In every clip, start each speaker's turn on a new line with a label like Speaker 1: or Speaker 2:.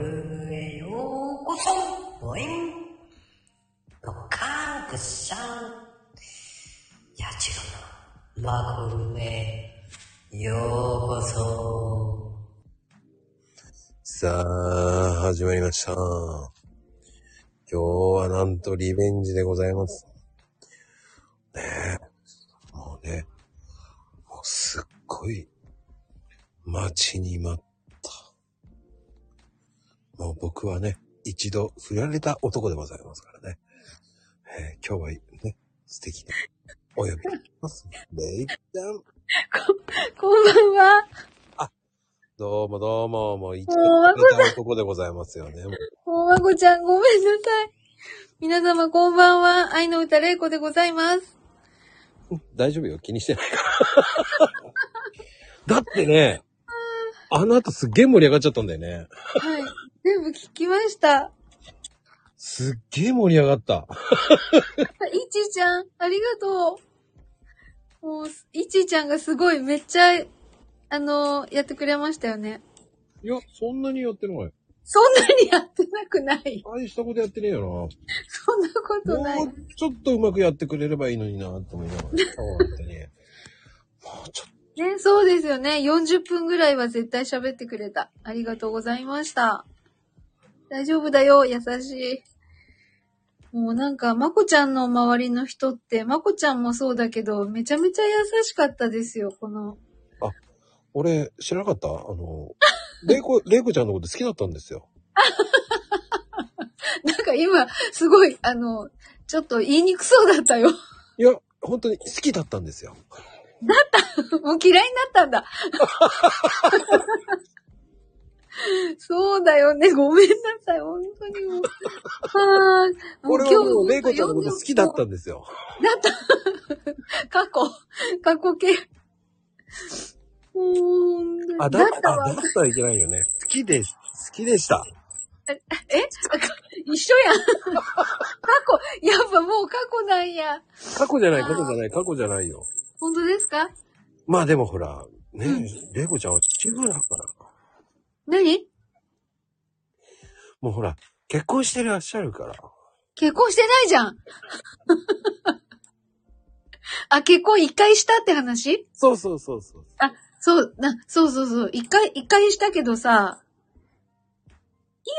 Speaker 1: へようこそボインロッカーグッシャンやちろのマコルメようこそ
Speaker 2: さあ、始まりました。今日はなんとリベンジでございます。ねえ。もうね、もうすっごい待ちに待った。もう僕はね、一度振られた男でございますからね。えー今日はね、素敵なお呼びします。レイちゃん。
Speaker 3: こんばんは。
Speaker 2: どうもどうも、もう一度
Speaker 3: もうわ
Speaker 2: 振られた男でございますよね。もう
Speaker 3: おまこちゃん、ごめんなさい。皆様、こんばんは。愛の歌、れいこでございます。
Speaker 2: 大丈夫よ。気にしてない から。だってね、あの後すっげえ盛り上がっちゃったんだよね。
Speaker 3: はい。全部聞きました。
Speaker 2: すっげえ盛り上がった。
Speaker 3: あいちちゃん、ありがとう。もう、いちちゃんがすごい、めっちゃ、あのやってくれましたよね。
Speaker 2: いや、そんなにやってない。
Speaker 3: そんなにやってなくない。
Speaker 2: 大したことやってねえよ
Speaker 3: そんなこ
Speaker 2: な。
Speaker 3: とない。
Speaker 2: もうちょっとうまくやってくれればいいのになって思いなが ら。本当に。もうちょっ
Speaker 3: ね、そうですよね。40分ぐらいは絶対喋ってくれた。ありがとうございました。大丈夫だよ、優しい。もうなんか、まこちゃんの周りの人って、まこちゃんもそうだけど、めちゃめちゃ優しかったですよ、この。
Speaker 2: と、俺知らなかったあの、レイコ、レイコちゃんのこと好きだったんですよ。
Speaker 3: なんか今、すごい、あの、ちょっと言いにくそうだったよ。
Speaker 2: いや、本当に好きだったんですよ。
Speaker 3: もう嫌いになったんだ。 そうだよね。ごめんなさい。本当に もう。あー
Speaker 2: 俺はもうレイコちゃんのこと好きだっ。
Speaker 3: も
Speaker 2: たんですよ。
Speaker 3: う過去、 過去形。もう
Speaker 2: あ、だ、
Speaker 3: だ
Speaker 2: あ、
Speaker 3: ったわ
Speaker 2: だ。ったらいけないよね。好きで、好きでした。
Speaker 3: え あか一緒やん。 過去、やっぱもう過去なんや。
Speaker 2: 過去じゃない、過去じゃない、過去じゃないよ。
Speaker 3: 本当ですか
Speaker 2: まあでもほら、ね
Speaker 3: うん
Speaker 2: え、レイコちゃんは父親だから。
Speaker 3: 何
Speaker 2: もうほら、結婚してらっしゃるから。
Speaker 3: 結婚してないじゃん。 あ、結婚一回したって話
Speaker 2: そうそうそうそう。
Speaker 3: そう、な、そうそうそう。一回、一回したけどさ、い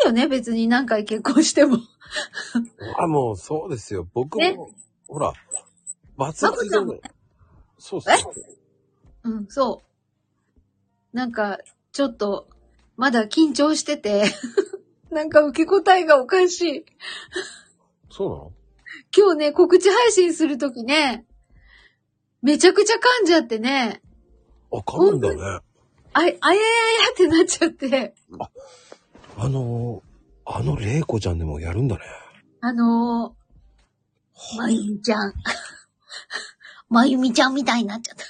Speaker 3: いよね、別に何回結婚しても。
Speaker 2: あ、もうそうですよ。僕も、
Speaker 3: ね
Speaker 2: ほら、罰ツじゃない。そうそう。
Speaker 3: うん、そう。なんか、ちょっと、まだ緊張してて、 なんか受け答えがおかしい。
Speaker 2: そうなの
Speaker 3: 今日ね、告知配信するときね、めちゃくちゃ噛んじゃってね、
Speaker 2: あ、噛むんだね。
Speaker 3: あい、あやややってなっちゃって。
Speaker 2: あのー、あのレイコちゃんでもやるんだね。
Speaker 3: あのー、まゆみちゃん。 まゆみちゃんみたいになっちゃった。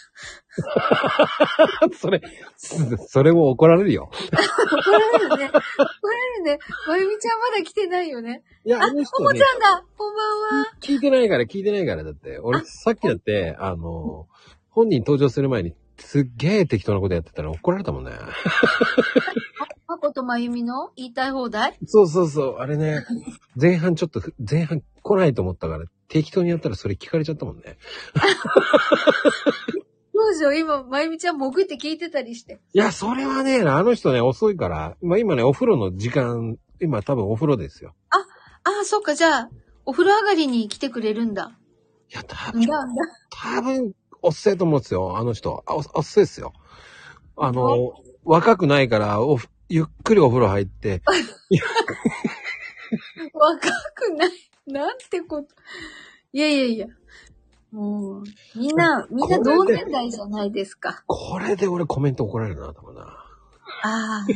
Speaker 2: それ、それも怒られるよ。
Speaker 3: 怒られるね。怒られるね。まゆみちゃんまだ来てないよね。
Speaker 2: いや、
Speaker 3: あ、
Speaker 2: あの
Speaker 3: お
Speaker 2: 人
Speaker 3: も
Speaker 2: ね
Speaker 3: ち、ゃんだこんばんは。
Speaker 2: 聞いてないから、聞いてないから、だって。俺、さっきだって、あの、本人登場する前に、すっげえ適当なことやってたら怒られたもんね。
Speaker 3: まことまゆみの言いたい放題
Speaker 2: そうそうそう、あれね、 前半ちょっとふ、前半来ないと思ったから、適当にやったらそれ聞かれちゃったもんね。
Speaker 3: どうしよう今、まゆみちゃん潜って聞いてたりして。
Speaker 2: いや、それはね、あの人ね、遅いから、まあ今ね、お風呂の時間、今多分お風呂ですよ。
Speaker 3: ああ、そっか、じゃあ、お風呂上がりに来てくれるんだ。
Speaker 2: いや、多
Speaker 3: うん
Speaker 2: 分、
Speaker 3: だ、うんだ。
Speaker 2: 多分、おっせえと思うんですよ、あの人。あおおっせえっすよ。あの、若くないから、おふ、ゆっくりお風呂入って、
Speaker 3: 若くない。なんてこと。いやいやいや。もう、みんな、みんな同年代じゃないですか。
Speaker 2: これで俺コメント怒られるな、多分な。
Speaker 3: ああ。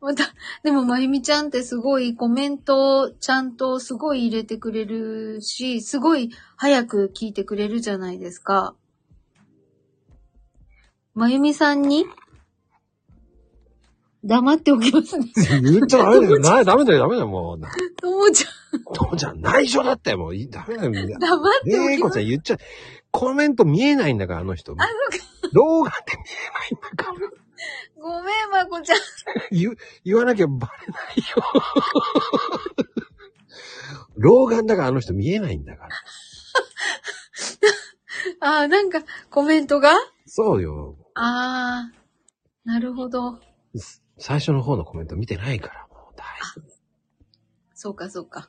Speaker 3: また、でも、まゆみちゃんってすごいコメントをちゃんとすごい入れてくれるし、すごい早く聞いてくれるじゃないですか。まゆみさんに黙っておきますね。
Speaker 2: 言っちゃダメだよ。な、ダメだよ、ダメだよ、もう。な
Speaker 3: ともちゃ、。
Speaker 2: 父ちゃん、内緒だったよ、もう。いダメだよ、みんなん
Speaker 3: 黙ってお
Speaker 2: え
Speaker 3: き
Speaker 2: いこ
Speaker 3: ます
Speaker 2: ちゃん言っちゃ、コメント見えないんだから、あの人。動画って見えないんだから。
Speaker 3: ごめん、まこちゃん。
Speaker 2: 言う、言わなきゃバレないよ。老眼だからあの人見えないんだから。
Speaker 3: あー、なんか、コメントが
Speaker 2: そうよ。
Speaker 3: あー、なるほど。
Speaker 2: 最初の方のコメント見てないから、もう大丈
Speaker 3: そうか、そうか。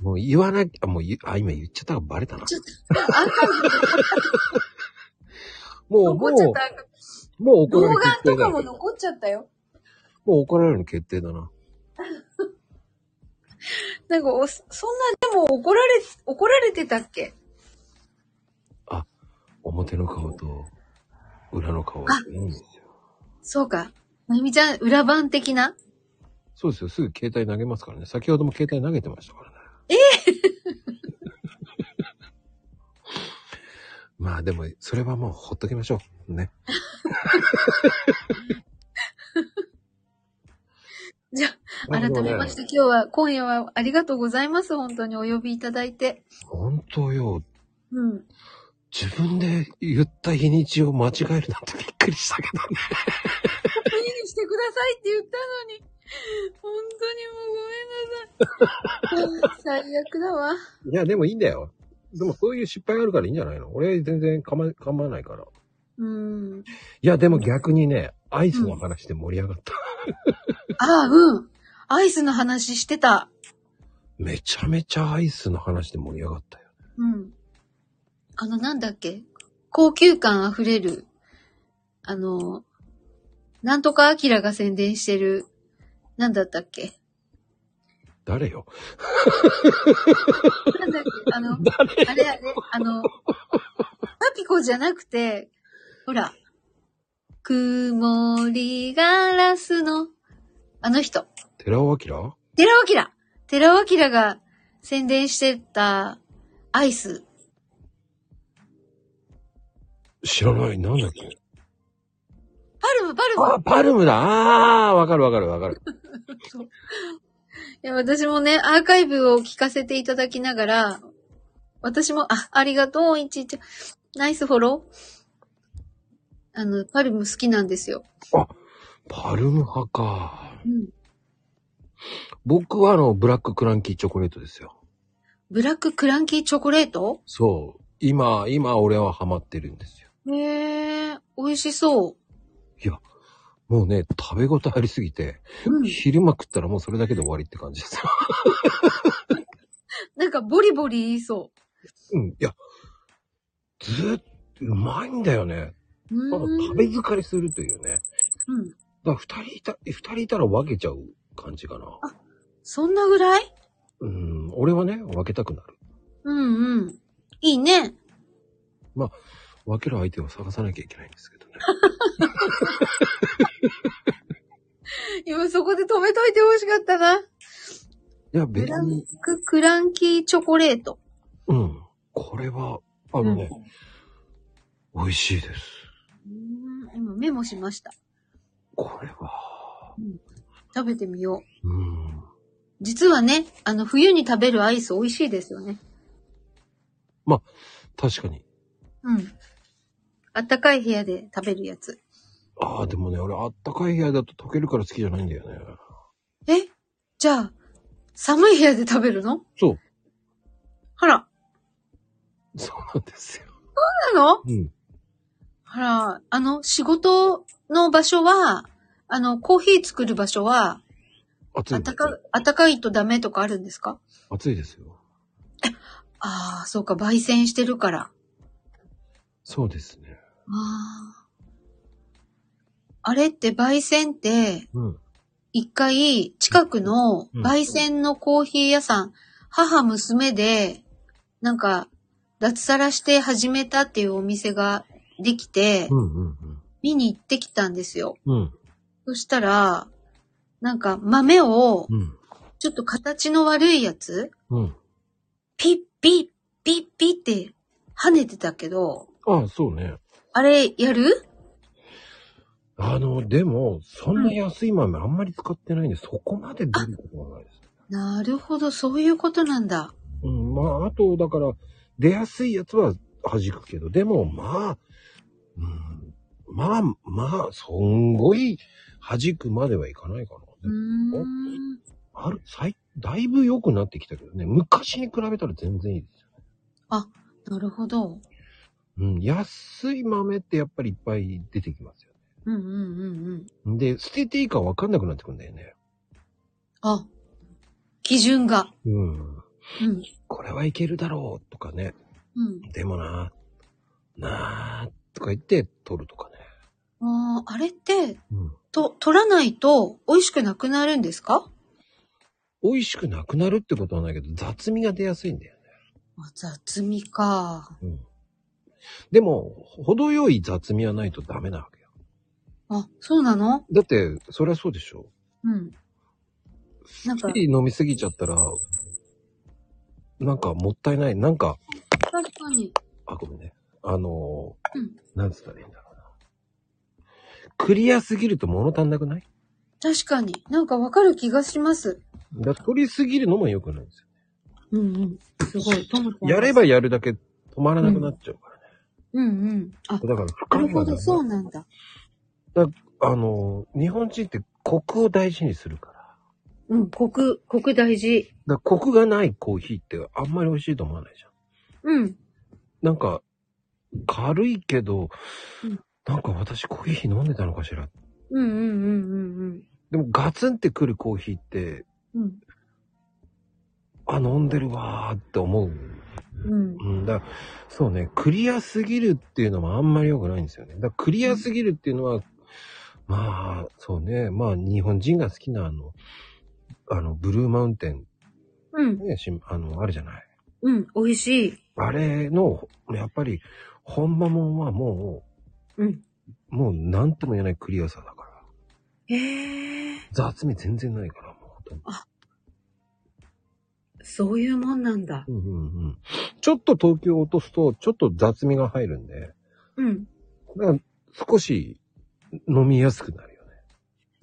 Speaker 2: 夫。もう言わなきゃ、もう言う、あ、今言っちゃったからバレたな。
Speaker 3: ちょっと、あ赤く
Speaker 2: もう、も
Speaker 3: 残っちゃっ
Speaker 2: う、
Speaker 3: た赤く。
Speaker 2: もう怒
Speaker 3: 老
Speaker 2: られる決
Speaker 3: 眼
Speaker 2: 定
Speaker 3: と
Speaker 2: だ
Speaker 3: か
Speaker 2: よ。
Speaker 3: も残っちゃったよ。
Speaker 2: もう怒られるの決定だな。
Speaker 3: なんかお、そんな、でも怒られ、怒られてたっけ
Speaker 2: 表の顔と、裏の顔は違うんですよ。
Speaker 3: そうか。まゆみちゃん、裏番的な
Speaker 2: そうですよ。すぐ携帯投げますからね。先ほども携帯投げてましたからね。ええ まあでも、それはもうほっときましょう。ね。
Speaker 3: じゃあ、改めまして、今日は、今夜はありがとうございます。本当にお呼びいただいて。
Speaker 2: 本当よ。
Speaker 3: うん。
Speaker 2: 自分で言った日にちを間違えるなんてびっくりしたけどね。
Speaker 3: いいにしてくださいって言ったのに。本当にもうごめんなさい。最 悪だ わ。
Speaker 2: いや、でもいいんだよ。でもそういう失敗があるからいいんじゃないの俺全然構え構わないから。
Speaker 3: うん。
Speaker 2: いや、でも逆にね、アイスの話で盛り上がった。
Speaker 3: ああ、うん。アイスの話してた。
Speaker 2: めちゃめちゃアイスの話で盛り上がったよ。
Speaker 3: うん。あの、なんだっけ高級感あふれる、あの、なんとかアキラが宣伝してる、なんだったっけ
Speaker 2: 誰よ
Speaker 3: なんだっけあの、あれあれ、あの、パピコじゃなくて、ほら、曇りガラスの、あの人、
Speaker 2: 寺尾明
Speaker 3: 寺尾明寺尾明が宣伝してたアイス。
Speaker 2: 知らない。なんだっけ
Speaker 3: パルム、パルム
Speaker 2: あ、パルムだあーわかるわかるわかる。
Speaker 3: いや、私もね、アーカイブを聞かせていただきながら、私も、あ、ありがとう、いちいち、ナイスフォロー。あの、パルム好きなんですよ。
Speaker 2: パルム派か。
Speaker 3: うん。
Speaker 2: 僕はあの、ブラッククランキーチョコレートですよ。
Speaker 3: ブラッククランキーチョコレート
Speaker 2: そう。今、今俺はハマってるんですよ。
Speaker 3: へえ、美味しそう。
Speaker 2: いや、もうね、食べ応えありすぎて、
Speaker 3: うん。
Speaker 2: 昼間食ったらもうそれだけで終わりって感じです。
Speaker 3: なんか、ボリボリ言いそ
Speaker 2: うん。いや、ずーっと、うまいんだよね。
Speaker 3: う。う
Speaker 2: ただ
Speaker 3: ーん。
Speaker 2: 食べ疲れするというね。
Speaker 3: うん。
Speaker 2: だから二人いた、二人いたら分けちゃう感じかな。
Speaker 3: そんなぐらい
Speaker 2: うん、俺はね、分けたくなる。
Speaker 3: うんうん。いいね。
Speaker 2: 分ける相手を探さなきゃいけないんですけどね。
Speaker 3: 今そこで止めといてほしかったな。
Speaker 2: いや、
Speaker 3: ブ
Speaker 2: 別
Speaker 3: ラッ
Speaker 2: に、
Speaker 3: ククランキーチョコレート。
Speaker 2: うん。これは、あのね、美味しいです。
Speaker 3: うん、今メモしました。
Speaker 2: これは、
Speaker 3: 食べてみよう。
Speaker 2: うん。
Speaker 3: 実はね、あの、冬に食べるアイス美味しいですよね。
Speaker 2: 確かに。
Speaker 3: うん。あったかい部屋で食べるやつ。
Speaker 2: ああ、でもね、俺、あったかい部屋だと溶けるから好きじゃないんだよね。
Speaker 3: えじゃあ、寒い部屋で食べるの
Speaker 2: そう。
Speaker 3: あら、
Speaker 2: そうなんですよ。
Speaker 3: そうなの
Speaker 2: うん。
Speaker 3: あら、あの、仕事の場所は、あの、コーヒー作る場所は、
Speaker 2: 暑
Speaker 3: あっ
Speaker 2: いで
Speaker 3: た
Speaker 2: す
Speaker 3: か
Speaker 2: よ。、
Speaker 3: あったかいとダメとかあるんですか
Speaker 2: 暑いですよ。
Speaker 3: ああ、そうか、焙煎してるから。
Speaker 2: そうですね。
Speaker 3: ああ。あれって焙煎って、
Speaker 2: うん。
Speaker 3: 一回、近くの焙煎のコーヒー屋さん、母娘で、なんか、脱サラして始めたっていうお店ができて、
Speaker 2: うんうんうん。
Speaker 3: 見に行ってきたんですよ。
Speaker 2: うん。
Speaker 3: そしたら、なんか豆を、
Speaker 2: うん。
Speaker 3: ちょっと形の悪いやつ、
Speaker 2: うん。
Speaker 3: ピッピッピッピッって跳ねてたけど、
Speaker 2: ああ、そうね。
Speaker 3: あれやる
Speaker 2: あの、でも、そんな安い豆あんまり使ってないんで、そこまで出ることはないです。
Speaker 3: なるほど、そういうことなんだ。
Speaker 2: うん、まあ、あと、だから、出やすいやつは弾くけど、でも、まあ、うん、まあ、まあ、そんごい弾くまではいかないか
Speaker 3: うー
Speaker 2: な。
Speaker 3: ん。
Speaker 2: ある、最、だいぶ良くなってきたけどね。昔に比べたら全然いいですよ。
Speaker 3: なるほど。
Speaker 2: うん、安い豆ってやっぱりいっぱい出てきますよ
Speaker 3: うんうんうんうん。
Speaker 2: ね。で、捨てていいか分かんなくなってくんだよね。
Speaker 3: あ、基準が。
Speaker 2: うん。
Speaker 3: うん。
Speaker 2: これはいけるだろうとかね。
Speaker 3: うん。
Speaker 2: でもな、なあとか言って取るとかね。
Speaker 3: ああ、あれって、
Speaker 2: うん。
Speaker 3: と、取らないと美味しくなくなるんですか
Speaker 2: 美味しくなくなるってことはないけど、雑味が出やすいんだよね。
Speaker 3: あ雑味か。
Speaker 2: うん。でも、程よい雑味はないとダメなわけよ。
Speaker 3: あ、そうなの
Speaker 2: だって、そりゃそうでしょ。
Speaker 3: うん。なんか、
Speaker 2: 飲みすぎちゃったら、なんかもったいない。なんか、
Speaker 3: 確かに。
Speaker 2: あ、ごめんね。あのー
Speaker 3: うん
Speaker 2: なんつったらいいんだろうな。クリアすぎると物足んなくない
Speaker 3: 確かに。なんかわかる気がします。
Speaker 2: だから取りすぎるのも良くないんです
Speaker 3: うんうん。すごい。ともちゃん
Speaker 2: よ。やればやるだけ止まらなくなっちゃうからね。
Speaker 3: うんうん。あ、
Speaker 2: だから
Speaker 3: な
Speaker 2: 深
Speaker 3: る
Speaker 2: みが
Speaker 3: ほ
Speaker 2: 出
Speaker 3: ど、
Speaker 2: ない
Speaker 3: そうなんだ。
Speaker 2: あのー日本人ってコクを大事にするから。
Speaker 3: うん、コク、コク大事。
Speaker 2: だからコクがないコーヒーってあんまり美味しいと思わないじゃん。
Speaker 3: うん。
Speaker 2: なんか、軽いけど、
Speaker 3: うん
Speaker 2: なんか私コーヒー飲んでたのかしら。
Speaker 3: うんうんうんうん
Speaker 2: でもガツンってくるコーヒーって、
Speaker 3: うん。うん。
Speaker 2: あ、飲んでるわーって思う。
Speaker 3: うん。
Speaker 2: うん、だからそうね、クリアすぎるっていうのもあんまり良くないんですよね。だからクリアすぎるっていうのは、まあ、そうね、まあ日本人が好きなあの、あの、ブルーマウンテン、
Speaker 3: うん。
Speaker 2: ね、しあの、あるじゃない。
Speaker 3: うん。美味しい。
Speaker 2: あれの、やっぱり、本間もんはも
Speaker 3: うん。
Speaker 2: う、もう何とも言えないクリアさだから。
Speaker 3: へえ。
Speaker 2: 雑味全然ないから、もう本当に。
Speaker 3: そういうもんなんだ。
Speaker 2: うんうんうん。ちょっと東京落とすと、ちょっと雑味が入るんで、
Speaker 3: うん。
Speaker 2: だから少し飲みやすくなるよね。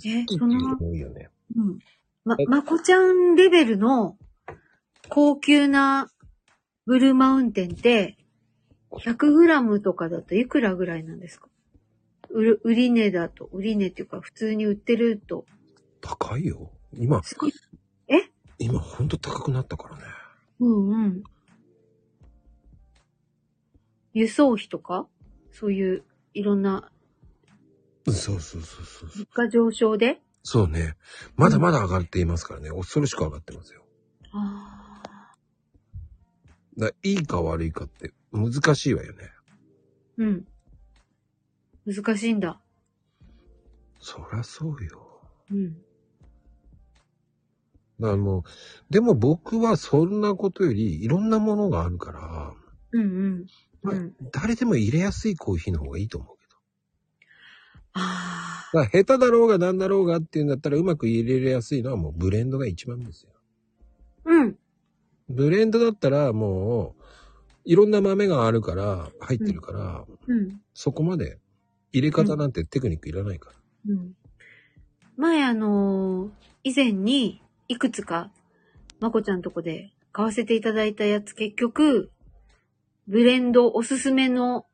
Speaker 3: え、
Speaker 2: 一気
Speaker 3: そ
Speaker 2: に
Speaker 3: の、
Speaker 2: 多いよね。
Speaker 3: うん。ま、まこちゃんレベルの高級なブルーマウンテンって、100g とかだといくらぐらいなんですか売る、売り値だと、売り値っていうか普通に売ってると。
Speaker 2: 高いよ。今、
Speaker 3: すごい。
Speaker 2: 今ほんと高くなったからね。
Speaker 3: うんうん。輸送費とかそういう、いろんな
Speaker 2: そうそうそうそう。
Speaker 3: 物価上昇で
Speaker 2: そうね。まだまだ上がっていますからね。恐ろしく上がってますよ。
Speaker 3: ああ。
Speaker 2: だからいいか悪いかって難しいわよね。
Speaker 3: うん。難しいんだ。
Speaker 2: そりゃそうよ。
Speaker 3: うん。
Speaker 2: だからもう、でも僕はそんなことよりいろんなものがあるから、
Speaker 3: うんうん。うん。
Speaker 2: 誰でも入れやすいコーヒーの方がいいと思うけど。
Speaker 3: ああ。
Speaker 2: だから下手だろうが何だろうがっていうんだったらうまく入れれやすいのはもうブレンドが一番ですよ。
Speaker 3: うん。
Speaker 2: ブレンドだったらもう、いろんな豆があるから、入ってるから、
Speaker 3: うん。
Speaker 2: そこまで入れ方なんてテクニックいらないから。
Speaker 3: うん。前あのー以前に、いくつか、まこちゃんとこで買わせていただいたやつ、結局、ブレンドおすすめの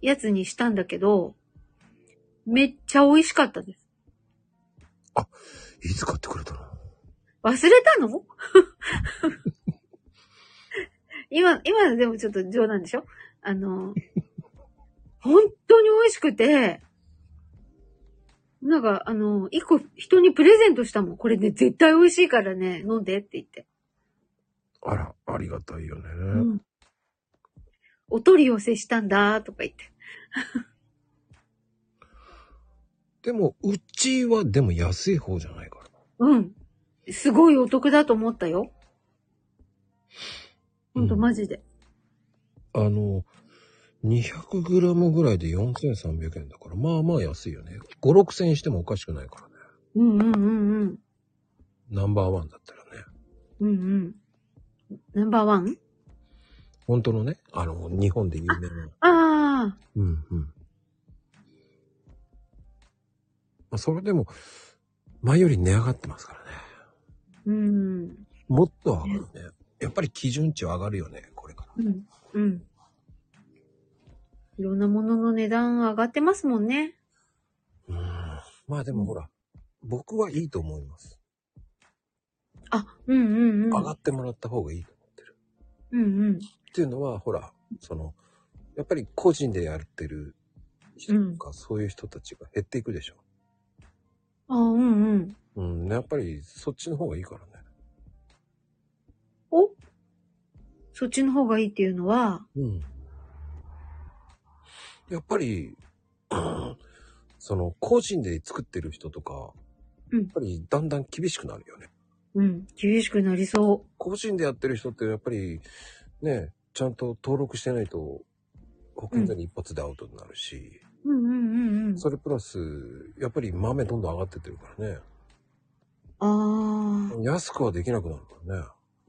Speaker 3: やつにしたんだけど、めっちゃ美味しかったです。
Speaker 2: いつ買ってくれたの
Speaker 3: 忘れたの 今、今でもちょっと冗談でしょあのー、本当に美味しくて、なんか、あの、一個人にプレゼントしたもん。これね、絶対美味しいからね、飲んでって言って。
Speaker 2: あら、ありがたいよね。
Speaker 3: うん。お取り寄せしたんだ、とか言って。
Speaker 2: でも、うちはでも安い方じゃないから。
Speaker 3: うん。すごいお得だと思ったよ。ほんと、
Speaker 2: うん
Speaker 3: マジで。
Speaker 2: あの、200g ぐらいで4300円だから、まあまあ安いよね。5、6000円してもおかしくないからね。
Speaker 3: うんうんうんうん。
Speaker 2: ナンバーワンだったらね。
Speaker 3: うんうん。ナンバーワン
Speaker 2: 本当のね、あの、日本で有名な。
Speaker 3: ああ。
Speaker 2: うんうん。まあ、それでも、前より値上がってますからね。
Speaker 3: うん。
Speaker 2: もっと上がるね。やっぱり基準値は上がるよね、これから。
Speaker 3: うん。うん。いろんなものの値段上がってますもんね。
Speaker 2: うんまあでもほら、僕はいいと思います。
Speaker 3: あ、うんうんうん。
Speaker 2: 上がってもらった方がいいと思ってる。
Speaker 3: うんうん。
Speaker 2: っていうのは、ほら、その、やっぱり個人でやってる人とか、そういう人たちが減っていくでしょ。
Speaker 3: あ、うんうん。
Speaker 2: うん、やっぱりそっちの方がいいからね。
Speaker 3: おそっちの方がいいっていうのは、
Speaker 2: うん。やっぱり、 うんその、個人で作ってる人とか、
Speaker 3: うん
Speaker 2: やっぱりだんだん厳しくなるよね。
Speaker 3: うん、厳しくなりそ
Speaker 2: 個人でやってる人ってやっぱり、ね、ちゃんと登録してないと、保険所に一発でアウトになるし、
Speaker 3: う。うんうんうんうん。
Speaker 2: それプラス、やっぱり豆どんどん上がってってるからね。
Speaker 3: ああ、
Speaker 2: 安くはできなくなるからね。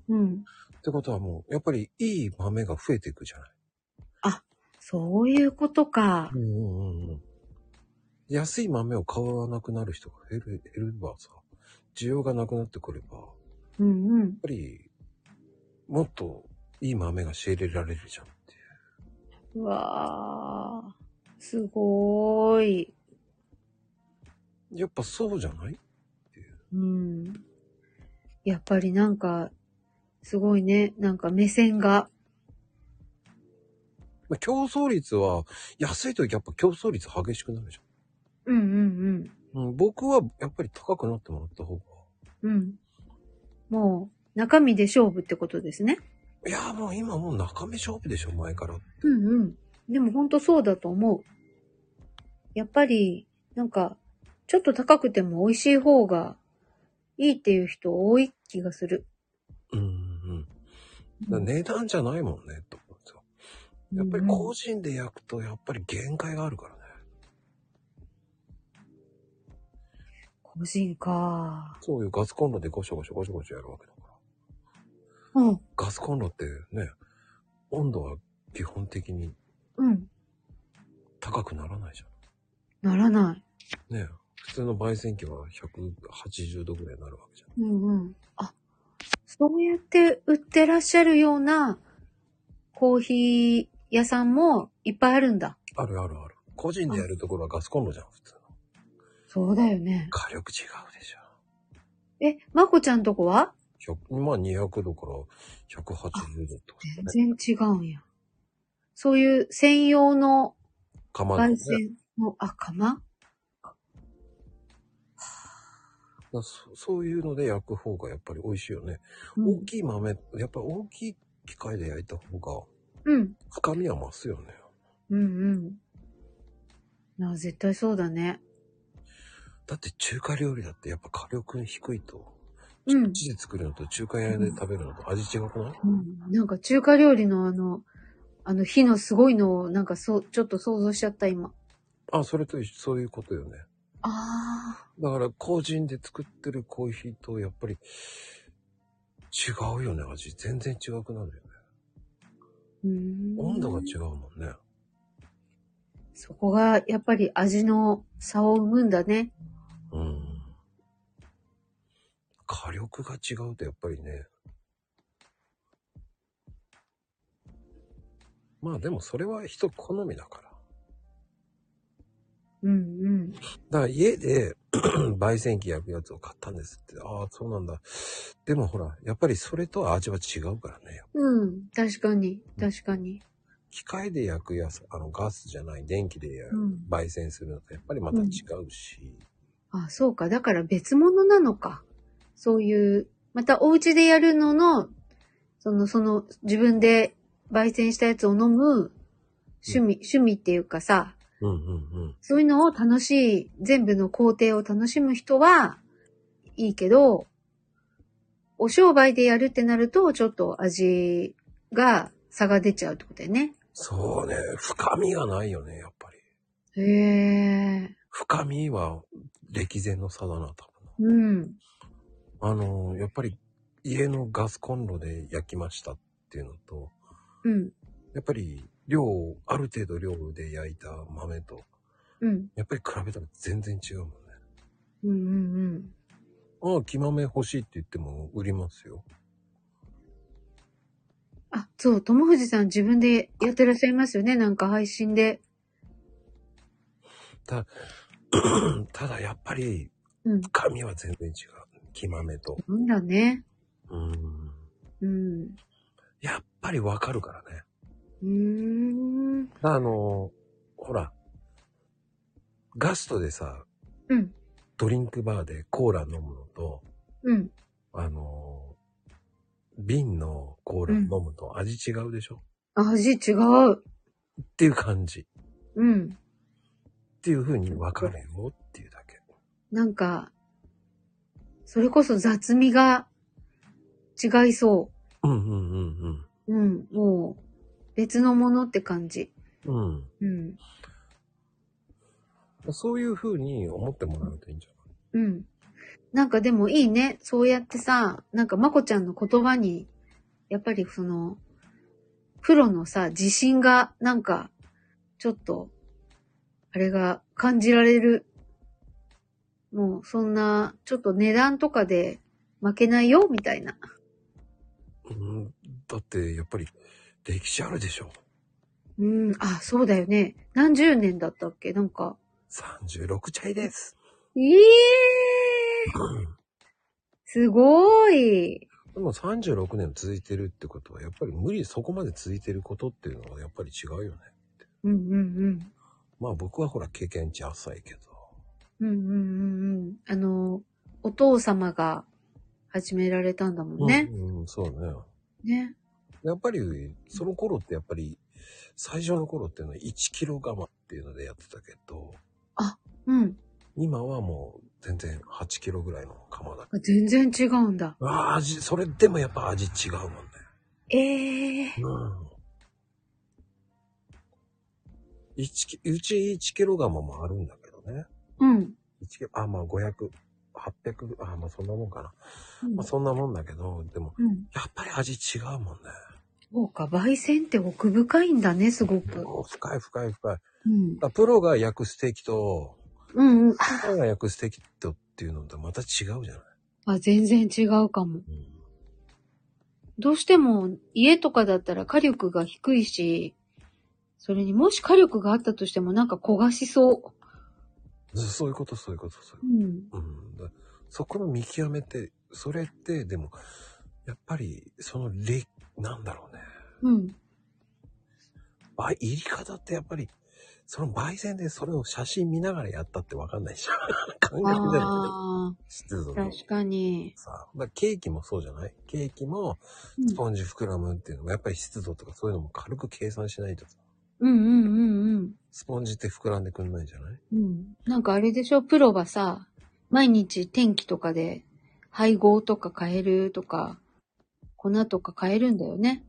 Speaker 3: うん。
Speaker 2: ってことはもう、やっぱりいい豆が増えていくじゃない。
Speaker 3: そういうことか。
Speaker 2: うんうんうんうん。安い豆を買わなくなる人が減る、減ればさ、需要がなくなってくれば、やっ
Speaker 3: うんうん。
Speaker 2: ぱり、もっといい豆が仕入れられるじゃんっていう。
Speaker 3: うわあ、すごーい。
Speaker 2: やっぱそうじゃない
Speaker 3: うん。やっぱりなんか、すごいね。なんか目線が。
Speaker 2: まあ競争率は、安い時やっぱ競争率激しくなるじ
Speaker 3: うんうん
Speaker 2: ゃん。うん、僕はやっぱり高くなってもらった方が。
Speaker 3: うん。うん。もう、中身で勝負ってことですね。
Speaker 2: いやーもう今もう中身勝負でしょ、前から。
Speaker 3: うんうん。でも本当そうだと思う。やっぱり、なんか、ちょっと高くても美味しい方がいいっていう人多い気がする。
Speaker 2: うんうん。だから値段じゃないもんね、と思うんですよ。やっぱり個人で焼くと、やっぱり限界があるからね。
Speaker 3: 個人か。
Speaker 2: そういうガスコンロでゴショゴショゴショゴショやるわけだから。
Speaker 3: うん。
Speaker 2: ガスコンロってね、温度は基本的に
Speaker 3: うん。
Speaker 2: 高くならないじ
Speaker 3: ならない。
Speaker 2: ゃん。ね普通の焙煎機は180度ぐらいになるわけじゃん。
Speaker 3: うんうん。あ、そうやって売ってらっしゃるようなコーヒー屋さんもいっぱいあるんだ。
Speaker 2: あるあるある。個人でやるところはガスコンロじゃん、普通の。
Speaker 3: そうだよね。
Speaker 2: 火力違うでしょ。
Speaker 3: え、まこちゃんとこは
Speaker 2: 100まあ200度から180度ってことね。
Speaker 3: 全然違うんや。そういう専用の
Speaker 2: 釜のね
Speaker 3: 焙煎の、あ、釜
Speaker 2: だからそそういうので焼く方がやっぱり美味しいよね。
Speaker 3: う
Speaker 2: 大
Speaker 3: ん。
Speaker 2: きい豆、やっぱり大きい機械で焼いた方が
Speaker 3: うん。
Speaker 2: 深みは増すよね。
Speaker 3: うんうん。なあ、絶対そうだね。
Speaker 2: だって中華料理だってやっぱ火力低いと、
Speaker 3: うん
Speaker 2: こっちで作るのと中華屋で食べるのと味違くない、
Speaker 3: うん。なんか中華料理のあの、あの火のすごいのを、なんかそう、ちょっと想像しちゃった今。
Speaker 2: あ、それと一緒そういうことよね。
Speaker 3: ああ。
Speaker 2: だから個人で作ってるコーヒーとやっぱり違うよね、味。全然違くなるよね。温
Speaker 3: 温
Speaker 2: 度が違うもんね。
Speaker 3: そこが、やっぱり味の差を生むんだね。
Speaker 2: うん。火力が違うとやっぱりね。まあでもそれは人好みだから。
Speaker 3: うんうん。
Speaker 2: だから家で 焙煎機焼くやつを買ったんですって。ああ、そうなんだ。でもほら、やっぱりそれとは味は違うからね。
Speaker 3: うん。確かに、確かに。
Speaker 2: 機械で焼くやつ、あのガスじゃない電気で焼
Speaker 3: う
Speaker 2: く、
Speaker 3: ん。
Speaker 2: 焙煎するのとやっぱりまた違うし。
Speaker 3: あ、そうか。だから別物なのか。そういう、またお家でやるのの、その、その、自分で焙煎したやつを飲む趣味、趣味っていうかさ、
Speaker 2: うんうんうん。
Speaker 3: そういうのを楽しい、全部の工程を楽しむ人は、いいけど、お商売でやるってなると、ちょっと味が、差が出ちゃうってことだよね。
Speaker 2: そうね。深みがないよね、やっぱり。
Speaker 3: へえ。
Speaker 2: 深みは歴然の差だな、多分。
Speaker 3: うん。
Speaker 2: あのー、やっぱり家のガスコンロで焼きましたっていうのと、
Speaker 3: うん。
Speaker 2: やっぱり量、ある程度量で焼いた豆と、
Speaker 3: うん。
Speaker 2: やっぱり比べたら全然違うもんね。
Speaker 3: うんうんうん。
Speaker 2: ああ、木豆欲しいって言っても売りますよ。
Speaker 3: あ、そう、友藤さん自分でやってらっしゃいますよね。なんか配信で。
Speaker 2: た、ただやっぱり
Speaker 3: うん、
Speaker 2: 髪は全然違う。木豆と。
Speaker 3: なんだね。
Speaker 2: うん。
Speaker 3: うん。う
Speaker 2: やっぱりわかるからね。
Speaker 3: ーん。
Speaker 2: あの、ほら、ガストでさ、
Speaker 3: うん。
Speaker 2: ドリンクバーでコーラ飲むのと、
Speaker 3: うん。
Speaker 2: あの、瓶のコーラ飲むと味違うでしょ、
Speaker 3: 味違う。
Speaker 2: っていう感じ。っ
Speaker 3: うん。
Speaker 2: ていう風に分かるよっていうだけ。
Speaker 3: なんか、それこそ雑味が違いそ
Speaker 2: うんうんうん
Speaker 3: う。うん。もう、別のものって感じ。
Speaker 2: うん。うん。
Speaker 3: うん。
Speaker 2: そういう風に思ってもらうといいんじゃ
Speaker 3: うん。なんかでもいいね。そうやってさ、なんかまこちゃんの言葉に、やっぱりその、プロのさ、自信が、なんか、ちょっと、あれが感じられる。もう、そんな、ちょっと値段とかで負けないよ、みたいな。
Speaker 2: ない、うん、だってやっぱり歴史あるでしょ。
Speaker 3: うん、あ、そうだよね。何十年だったっけなんか。
Speaker 2: 36チャイです。
Speaker 3: ええーすごい
Speaker 2: でも36年続いてるってことは、やっぱり無理、そこまで続いてることっていうのはやっぱり違うよね。
Speaker 3: うんうんうん。
Speaker 2: まあ僕はほら経験値浅いけど。
Speaker 3: うんうんうんうん。あの、お父様が始められたんだもんね。
Speaker 2: うん、うん、そうね。
Speaker 3: ね。
Speaker 2: やっぱり、その頃ってやっぱり、最初の頃っていうのは1キロ釜っていうのでやってたけど、
Speaker 3: うん。
Speaker 2: 今はもう全然8キロぐらいの釜だ。
Speaker 3: 全然違うんだ。
Speaker 2: ああ、味、それでもやっぱ味違うもんね。
Speaker 3: ええ
Speaker 2: うん。1キうち1キロ釜もあるんだけどね。
Speaker 3: うん。
Speaker 2: 1キロ、あ、まあ500、800、あ、まあそんなもんかな。
Speaker 3: うん
Speaker 2: まあそんなもんだけど、でも、
Speaker 3: うん。
Speaker 2: やっぱり味違うもんね。
Speaker 3: そうか、焙煎って奥深いんだね、すごく。
Speaker 2: もう深い深い深い。
Speaker 3: うん。
Speaker 2: あプロが焼くステーキと、
Speaker 3: うんうん。
Speaker 2: プロが焼くステーキとっていうのとまた違うじゃない。
Speaker 3: あ、全然違うかも。どうしても家とかだったら火力が低いし、それにもし火力があったとしてもなんか焦がしそ。
Speaker 2: そそういうこと、そういうこと、そういう
Speaker 3: うん。
Speaker 2: う。うん。だそこの見極めって、それって、でも、やっぱり、その、れ、なんだろうね。
Speaker 3: うん。
Speaker 2: ば入り方ってやっぱり、その焙煎でそれを写真見ながらやったってわかんないじゃん。 感覚でもね、
Speaker 3: あ
Speaker 2: 知ってるぞ
Speaker 3: あ、。確かに。
Speaker 2: さあ、だからケーキもそうじゃないケーキも、
Speaker 3: うん
Speaker 2: スポンジ膨らむっていうのも、やっぱり湿度とかそういうのも軽く計算しないとさ、
Speaker 3: うんうんうんうん。
Speaker 2: スポンジって膨らんでくんないじゃない
Speaker 3: うん。なんかあれでしょ、プロはさ、毎日天気とかで配合とか変えるとか、粉とか変えるんだよね。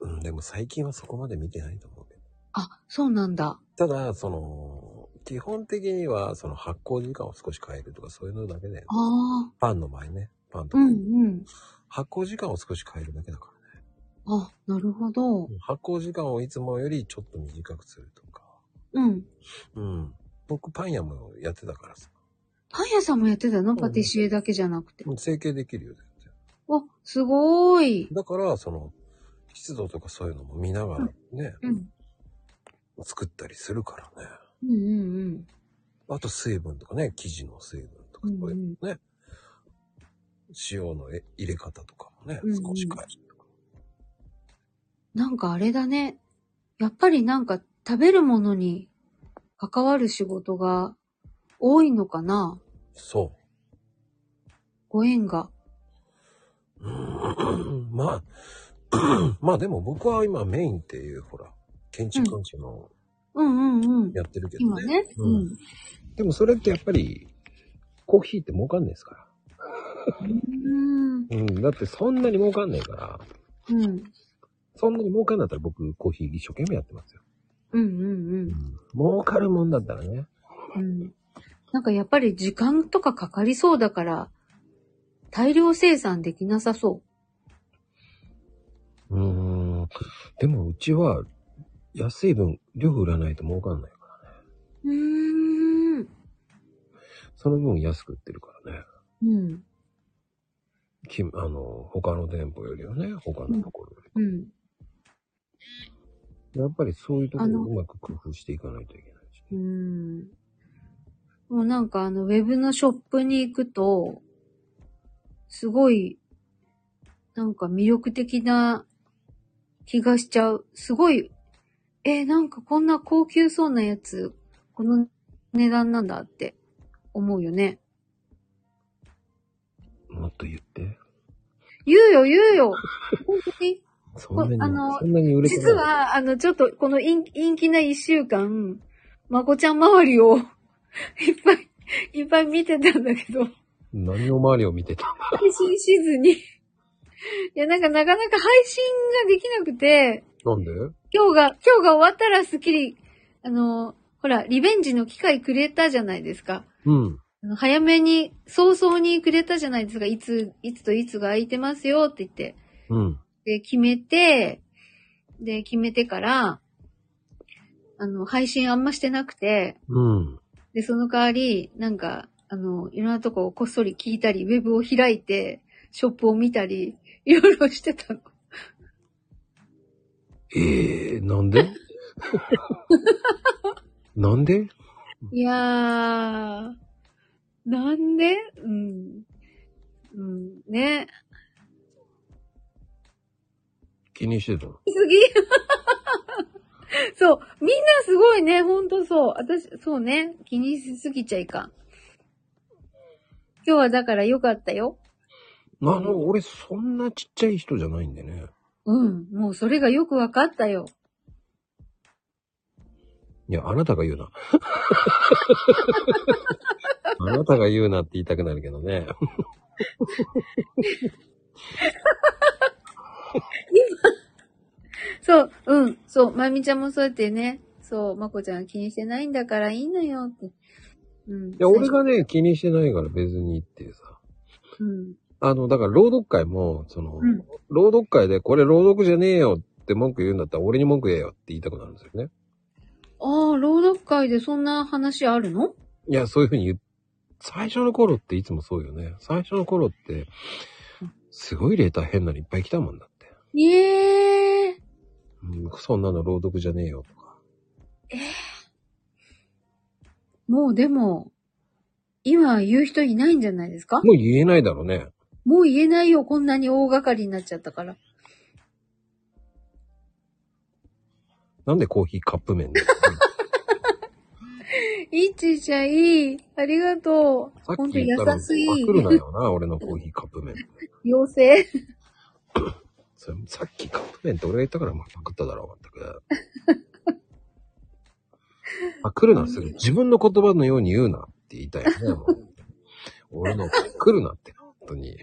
Speaker 2: うん、でも最近はそこまで見てないと思うけど。
Speaker 3: あ、そうなんだ。
Speaker 2: ただ、その、基本的には、その発酵時間を少し変えるとかそういうのだけで、
Speaker 3: ああ、
Speaker 2: パンの場合ね、パンと
Speaker 3: う
Speaker 2: か、
Speaker 3: んうん。
Speaker 2: 発酵時間を少し変えるだけだから。
Speaker 3: あ、なるほど。
Speaker 2: 発酵時間をいつもよりちょっと短くするとか。
Speaker 3: うん。
Speaker 2: うん。僕、パン屋もやってたからさ。
Speaker 3: パン屋さんもやってたの
Speaker 2: ん
Speaker 3: パティシエだけじゃなくて。
Speaker 2: 整形できるよ、全然。
Speaker 3: お、すごーい。
Speaker 2: だから、その、湿度とかそういうのも見ながらね、
Speaker 3: うん。
Speaker 2: 作ったりするからね。
Speaker 3: うんうん
Speaker 2: あと、水分とかね、生地の水分とか、
Speaker 3: うんうん
Speaker 2: そういうのね。塩のえ入れ方とかもね、
Speaker 3: うんうん
Speaker 2: 少し変えるとか。
Speaker 3: うん。なんかあれだね。やっぱりなんか食べるものに関わる仕事が多いのかな
Speaker 2: そ
Speaker 3: ご縁が。
Speaker 2: う。 うんま あ、まあでも僕は今メインっていう、ほら、建築関係の
Speaker 3: うんうんうん。
Speaker 2: やってるけど
Speaker 3: 今ね。
Speaker 2: うん
Speaker 3: うん。
Speaker 2: でもそれってやっぱり、コーヒーって儲かんないですか
Speaker 3: うん。
Speaker 2: ら。うん、だってそんなに儲かんないから、
Speaker 3: うん。
Speaker 2: そんなに儲かんだったら僕コーヒー一生懸命やってますよ。
Speaker 3: うんうん
Speaker 2: 儲かるもんだったらね。
Speaker 3: うん。うん。なんかやっぱり時間とかかかりそうだから、大量生産できなさそう
Speaker 2: ーん。でもうちは、安い分、量売らないと儲かんないから。
Speaker 3: う。うーん。
Speaker 2: その分安く売ってるからね。
Speaker 3: うん。
Speaker 2: きあの、他の店舗よりはね、他のところより。
Speaker 3: うん。
Speaker 2: やっぱりそういうとこ
Speaker 3: あ
Speaker 2: ろ
Speaker 3: の
Speaker 2: をうまく工夫していかないといけないし。
Speaker 3: うん。もうなんかあの、ウェブのショップに行くと、すごい、なんか魅力的な気がしちゃう。すごい、え、なんかこんな高級そうなやつ、この値段なんだって思うよね。
Speaker 2: もっと言って。
Speaker 3: 言うよ、言うよ本当に
Speaker 2: そんなに、
Speaker 3: あの
Speaker 2: そんなに売れてない。
Speaker 3: 実は、あの、ちょっと、この陰陰気な一週間、まこちゃん周りを 、いっぱい、いっぱい見てたんだけど、
Speaker 2: 何を周りを見てた
Speaker 3: 配信しずに。いや、なんかなかなか配信ができなくて、
Speaker 2: なんで
Speaker 3: 今日が、今日が終わったらスッキリ、あの、ほら、リベンジの機会くれたじゃないですか。
Speaker 2: うん。
Speaker 3: あの早めに、早々にくれたじゃないですか。いつ、いつといつが空いてますよって言って。
Speaker 2: うん。
Speaker 3: で、決めて、で、決めてから、あの、配信あんましてなくて、
Speaker 2: うん。
Speaker 3: で、その代わり、なんか、あの、いろんなとこをこっそり聞いたり、ウェブを開いて、ショップを見たり、いろいろしてたの。
Speaker 2: ええなん でなんで
Speaker 3: いやー、なんでうん。うん、ね。
Speaker 2: 気にしてたの
Speaker 3: すぎそう。みんなすごいね。ほんとそう。私、そうね。気にしすぎちゃいかん。今日はだから良かったよ。
Speaker 2: あの、俺そんなちっちゃい人じゃないんでね。
Speaker 3: うん。もうそれがよくわかったよ。
Speaker 2: いや、あなたが言う な。あなたが言うなって言いたくなるけどね。
Speaker 3: そう、うん。そう。まゆみちゃんもそうやってね。そう。まこちゃんは気にしてないんだからいいのよって。うん。
Speaker 2: いや、俺がね、気にしてないから別にっていうさ。
Speaker 3: うん。
Speaker 2: あの、だから朗読会も、その、
Speaker 3: うん
Speaker 2: 朗読会でこれ朗読じゃねえよって文句言うんだったら俺に文句言えよって言いたくなるんですよね。
Speaker 3: ああ、朗読会でそんな話あるの
Speaker 2: いや、そういうふうに言う。最初の頃っていつもそうよね。最初の頃って、すごいレーター変なのいっぱい来たもんだって。
Speaker 3: ええー。
Speaker 2: うん、そんなの朗読じゃねえよとか。
Speaker 3: もうでも、今言う人いないんじゃないですか
Speaker 2: もう言えないだろうね。
Speaker 3: もう言えないよ、こんなに大掛かりになっちゃったから。
Speaker 2: なんでコーヒーカップ 麺で。
Speaker 3: いちちゃんいい。ありがとう。
Speaker 2: さ
Speaker 3: ほ
Speaker 2: っ
Speaker 3: ん
Speaker 2: き
Speaker 3: と
Speaker 2: 言
Speaker 3: 優
Speaker 2: ったら、
Speaker 3: しい
Speaker 2: パクるなよな、俺のコーヒーカップ麺。
Speaker 3: 妖精。
Speaker 2: それさっきカップ麺って俺が言ったからまあパクっただろう、まった く。パクるな、すぐ。自分の言葉のように言うなって言いたいよね、も う。俺のパクるなって、本当に。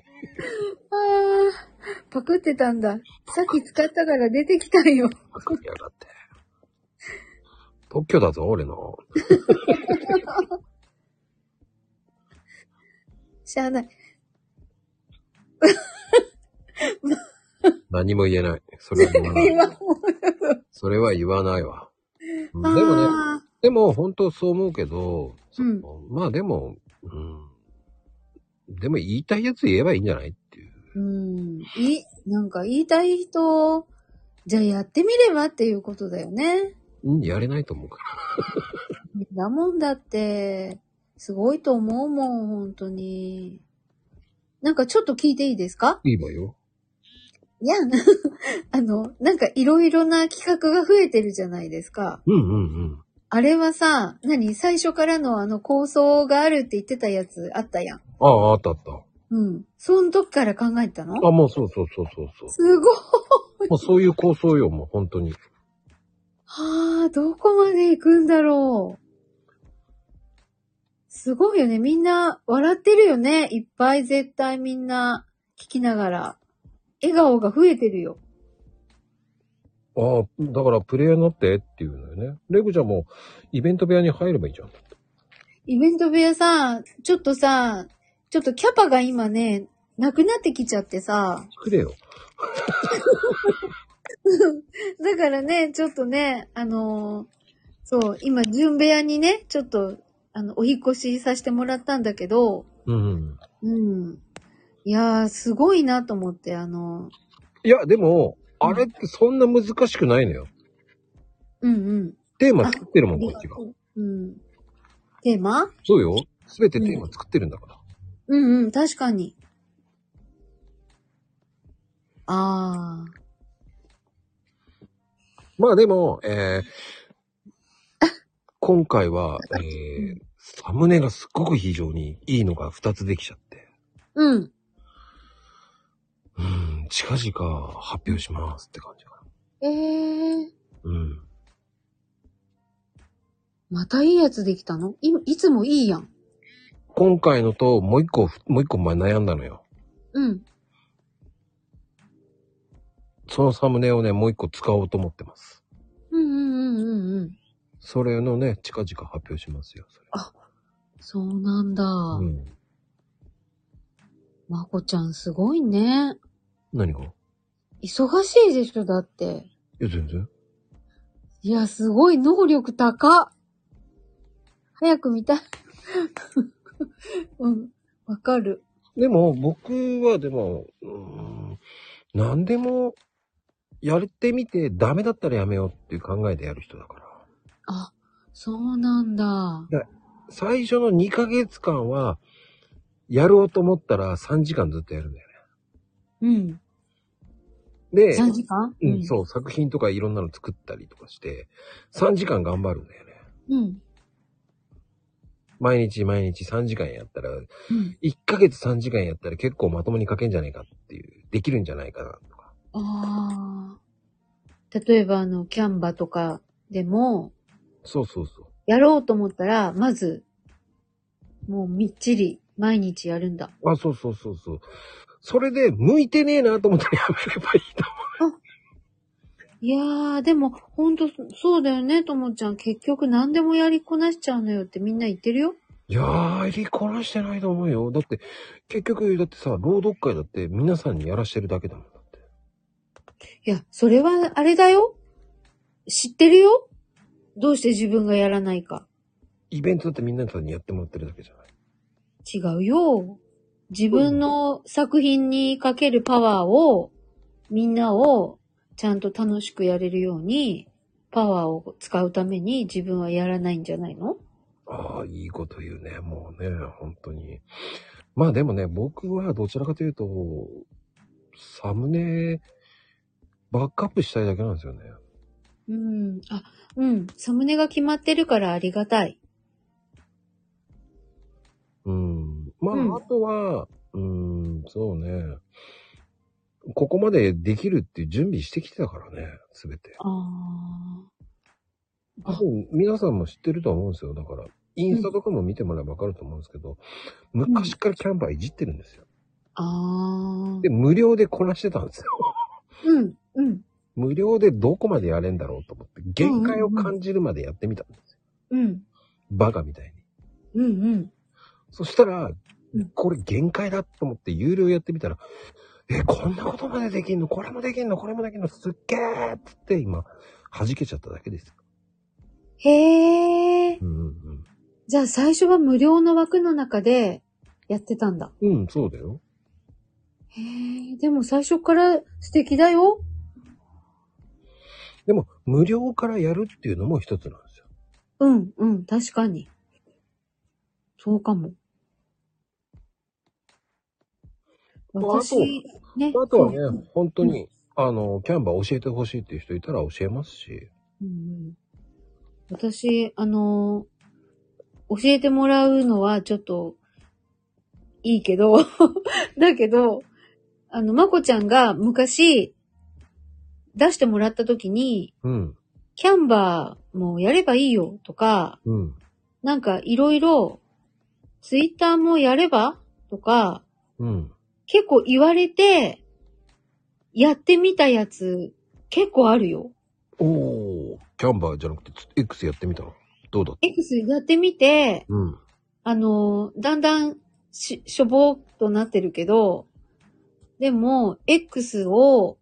Speaker 3: あー、パクってたんだ。さっき使ったから出てきたんよ。
Speaker 2: パクりやがって。特許だぞ、俺の。
Speaker 3: しゃあない。
Speaker 2: 何も言えない。それは言わない。
Speaker 3: 今も
Speaker 2: それは言わないわ。うん
Speaker 3: う。
Speaker 2: でもね、
Speaker 3: あ
Speaker 2: でも本当そう思うけど、そ
Speaker 3: うん
Speaker 2: のまあでも、うん。でも言いたいやつ言えばいいんじゃないっていう。
Speaker 3: ーうん。い、なんか言いたい人、じゃあやってみればっていうことだよね。
Speaker 2: うん、やれないと思うから。
Speaker 3: だもんだって、すごいと思うもん、本当に。なんかちょっと聞いていいですか
Speaker 2: いいわよ。
Speaker 3: いや、 あの、なんかいろいろな企画が増えてるじゃないですか。
Speaker 2: うんうんうん。
Speaker 3: あれはさ、何最初からのあの構想があるって言ってたやつあったやん。
Speaker 2: ああ、あったあった。
Speaker 3: うん。その時から考えてたの
Speaker 2: あ、もうそうそうそうそうそう。
Speaker 3: すごい。
Speaker 2: もうそういう構想よ、もう本当に。
Speaker 3: はあ、どこまで行くんだろう。すごいよね。みんな笑ってるよね。いっぱい絶対みんな聞きながら。笑顔が増えてるよ。
Speaker 2: ああ、だからプレイヤーになってっていうのよね。レグちゃんもイベント部屋に入ればいいじゃん。
Speaker 3: イベント部屋さ、ちょっとさ、ちょっとキャパが今ね、なくなってきちゃってさ。
Speaker 2: 作れよ。
Speaker 3: だからね、ちょっとね、あのーそう、今、純部屋にね、ちょっと、あの、お引っ越しさせてもらったんだけど、
Speaker 2: うんうん。
Speaker 3: うん。いやー、すごいなと思って、あの、
Speaker 2: いや、でも、あれってそんな難しくないのよ。
Speaker 3: うんうん。
Speaker 2: テーマ作ってるもん、こっちが。
Speaker 3: うん。テーマ
Speaker 2: そうよ。すべてテーマ作ってるんだから。
Speaker 3: うんうん、確かに。あー。
Speaker 2: まあでも、えー、今回は、えー、サムネがすっごく非常にいいのが2つできちゃって、
Speaker 3: うん。
Speaker 2: うん、近々発表しますって感じか
Speaker 3: えー。
Speaker 2: な。うん。
Speaker 3: またいいやつできたのい、いつもいいやん。
Speaker 2: 今回のと、もう一個、もう一個前悩んだのよ。
Speaker 3: うん。
Speaker 2: そのサムネをね、もう一個使おうと思ってます。
Speaker 3: うんうんうんうんうん。
Speaker 2: それのね、近々発表しますよ、それ。
Speaker 3: そうなんだ。
Speaker 2: うん。
Speaker 3: まこちゃんすごいね。
Speaker 2: 何がい
Speaker 3: 忙しいでしょ、だって。
Speaker 2: や、全然。
Speaker 3: いや、すごい能力高っ。早く見たい。 うん。わかる。
Speaker 2: でも、僕はでも、うーん、何でも、やってみて、ダメだったらやめようっていう考えでやる人だから。
Speaker 3: あ、そうなんだ。
Speaker 2: 最初の2ヶ月間は、やろうと思ったら3時間ずっとやるんだよ
Speaker 3: うん。
Speaker 2: ね。で、
Speaker 3: 3時間
Speaker 2: うん、そう、作品とかいろんなの作ったりとかして、3時間頑張るんだよね。
Speaker 3: うん。うん。
Speaker 2: 毎日毎日3時間やったら、
Speaker 3: うん。
Speaker 2: 1ヶ月3時間やったら結構まともに書けんじゃねえかっていう、できるんじゃないかなとか。
Speaker 3: ああ。例えば、あの、キャンバとかでも、
Speaker 2: そうそうそう。
Speaker 3: やろうと思ったら、まず、もうみっちり毎日やるんだ。
Speaker 2: あ、そうそうそうそう。それで、向いてねえなと思ったらやめればいいと
Speaker 3: いやー、でも、ほんと、そうだよね、ともちゃん。結局何でもやりこなしちゃうのよってみんな言ってるよ。
Speaker 2: 思 う。いやー、やりこなしてないと思うよ。だって、結局、だってさ、朗読会だって皆さんにやらしてるだけだもん。だって。
Speaker 3: いや、それは、あれだよ。知ってるよ。どうして自分がやらないか。
Speaker 2: イベントだってみんなさんにやってもらってるだけじゃない。
Speaker 3: 違うよ。自分の作品にかけるパワーを、みんなをちゃんと楽しくやれるように、パワーを使うために自分はやらないんじゃないの
Speaker 2: ああ、いいこと言うね。もうね、本当に。まあでもね、僕はどちらかというと、サムネ、バックアップしたいだけなんですよね。
Speaker 3: うん。あ、うん。サムネが決まってるからありがたい。
Speaker 2: うん。まあ、
Speaker 3: うん
Speaker 2: あとは、うん、そうね。ここまでできるっていう準備してきてたからね、すべて。
Speaker 3: ああ。
Speaker 2: 多分皆さんも知ってると思うんですよ。だから、インスタとかも見てもらえばわかると思うんですけど、昔からキャンバーいじってるんですよ。
Speaker 3: ああ。
Speaker 2: で、無料でこなしてたんですよ。
Speaker 3: うん、うん、
Speaker 2: 無料でどこまでやれんだろうと思って、限界を感じるまでやってみたんですよ。
Speaker 3: うん、
Speaker 2: バカみたいに。
Speaker 3: うん、うん。
Speaker 2: そしたら
Speaker 3: うん、
Speaker 2: これ限界だと思って有料やってみたら、え、こんなことまでできんのこれもできんのこれもできんのすっげーっつって今、弾けちゃっただけですよ。
Speaker 3: へえ。
Speaker 2: うんうん
Speaker 3: じゃあ最初は無料の枠の中でやってたんだ。
Speaker 2: うん。うん、そうだよ。
Speaker 3: へえ。でも最初から素敵だよ。
Speaker 2: でも、無料からやるっていうのも一つなんですよ。
Speaker 3: うん、うん、確かに。そうかも。
Speaker 2: まああと
Speaker 3: 私、ね。
Speaker 2: あとはね
Speaker 3: そう、
Speaker 2: 本当に、あの、キャンバー教えてほしいっていう人いたら教えますし、
Speaker 3: うんうん私、あのー教えてもらうのはちょっと、いいけど、 だけど、あの、まこちゃんが昔、出してもらった時に、
Speaker 2: うん、
Speaker 3: キャンバーもやればいいよとか、
Speaker 2: うん、
Speaker 3: なんかいろいろ、ツイッターもやればとか、
Speaker 2: うん。
Speaker 3: 結構言われて、やってみたやつ、結構あるよ。
Speaker 2: おー、キャンバーじゃなくて、X やってみたのどうだった
Speaker 3: X やってみて、
Speaker 2: うん。
Speaker 3: あの、だんだんし、しょぼーっとなってるけど、でも、X を、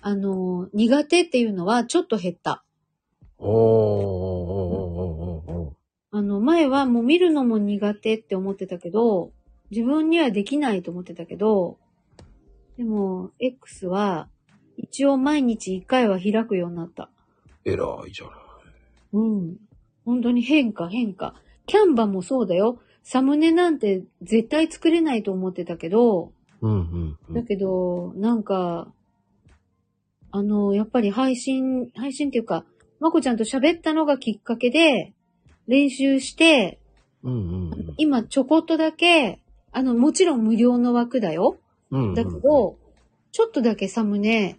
Speaker 3: あの、苦手っていうのはちょっと減った。
Speaker 2: おー、おー、おー、おー、おー。
Speaker 3: あの、前はもう見るのも苦手って思ってたけど、自分にはできないと思ってたけど、でも、X は、一応毎日1回は開くようになった。
Speaker 2: 偉いじゃない。
Speaker 3: うん。本当に変化、変化。キャンバもそうだよ。サムネなんて絶対作れないと思ってたけど、
Speaker 2: うんうん、う
Speaker 3: だ
Speaker 2: ん。
Speaker 3: けど、なんか、あの、やっぱり配信、配信っていうか、まこちゃんと喋ったのがきっかけで、練習して、
Speaker 2: うんうんうん。
Speaker 3: 今ちょこっとだけ、あの、もちろん無料の枠だよ。
Speaker 2: うんうん
Speaker 3: だけど、ちょっとだけサムネ、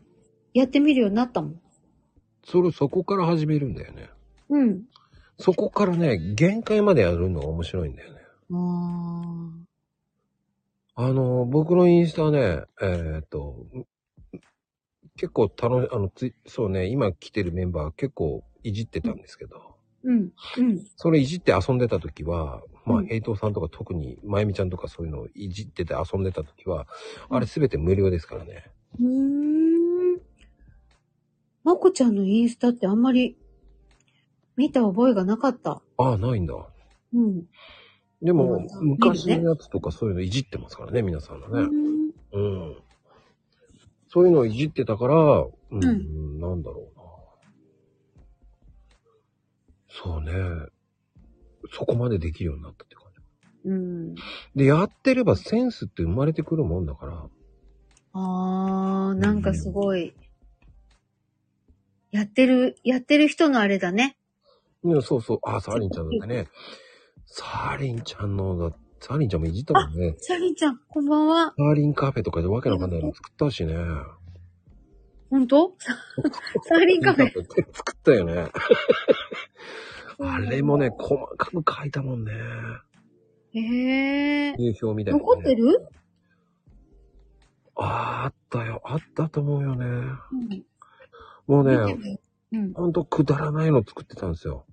Speaker 3: やってみるようになったもん。
Speaker 2: それそこから始めるんだよね。
Speaker 3: うん。
Speaker 2: そこからね、限界までやるのが面白いんだよね。
Speaker 3: あ
Speaker 2: あの、僕のインスタはね、えーっと、結構楽し、あの、ついそうね、今来てるメンバー結構いじってたんですけど、
Speaker 3: うん。うん。
Speaker 2: それいじって遊んでた時は、ま
Speaker 3: う
Speaker 2: あ、
Speaker 3: ん
Speaker 2: 平等さんとか特に、まゆみちゃんとかそういうのをいじってて遊んでた時は、
Speaker 3: うん
Speaker 2: あれすべて無料ですからね。
Speaker 3: うーん。まこちゃんのインスタってあんまり見た覚えがなかった。
Speaker 2: ああ、ないんだ。
Speaker 3: うん。
Speaker 2: で
Speaker 3: う
Speaker 2: も
Speaker 3: ん、
Speaker 2: 昔のやつとかそういうのいじってますからね、皆さんのね。
Speaker 3: うん
Speaker 2: うん。そういうのをいじってたから、うん、
Speaker 3: う
Speaker 2: なんだろうな。そうね。そこまでできるようになったって感じ。
Speaker 3: うん。
Speaker 2: で、やってればセンスって生まれてくるもんだから、
Speaker 3: あー、なんかすごい。やってる、やってる人のあれだね。
Speaker 2: うん、そうそう、あ、サーリンちゃんだってね。サーリンちゃんのだ、サーリンちゃんもいじったもんね。
Speaker 3: サリンちゃん、こんばんは。
Speaker 2: サーリンカフェとかでわけのわかんないの作ったしね。
Speaker 3: ほんとササリンカフェ。
Speaker 2: って作ったよね。あれもね、細かく書いたもんね。
Speaker 3: へえ。
Speaker 2: 入票みたいな、ね。
Speaker 3: 残ってる、
Speaker 2: あーあったよ。あったと思うよね。
Speaker 3: うん
Speaker 2: もう
Speaker 3: 見
Speaker 2: ね、
Speaker 3: てるうん。
Speaker 2: ほんとくだらないの作ってたんですよ。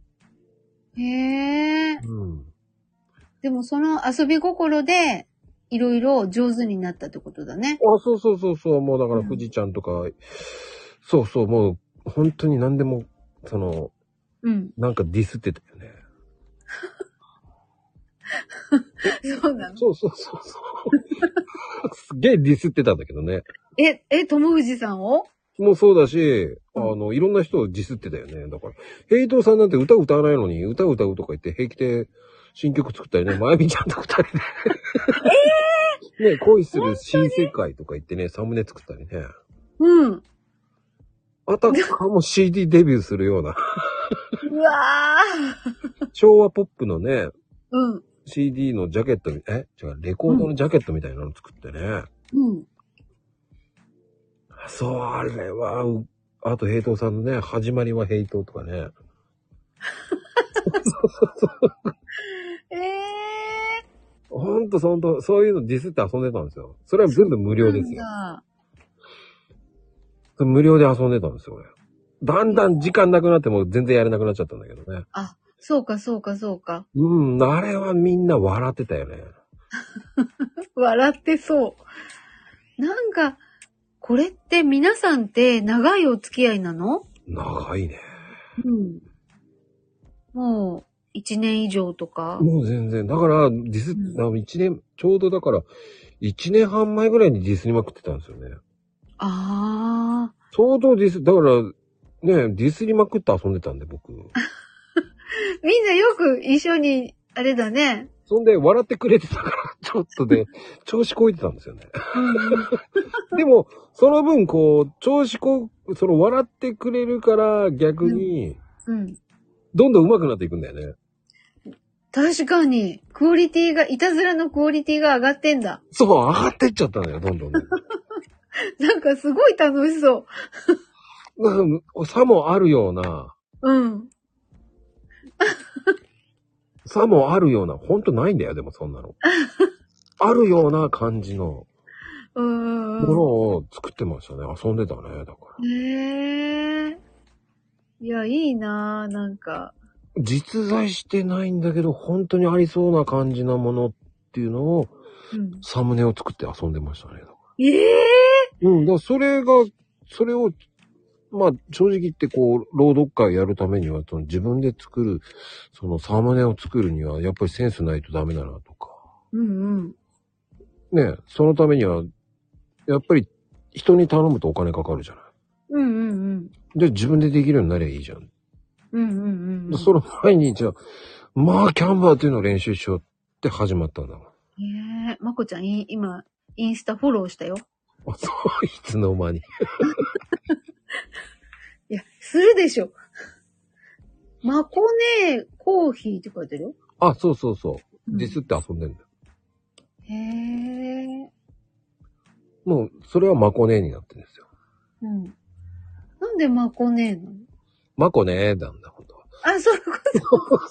Speaker 3: へえ。
Speaker 2: うん。
Speaker 3: でもその遊び心で、いろいろ上手になったってことだね。
Speaker 2: あ、そうそうそうそう。もうだか
Speaker 3: う
Speaker 2: ら
Speaker 3: ん
Speaker 2: 富士ちゃんとか、そうそう、もう本当に何でも、その、
Speaker 3: うん。
Speaker 2: なんかディスってたよね。
Speaker 3: そうなの
Speaker 2: そうそうそう そう。すっげえディスってたんだけどね。
Speaker 3: え、え、友藤さんを
Speaker 2: もうそうだし、あの、いろんな人をディスってたよね。だから、平等さんなんて歌歌わないのに、歌歌うとか言って平気で新曲作ったりね、まゆみちゃんと二人で。 ね、恋する新世界とか言ってね、サムネ作ったりね。
Speaker 3: うん。
Speaker 2: あたかも CD デビューするような、
Speaker 3: うわー。
Speaker 2: 昭和ポップのね、
Speaker 3: うん。
Speaker 2: CD のジャケットみ、え違う、レコードのジャケットみたいなの作ってね。
Speaker 3: うん。
Speaker 2: そう、あれは、うあと、平等さんのね、始まりは平等とかね。
Speaker 3: ええ
Speaker 2: ほんと、そんと、そういうのディスって遊んでたんですよ。それは全部無
Speaker 3: ー。
Speaker 2: 料ですよ。
Speaker 3: なんだ
Speaker 2: それ無料で遊んでたんですよ、俺。だんだん時間なくなってもう全然やれなくなっちゃったんだけどね。
Speaker 3: あ、そうか、そうか、そうか。
Speaker 2: うん、あれはみんな笑ってたよね。
Speaker 3: 笑ってそう。なんか、これって皆さんって長いお付き合いなの
Speaker 2: 長いね。
Speaker 3: うん。もう、一年以上とか。
Speaker 2: もう全然。だから、ディス、
Speaker 3: うん
Speaker 2: あの一年、ちょうどだから、一年半前ぐらいにディスりまくってたんですよね。
Speaker 3: あ
Speaker 2: 相当ディス、だから、ね、ディスりまくって遊んでたんで、僕。
Speaker 3: ー。みんなよく一緒に、あれだね。
Speaker 2: そんで、笑ってくれてたから、ちょっとで、調子こいてたんですよね。でも、その分、こう、調子こ、その、笑ってくれるから、逆に、
Speaker 3: うん。うん。
Speaker 2: どんどん上手くなっていくんだよね。
Speaker 3: 確かに、クオリティが、いたずらのクオリティが上がってんだ。
Speaker 2: そう、上がってっちゃったんだよ、どん どんね。
Speaker 3: なんかすごい楽しそう。
Speaker 2: なんかさもあるような、
Speaker 3: うん。
Speaker 2: さもあるような、ほんとないんだよ、でもそんな の。あるような感じの
Speaker 3: う
Speaker 2: もの
Speaker 3: んうん
Speaker 2: を作ってましたね。遊んでたね、だから。
Speaker 3: うん。へえ。いや、いいなぁ、なんか。
Speaker 2: 実在してないんだけど、本当にありそうな感じなものっていうのを、
Speaker 3: うん、
Speaker 2: サムネを作って遊んでましたね。だか
Speaker 3: ええ
Speaker 2: らうん、だからそれが、それを、まあ、正直言ってこう、朗読会やるためには、その自分で作る、そのサムネを作るには、やっぱりセンスないとダメだなとか、
Speaker 3: うんうん。
Speaker 2: ね、そのためには、ややっぱり人に頼むとお金かかるじゃない。
Speaker 3: うんうん
Speaker 2: じゃあ自分でできるようになりゃいいじゃん。
Speaker 3: うん。うんうんうん。
Speaker 2: その前に、じゃあ、まあ、キャンバーっていうのを練習しようって始まったんだも
Speaker 3: ええまこちゃん、い今、インスタフォローしたよ。
Speaker 2: ん。あ そう、いつの間に。
Speaker 3: いや、するでしょ。まこねコーヒーって書いてるよ。
Speaker 2: あ、そうそうそう。
Speaker 3: うん
Speaker 2: ディスって遊んでんだよ。
Speaker 3: へえ。
Speaker 2: もう、それはマコネーになってるんですよ。
Speaker 3: うん。なんでまこねなの
Speaker 2: マコネーなんだ、本当は。
Speaker 3: あ、そういうこと。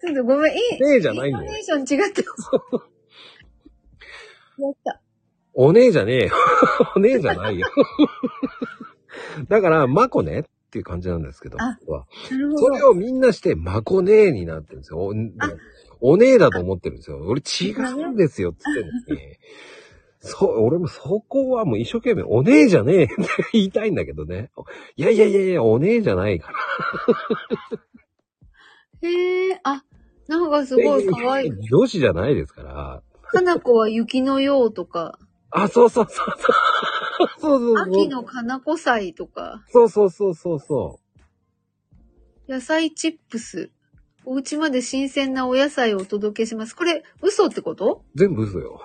Speaker 3: ちょっとごめん、いい。
Speaker 2: ねえじゃないんだよ
Speaker 3: イントネーション 違ってやった。
Speaker 2: おねえじゃねえよ。 おねえじゃないよ。だから、マコネっていう感じなんですけど、
Speaker 3: あ
Speaker 2: 僕は
Speaker 3: なるほ
Speaker 2: それ
Speaker 3: ど。
Speaker 2: をみんなして、マコネーになってるんですよ。おおねえだと思ってるんですよ。俺違うんですよ、つってんのに。そう、俺もそこはもう一生懸命、おねえじゃねえって言いたいんだけどね。いやいやいやいや、おねえじゃないから。
Speaker 3: へえ、あ、なんかすごい可愛い。
Speaker 2: 女子じゃないですから。
Speaker 3: 花子は雪のようとか、
Speaker 2: あ、そうそうそうそう。そうそうそう。
Speaker 3: 秋の花子祭とか。
Speaker 2: そうそうそうそうそ
Speaker 3: 野菜チップス。お家まで新鮮なお野菜をお届けします。これ、嘘ってこと
Speaker 2: う。全部嘘よ。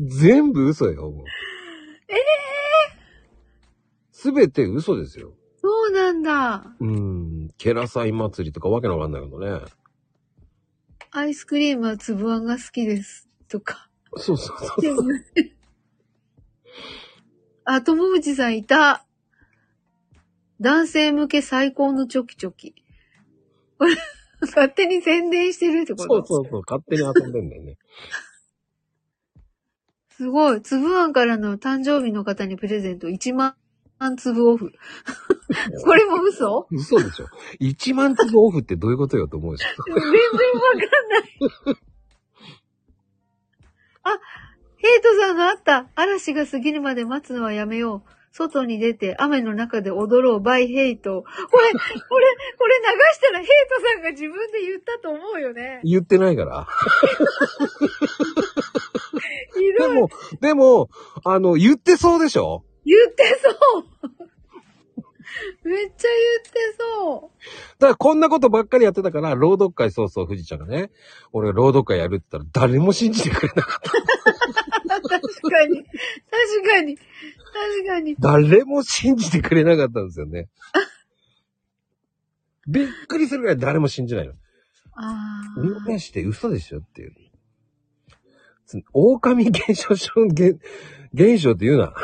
Speaker 2: 全部嘘よ、もう。
Speaker 3: え
Speaker 2: すべて嘘ですよ。
Speaker 3: そうなんだ。
Speaker 2: うん。ケラ祭祭りとかわけのわかんないけどね。
Speaker 3: アイスクリームは粒あんが好きです。と か。
Speaker 2: そうそうそう。
Speaker 3: あ、ともぶちさんいた。男性向け最高のチョキチョキ。 これ、勝手に宣伝してるってこと
Speaker 2: そうそうそう。勝手に遊んでんだよね。
Speaker 3: すごい。粒あんからの誕生日の方にプレゼント1万粒オ フ。これも嘘
Speaker 2: 嘘でしょ。1万粒オフってどういうことよと思うでしょ。
Speaker 3: 全然わかんない。あ、ヘイトさんのあった。嵐が過ぎるまで待つのはやめよう。外に出て雨の中で踊ろう。バイヘイト。これ、これ、これ流したらヘイトさんが自分で言ったと思うよね。
Speaker 2: 言ってないから。
Speaker 3: ひ
Speaker 2: で
Speaker 3: どい。
Speaker 2: も、でも、あの、言ってそうでしょ
Speaker 3: 言ってそう。めっちゃ言ってそ
Speaker 2: だからこんなことばっかりやってたから、朗読会そうそう、富士ちゃんがね、俺が朗読会やるって言ったら誰も信じてくれなかった。
Speaker 3: う。確かに。確かに。確かに。
Speaker 2: 誰も信じてくれなかったんですよね。びっくりするぐらい誰も信じないの。
Speaker 3: あ
Speaker 2: 見返して嘘でしょっていう。つ狼現象症、現、 現象って言うな。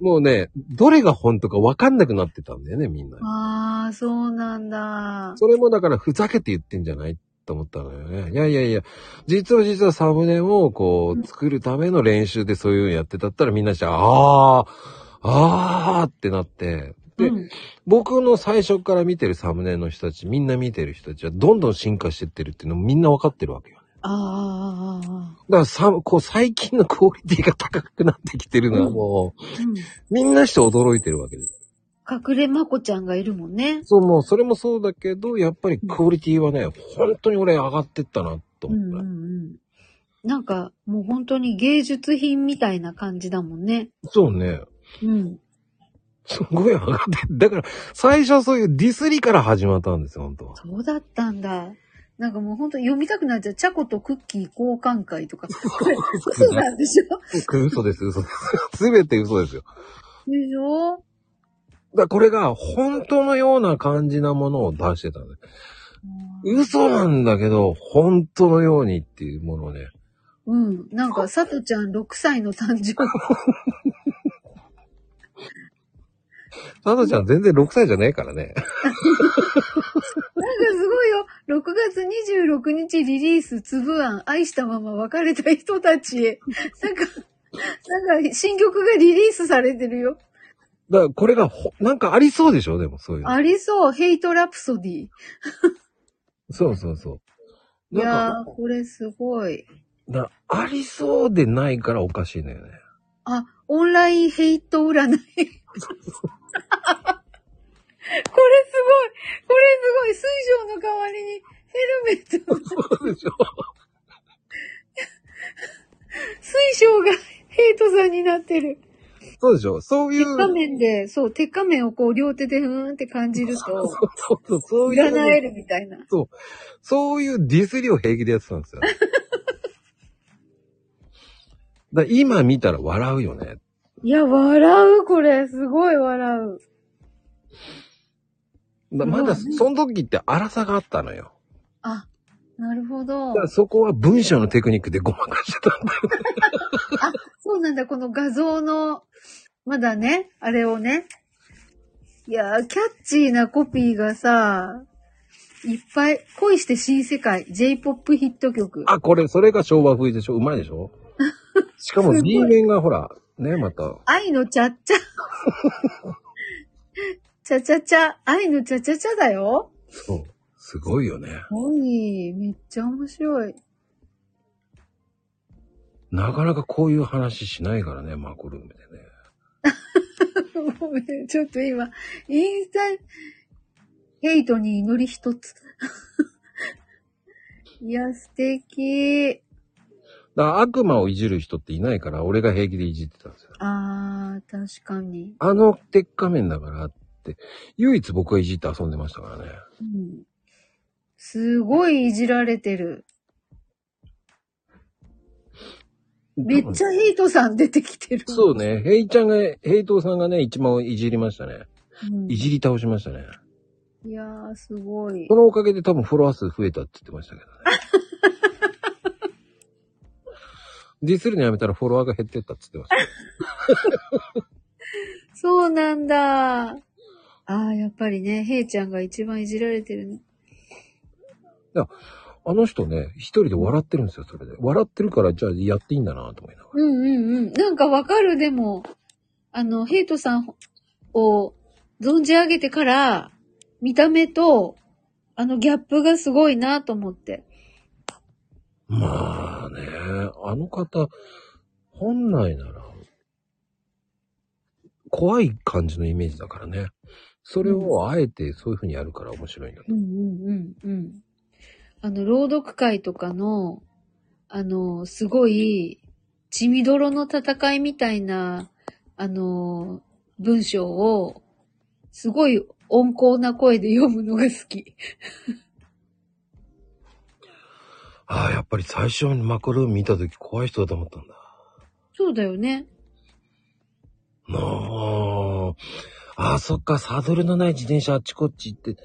Speaker 2: もうね、どれが本当かわかんなくなってたんだよね、みんな
Speaker 3: あ。。ああ、そうなんだ。
Speaker 2: それもだからふざけて言ってんじゃないと思ったのよね。いやいやいや、実は実はサムネをこう作るための練習でそういうのやってたったらみんなして、ああ、ああってなって、で、
Speaker 3: うん
Speaker 2: 僕の最初から見てるサムネの人たち、みんな見てる人たちはどんどん進化してってるっていうのもみんなわかってるわけよね。
Speaker 3: あーあー、あ
Speaker 2: だからさ、こう最近のクオリティが高くなってきてるのはもう、
Speaker 3: ーあー、
Speaker 2: みんなして驚いてるわけです。
Speaker 3: うん。隠れまこちゃんがいるもんね。
Speaker 2: そう、もうそれもそうだけど、やっぱりクオリティはね、本当に俺上がってったなと
Speaker 3: う
Speaker 2: 思った。
Speaker 3: んうんうん。なんか、もう本当に芸術品みたいな感じだもんね。
Speaker 2: そうね。
Speaker 3: うん。
Speaker 2: すごい上がって、だから、最初はそういうディスりから始まったんですよ、本当は。
Speaker 3: そうだったんだ。なんかもう本当読みたくなっちゃう。チャコとクッキー交換会とか。これ、嘘なんでしょ
Speaker 2: 嘘です、嘘です。す べて嘘ですよ。だか
Speaker 3: でしょ
Speaker 2: らこれが、本当のような感じなものを出してたんです。嘘なんだけど、本当のようにっていうものをね。
Speaker 3: うん。なんか、さとちゃん6歳の誕生日。
Speaker 2: サトちゃん全然6歳じゃねえからね。
Speaker 3: なんかすごいよ。6月26日リリース、つぶあん、愛したまま別れた人たち へ。なんか、なんか、新曲がリリースされてるよ。
Speaker 2: だからこれがほ、なんかありそうでしょでもそういうの。
Speaker 3: ありそう、ヘイトラプソディ。い
Speaker 2: そうそうそう。
Speaker 3: や
Speaker 2: なんか、
Speaker 3: ー、これすごい。
Speaker 2: なありそうでないからおかしいのよね。
Speaker 3: あ、オンラインヘイト 占い。これすごい。これすごい。水晶の代わりにヘルメット。
Speaker 2: そうでしょ
Speaker 3: 水晶がヘイトさんになってる。
Speaker 2: そうでしょそうい
Speaker 3: 鉄
Speaker 2: う。
Speaker 3: 仮面で、そう、鉄仮面をこう両手でうーんって感じる
Speaker 2: そう
Speaker 3: と、
Speaker 2: そうそう、そういう
Speaker 3: 占
Speaker 2: の。
Speaker 3: えるみたいな。
Speaker 2: そういうディスりを平気でやってたん ですよ。だから今見たら笑うよね。
Speaker 3: いや、笑う、これ。すごい笑う。
Speaker 2: だまだ、
Speaker 3: うわね
Speaker 2: その時って荒さがあったのよ。
Speaker 3: あ、なるほど
Speaker 2: だか。らそこは文章のテクニックでごまかしてたんだ よ。
Speaker 3: そうなんだ、この画像の、まだね、あれをね。いやー、キャッチーなコピーがさ、いっぱい、恋して新世界、J-POP ヒット曲。
Speaker 2: あ、これ、それが昭和風でしょうまいでしょしかも
Speaker 3: すごい
Speaker 2: B 面がほら、ね、また。
Speaker 3: 愛のちゃっちゃ。ちゃちゃちゃ、愛のちゃちゃちゃだよ。
Speaker 2: そう。すごいよね。
Speaker 3: おい、めっちゃ面白い。
Speaker 2: なかなかこういう話しないからね、マコルームでね。
Speaker 3: ごめん、ちょっと今、インスタ、ヘイトに祈り一つ。 いや、素敵。
Speaker 2: だから悪魔をいじる人っていないから、俺が平気でいじってたんですよ。
Speaker 3: あー、確かに。
Speaker 2: あの鉄仮面だからって、唯一僕がいじって遊んでましたからね。
Speaker 3: うん。すごいいじられてる。めっちゃヘイトさん出てきてる。
Speaker 2: そうね。ヘイちゃんが、ヘイトーさんがね、一番いじりましたね。
Speaker 3: うん。
Speaker 2: い
Speaker 3: い
Speaker 2: じり倒しましたね。
Speaker 3: やー、すごい
Speaker 2: そ。のおかげで多分フォロワー数増えたって言ってま したけどね。ディスるのやめたらフォロワーが減ってったって言ってました。
Speaker 3: そうなんだ。あー、やっぱりね、ヘイちゃんが一番いじられてるね。
Speaker 2: あの人ね、一人で笑ってるんですよ、それで。笑ってるから、じゃあやっていいんだなと思いながら。
Speaker 3: うんうんうん。なんかわかる、でも。あの、ヘイトさんを存じ上げてから、見た目と、あのギャップがすごいなと思って。
Speaker 2: まあね、あの方、本来なら、怖い感じのイメージだからね。それをあえてそういう風にやるから面白いんだけ
Speaker 3: う
Speaker 2: ど。
Speaker 3: んうんうんうん。あの、朗読会とかの、あの、すごい、血みどろの戦いみたいな、あの、文章を、すごい温厚な声で読むのが好き。
Speaker 2: ああ、やっぱり最初にマクルーム見た時怖い人だと思ったんだ。
Speaker 3: そうだよね。
Speaker 2: なあ、ああ、そっか、サドルのない自転車あっちこっち行って。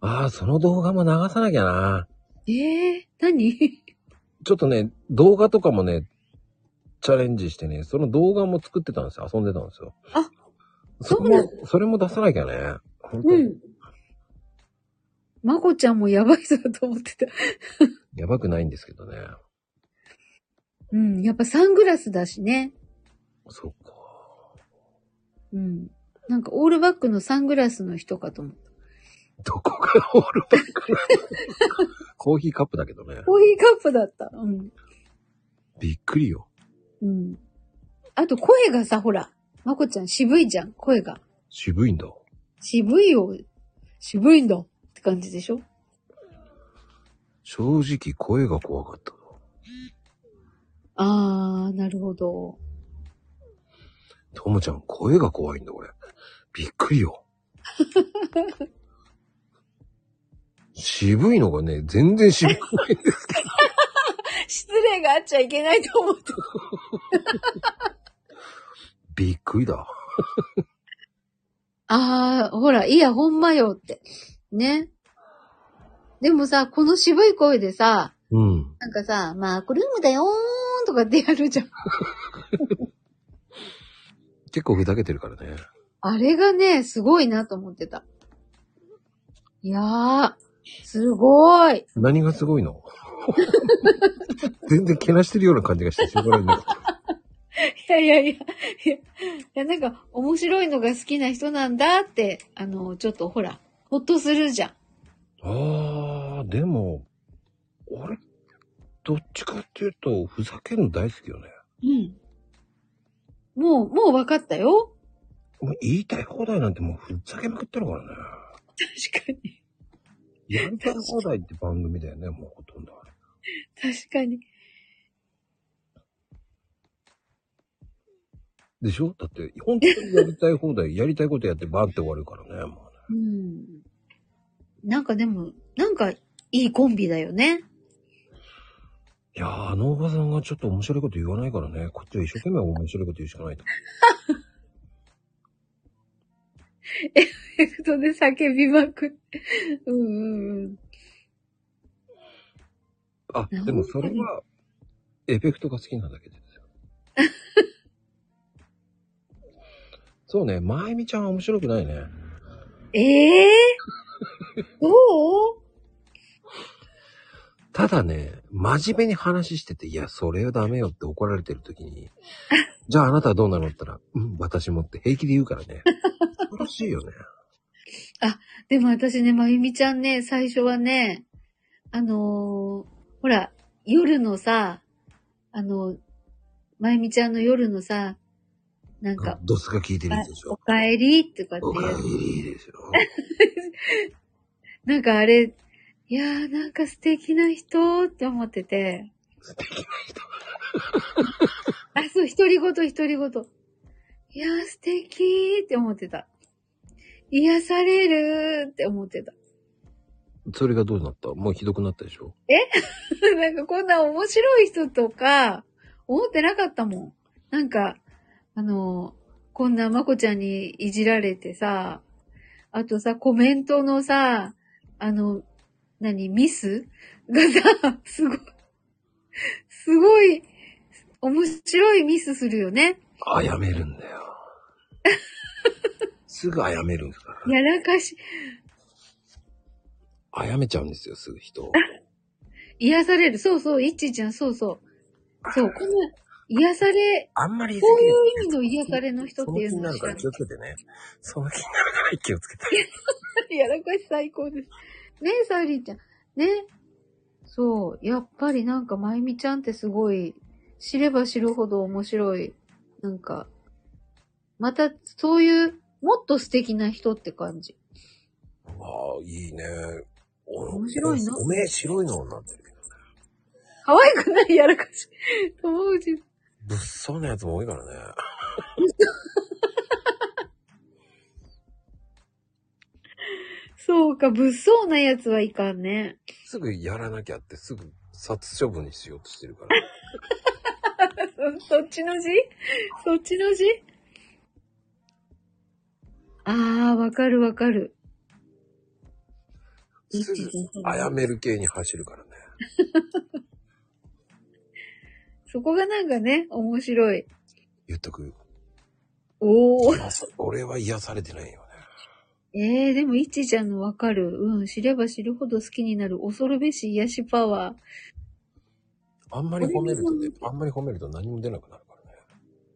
Speaker 2: ああ、その動画も流さなきゃな。
Speaker 3: ええ何
Speaker 2: ちょっとね、動画とかもね、チャレンジしてね、その動画も作ってたんですよ。遊んでたんですよ。
Speaker 3: あ
Speaker 2: そ
Speaker 3: そうな
Speaker 2: こも、それも出さなきゃね。本当
Speaker 3: う
Speaker 2: に
Speaker 3: ん。まこちゃんもやばい人だと思ってた。
Speaker 2: やばくないんですけどね。
Speaker 3: うん。やっぱサングラスだしね。
Speaker 2: そっか。
Speaker 3: うん。なんかオールバックのサングラスの人かと思った。
Speaker 2: どこがオールバックなのコーヒーカップだけどね。
Speaker 3: コーヒーカップだった。うん。
Speaker 2: びっくりよ。
Speaker 3: うん。あと声がさ、ほら。まこちゃん渋いじゃん、声が。
Speaker 2: 渋いんだ。
Speaker 3: 渋いよ。渋いんだ。って感じでしょ
Speaker 2: 正直声が怖かった。
Speaker 3: あー、なるほど。
Speaker 2: ともちゃん、声が怖いんだ、俺。びっくり よ。渋いのがね、全然渋くないんですけ
Speaker 3: 失礼があっちゃいけないと思って。
Speaker 2: ど。びっくりだ。
Speaker 3: あー、ほら、いや、ほんまよって。ね。でもさ、この渋い声でさ、
Speaker 2: うん。
Speaker 3: なんかさ、まあ、クルームだよーんとかってやるじゃん。
Speaker 2: 結構ふざけてるからね。
Speaker 3: あれがね、すごいなと思ってた。いやー、すごい。
Speaker 2: 何がすごいの全然けなしてるような感じがしてしょうがないんだけど。
Speaker 3: いやいやいや、いや、いやなんか、面白いのが好きな人なんだって、あの、ちょっとほら、ほっとするじゃん。
Speaker 2: あー、でも、俺、どっちかっていうと、ふざけるの大好きよね。
Speaker 3: うん。もう、もう分かったよ。
Speaker 2: もう言いたい放題なんてもうふざけまくってるからね。
Speaker 3: 確かに。
Speaker 2: やりたい放題って番組だよね、もうほとんどあれ。
Speaker 3: 確かに。
Speaker 2: でしょだって、本当にやりたい放題、やりたいことやってバーって終わるからね、もうね。
Speaker 3: うん。なんかでも、なんかいいコンビだよ ね。
Speaker 2: いやー、あのおばさんがちょっと面白いこと言わないからね、こっちは一生懸命面白いこと言うしかないと。
Speaker 3: エフェクトで叫びまくって。うんうんうん。
Speaker 2: あ、でもそれは、エフェクトが好きなだけです よ。そうね、まゆみちゃんは面白くないね。
Speaker 3: ええー、どう
Speaker 2: ただね、真面目に話してて、いや、それはダメよって怒られてる時 に、じゃああなたはどうなのって言ったら、うん、私もって平気で言うから ね。素晴らしいよね。
Speaker 3: でも私ね、まゆみちゃんね、最初はね、あのーほら、夜のさ、あの、まゆみちゃんの夜のさ、なんか、
Speaker 2: ドスが効いてるやつでし
Speaker 3: お
Speaker 2: ょ。
Speaker 3: かえりとかって
Speaker 2: おか
Speaker 3: やつ、
Speaker 2: えりですよ。
Speaker 3: なんかあれ、いやーなんか素敵な人って思ってて。
Speaker 2: 素敵な人。
Speaker 3: あ、そう、独り言、独り言。いやー素敵ーって思ってた。癒されるーって思ってた。
Speaker 2: それがどうなったもうひどくなったでしょ
Speaker 3: なんかこんな面白い人とか、思ってなかったもん。なんか、あの、こんなまこちゃんにいじられてさ、あとさ、コメントのさ、あの、何、ミスがさ、 すごい、すごい、面白いミスするよね。
Speaker 2: あやめるんだ よ。すぐあやめるんですから。
Speaker 3: やらかし、
Speaker 2: あやめちゃうんですよ、すぐ人を。
Speaker 3: 癒される。そうそう、いっちーちゃん、そうそう。そう、この、癒され、
Speaker 2: あんまり
Speaker 3: こう
Speaker 2: う
Speaker 3: いう意味の癒されの人っ
Speaker 2: その
Speaker 3: てい
Speaker 2: 気
Speaker 3: う
Speaker 2: に
Speaker 3: の
Speaker 2: な
Speaker 3: を
Speaker 2: る
Speaker 3: 知
Speaker 2: からら
Speaker 3: な
Speaker 2: 気をつけてね。その気になるから気をつけて。
Speaker 3: やらかし最高です。ねえ、サーリーちゃん。ね。そう。やっぱりなんか、まゆみちゃんってすごい、知れば知るほど面白い。なんか、また、そういう、もっと素敵な人って感じ。
Speaker 2: わあ、いいね。お
Speaker 3: 面白いな
Speaker 2: おめえ白いのになってるけどね。
Speaker 3: 可愛くないやらかし。友藤。
Speaker 2: 物騒なやつも多いからね。
Speaker 3: そうか、物騒なやつはいかんね。
Speaker 2: すぐやらなきゃってすぐ殺処分にしようとしてるから。
Speaker 3: そそっちの字そっちの字あー、わかるわかる。
Speaker 2: すぐあやめる系に走るからね。
Speaker 3: そこがなんかね、面白い。
Speaker 2: 言っとく。
Speaker 3: おー。
Speaker 2: 癒さ俺は癒されてないよね。
Speaker 3: ええでも、いちちゃんのわかる。うん、知れば知るほど好きになる恐るべし癒しパワー。
Speaker 2: あんまり褒めるとね、あんまり褒めると何も出なくなるからね。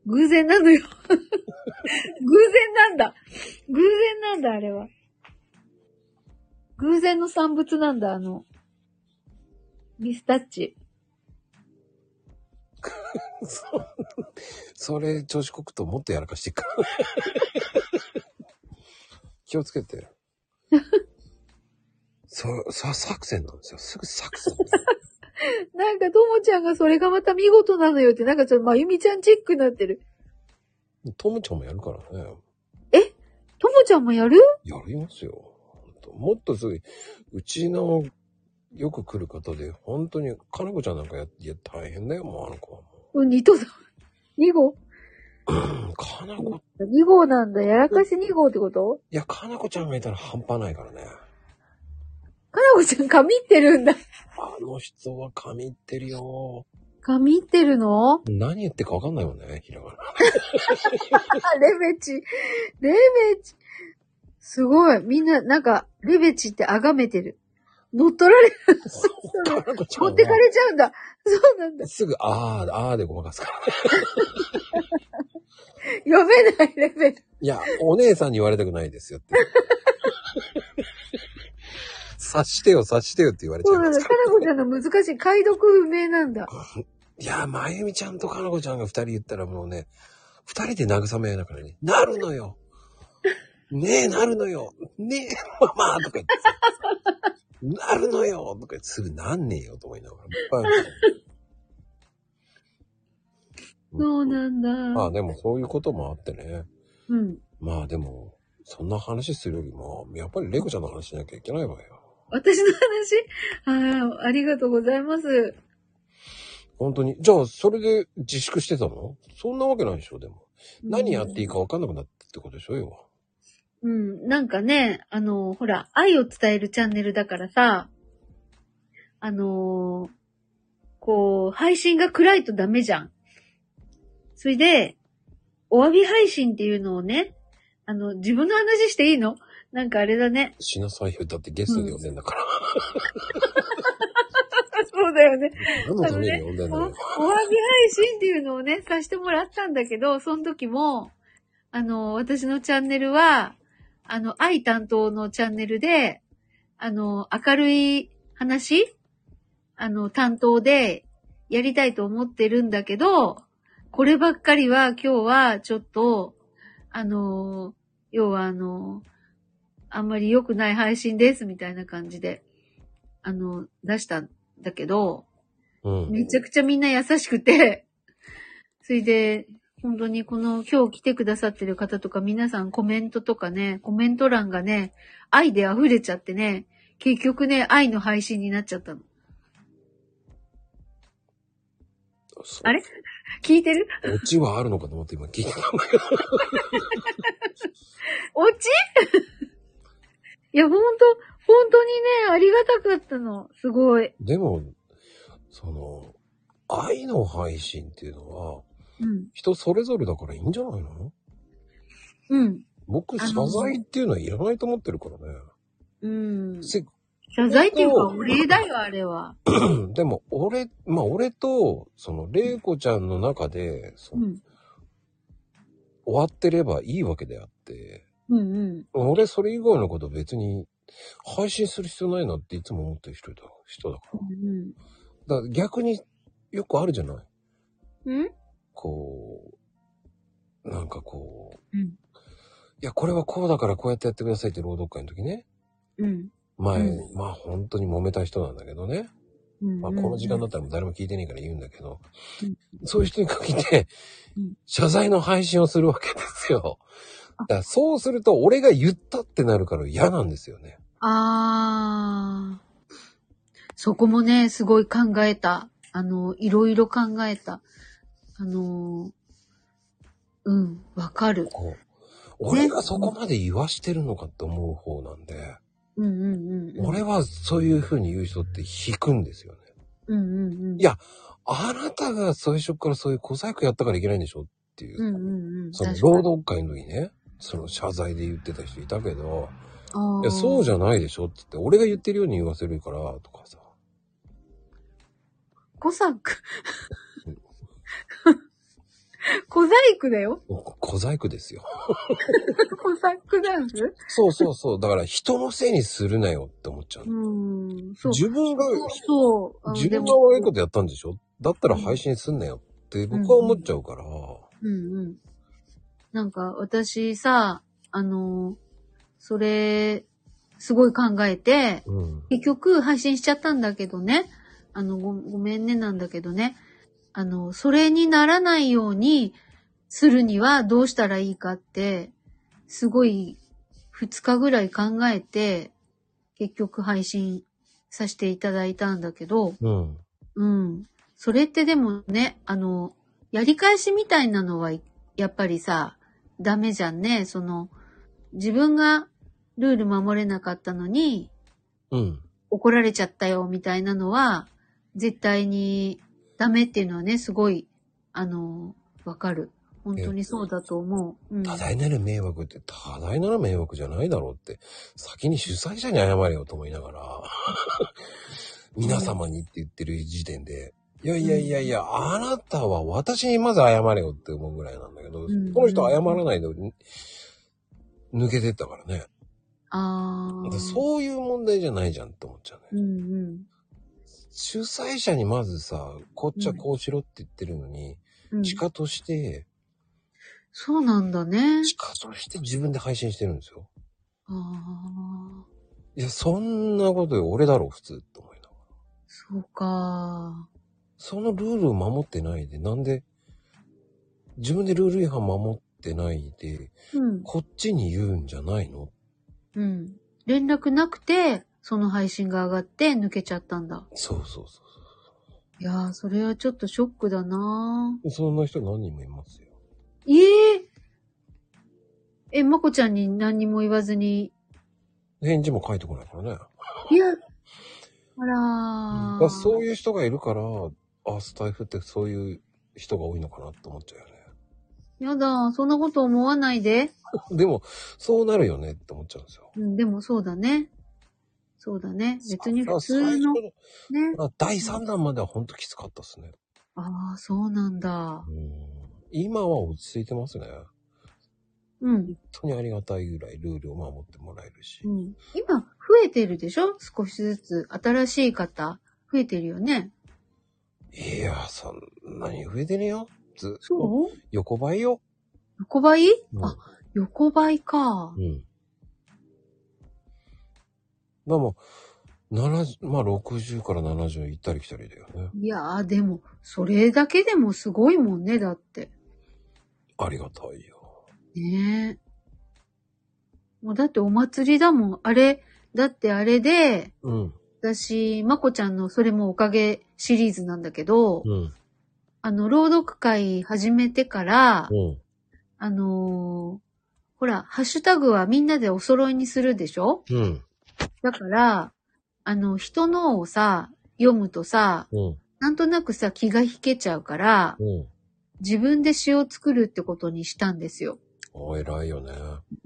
Speaker 3: 偶然なのよ。 偶然なんだ。偶然なんだ、あれは。偶然の産物なんだ、あの、ミスタッチ。
Speaker 2: そ それ、調子こくともっとやらかしていく からね。気をつけて。 そ、さ、作戦なんですよ。すぐ作戦。
Speaker 3: なんか、ともちゃんがそれがまた見事なのよって、なんかちょっと、まゆみちゃんチックになってる。
Speaker 2: ともちゃんもやるからね。
Speaker 3: ともちゃんもやる
Speaker 2: やりますよ。ほんともっとすごい、うちのよく来る方で、本当に、かなこちゃんなんかやいや大変だよ、もうあの子はも
Speaker 3: うん、二とさん。二号
Speaker 2: う。かなこ、
Speaker 3: 二号なんだ。やらかし二号ってこと
Speaker 2: いや、かなこちゃんがいたら半端ないからね。
Speaker 3: かなこちゃん、髪ってるんだ。
Speaker 2: あの人は神言ってるよ。
Speaker 3: 髪ってるの
Speaker 2: 何言ってるかわかんないもんね、ひらがな。
Speaker 3: あ、レベチ。レベチ。すごい。みんな、なんか、レベチって崇めてる。乗っ取られ、
Speaker 2: そうかなこちゃん
Speaker 3: 持ってか
Speaker 2: は
Speaker 3: れちゃうんだ。そうなんだ。
Speaker 2: すぐ、あー、あーでごまかすから。
Speaker 3: 読めないレベル。
Speaker 2: いや、お姉さんに言われたくないですよって。察してよ、察してよって言われちゃい
Speaker 3: そ
Speaker 2: う
Speaker 3: な
Speaker 2: ま
Speaker 3: ん
Speaker 2: す
Speaker 3: だ。
Speaker 2: か
Speaker 3: かなこちゃんの難しい。解読不明なんだ。
Speaker 2: いや、まゆみちゃんとかなこちゃんが二人言ったらもうね、二人で慰め合いながらね、なるのよねえ、なるのよねえ、ママとか言ってさ、なるのよとか言って、すぐなんねえよと思いながら、いっぱいあるから
Speaker 3: そうなんだ。
Speaker 2: まあでもそういうこともあってね。
Speaker 3: うん。
Speaker 2: まあでも、そんな話するよりも、やっぱりレイコちゃんの話しなきゃいけないわよ。
Speaker 3: 私の話ああ、ありがとうございます。
Speaker 2: 本当に。じゃあ、それで自粛してたのそんなわけないでしょ、でも。何やっていいかわかんなくなったってことでしょ、要は。
Speaker 3: うん、なんかね、あの、ほら、愛を伝えるチャンネルだからさ、あのーこう、配信が暗いとダメじゃん。それで、お詫び配信っていうのをね、あの、自分の話していいのなんかあれだね。
Speaker 2: しなさいよ。だってゲストで呼んでんだから。
Speaker 3: そうだよね。
Speaker 2: 何のために呼んでん
Speaker 3: お
Speaker 2: の
Speaker 3: お詫
Speaker 2: よ
Speaker 3: び。配信っていうのをね、させてもらったんだけど、その時も、あの、私のチャンネルは、あの、愛担当のチャンネルで、あの、明るい話あの、担当でやりたいと思ってるんだけど、こればっかりは今日はちょっと、あの、要はあの、あんまり良くない配信ですみたいな感じで、あの、出したんだけど、
Speaker 2: うん。
Speaker 3: めちゃくちゃみんな優しくて、 それで、本当にこの今日来てくださってる方とか皆さんコメントとかね、コメント欄がね、愛で溢れちゃってね、結局ね、愛の配信になっちゃったの。
Speaker 2: そう
Speaker 3: あれ聞いてる
Speaker 2: オチはあるのかと思って今聞いてたんだけど。
Speaker 3: オチ いや、本当本当にね、ありがたかったの。すごい。
Speaker 2: でも、その、愛の配信っていうのは、
Speaker 3: うん。
Speaker 2: 人それぞれだからいいんじゃないの
Speaker 3: うん。
Speaker 2: 僕、謝罪っていうのはいらないと思ってるからね。
Speaker 3: うん。
Speaker 2: せ
Speaker 3: 謝罪っていうか、お礼だよ、あれは。
Speaker 2: でも、俺、まあ、俺と、その、玲子ちゃんの中で、そうの
Speaker 3: ん。
Speaker 2: 終わってればいいわけであって、
Speaker 3: うんうん。
Speaker 2: 俺、それ以外のこと別に、配信する必要ないなっていつも思ってる人だ人だか
Speaker 3: うん
Speaker 2: ら。だから逆によくあるじゃない
Speaker 3: うん。ん
Speaker 2: こう、なんかこう、
Speaker 3: うん
Speaker 2: いや、これはこうだからこうやってやってくださいって朗読会の時ね。
Speaker 3: うん。
Speaker 2: 前、
Speaker 3: う
Speaker 2: まあ本当に揉めた人なんだけどね。
Speaker 3: うん。
Speaker 2: まあこの時間だったらもう誰も聞いてねえから言うんだけど、
Speaker 3: うん
Speaker 2: そういう人に限って
Speaker 3: うん、
Speaker 2: 謝罪の配信をするわけですよ。だからそうすると俺が言ったってなるから嫌なんですよね。
Speaker 3: ああ。そこもね、すごい考えた。あの、いろいろ考えた。あのー、うん、わかる。
Speaker 2: こう俺がそこまで言わしてるのかって思う方なんで、
Speaker 3: うんうんうんうん。
Speaker 2: 俺はそういう風に言う人って引くんですよね。
Speaker 3: うんうんうん。
Speaker 2: いやあなたが最初からそういう小細工やったからいけないんでしょっていう。
Speaker 3: うんうんうん。
Speaker 2: その
Speaker 3: 確かに
Speaker 2: 労働会の時ね、その謝罪で言ってた人いたけど、
Speaker 3: あ
Speaker 2: いや、そうじ
Speaker 3: ゃ
Speaker 2: ゃないでしょって言って、俺が言ってるように言わせるから、とかさ。
Speaker 3: 小細工。小細工だよ。
Speaker 2: こ小細工ですよ。
Speaker 3: 小細工ダンス
Speaker 2: そうそうそう。だから人のせいにするなよって思っちゃう
Speaker 3: う。ん。そう。
Speaker 2: 自分が、
Speaker 3: そう。うん
Speaker 2: 自
Speaker 3: で
Speaker 2: 分
Speaker 3: も
Speaker 2: が悪いことやったんでしょだったら配信すんなよって僕は思っちゃうから。
Speaker 3: うんうん。なんか、私さ、あのーそれ、すごい考えて、
Speaker 2: うん。
Speaker 3: 結局配信しちゃったんだけどね、あの、ごごめんねなんだけどね、あの、それにならないようにするにはどうしたらいいかって、すごい2日ぐらい考えて、結局配信させていただいたんだけど、
Speaker 2: うん。
Speaker 3: うん。それってでもね、あの、やり返しみたいなのはい、やっぱりさ、ダメじゃんね。その、自分がルール守れなかったのに、
Speaker 2: うん。
Speaker 3: 怒られちゃったよ、みたいなのは、絶対にダメっていうのはね、すごい、あの、わかる。本当にそうだと思う。うん。
Speaker 2: 多大なる迷惑って多大なる迷惑じゃないだろうって、先に主催者に謝れよと思いなが ら、皆様にって言ってる時点で、いやいやいやいや、あなたは私にまず謝れよって思うぐらいなんだけど、
Speaker 3: ん
Speaker 2: この人謝らないでに抜けてったからね。
Speaker 3: ああ。
Speaker 2: でそういう問題じゃないじゃんって思っちゃうね。
Speaker 3: うんうん
Speaker 2: 主催者にまずさ、こっちはこうしろって言ってるのに、
Speaker 3: うん。
Speaker 2: 地下として、
Speaker 3: そうなんだね。
Speaker 2: 地下として自分で配信してるんですよ。
Speaker 3: ああ。
Speaker 2: いや、そんなことよ、俺だろ、普通って思いながら。
Speaker 3: そうか。
Speaker 2: そのルールを守ってないで、なんで、自分でルール違反守ってないで、
Speaker 3: うん。
Speaker 2: こっちに言うんじゃないの
Speaker 3: うん。連絡なくて、その配信が上がって抜けちゃったんだ。
Speaker 2: そうそうそ
Speaker 3: いやー、それはちょっとショックだな
Speaker 2: う。そんな人何人もいますよ。
Speaker 3: ーえええ、まこちゃんに何にも言わずに。
Speaker 2: 返事も返ってこないからね。
Speaker 3: いや、あ
Speaker 2: だかららそう
Speaker 3: う。
Speaker 2: いう人がいるから、あ、スタイフってそういう人が多いのかなって思っちゃうよね。
Speaker 3: やだ、そんなこと思わないで。
Speaker 2: でも、そうなるよねって思っちゃうんですよ。
Speaker 3: うん、でもそうだね。そうだね。別に普
Speaker 2: さ
Speaker 3: 通
Speaker 2: 最
Speaker 3: の
Speaker 2: 初
Speaker 3: ね。
Speaker 2: あ第3弾までは本当きつかったですね。
Speaker 3: ああ、そうなんだ。
Speaker 2: 今は落ち着いてますね。
Speaker 3: うん。
Speaker 2: 本当にありがたいぐらいルールを守ってもらえるし
Speaker 3: う。ん、今、増えてるでしょ少しずつ。新しい方、増えてるよね。
Speaker 2: いや、そんなに増えてねえよ。ず
Speaker 3: そう
Speaker 2: 横ばいよ。
Speaker 3: 横ばい、
Speaker 2: うん
Speaker 3: あ、横ばいか
Speaker 2: う。ん。でも、70まあ60から70行ったり来たりだよね。
Speaker 3: いやー、でも、それだけでもすごいもんね、だって。
Speaker 2: ありがたいよ。
Speaker 3: ねえ。もうだってお祭りだもん。あれ、だってあれで、
Speaker 2: うん。
Speaker 3: 私、まこちゃんのそれもおかげシリーズなんだけど、
Speaker 2: うん。
Speaker 3: あの、朗読会始めてから、
Speaker 2: うん。
Speaker 3: あのーほら、ハッシュタグはみんなでお揃いにするでしょ
Speaker 2: うん。
Speaker 3: だから、あの、人のをさ、読むとさ、
Speaker 2: うん。
Speaker 3: なんとなくさ、気が引けちゃうから、
Speaker 2: うん。
Speaker 3: 自分で詩を作るってことにしたんですよ。
Speaker 2: お偉いよね。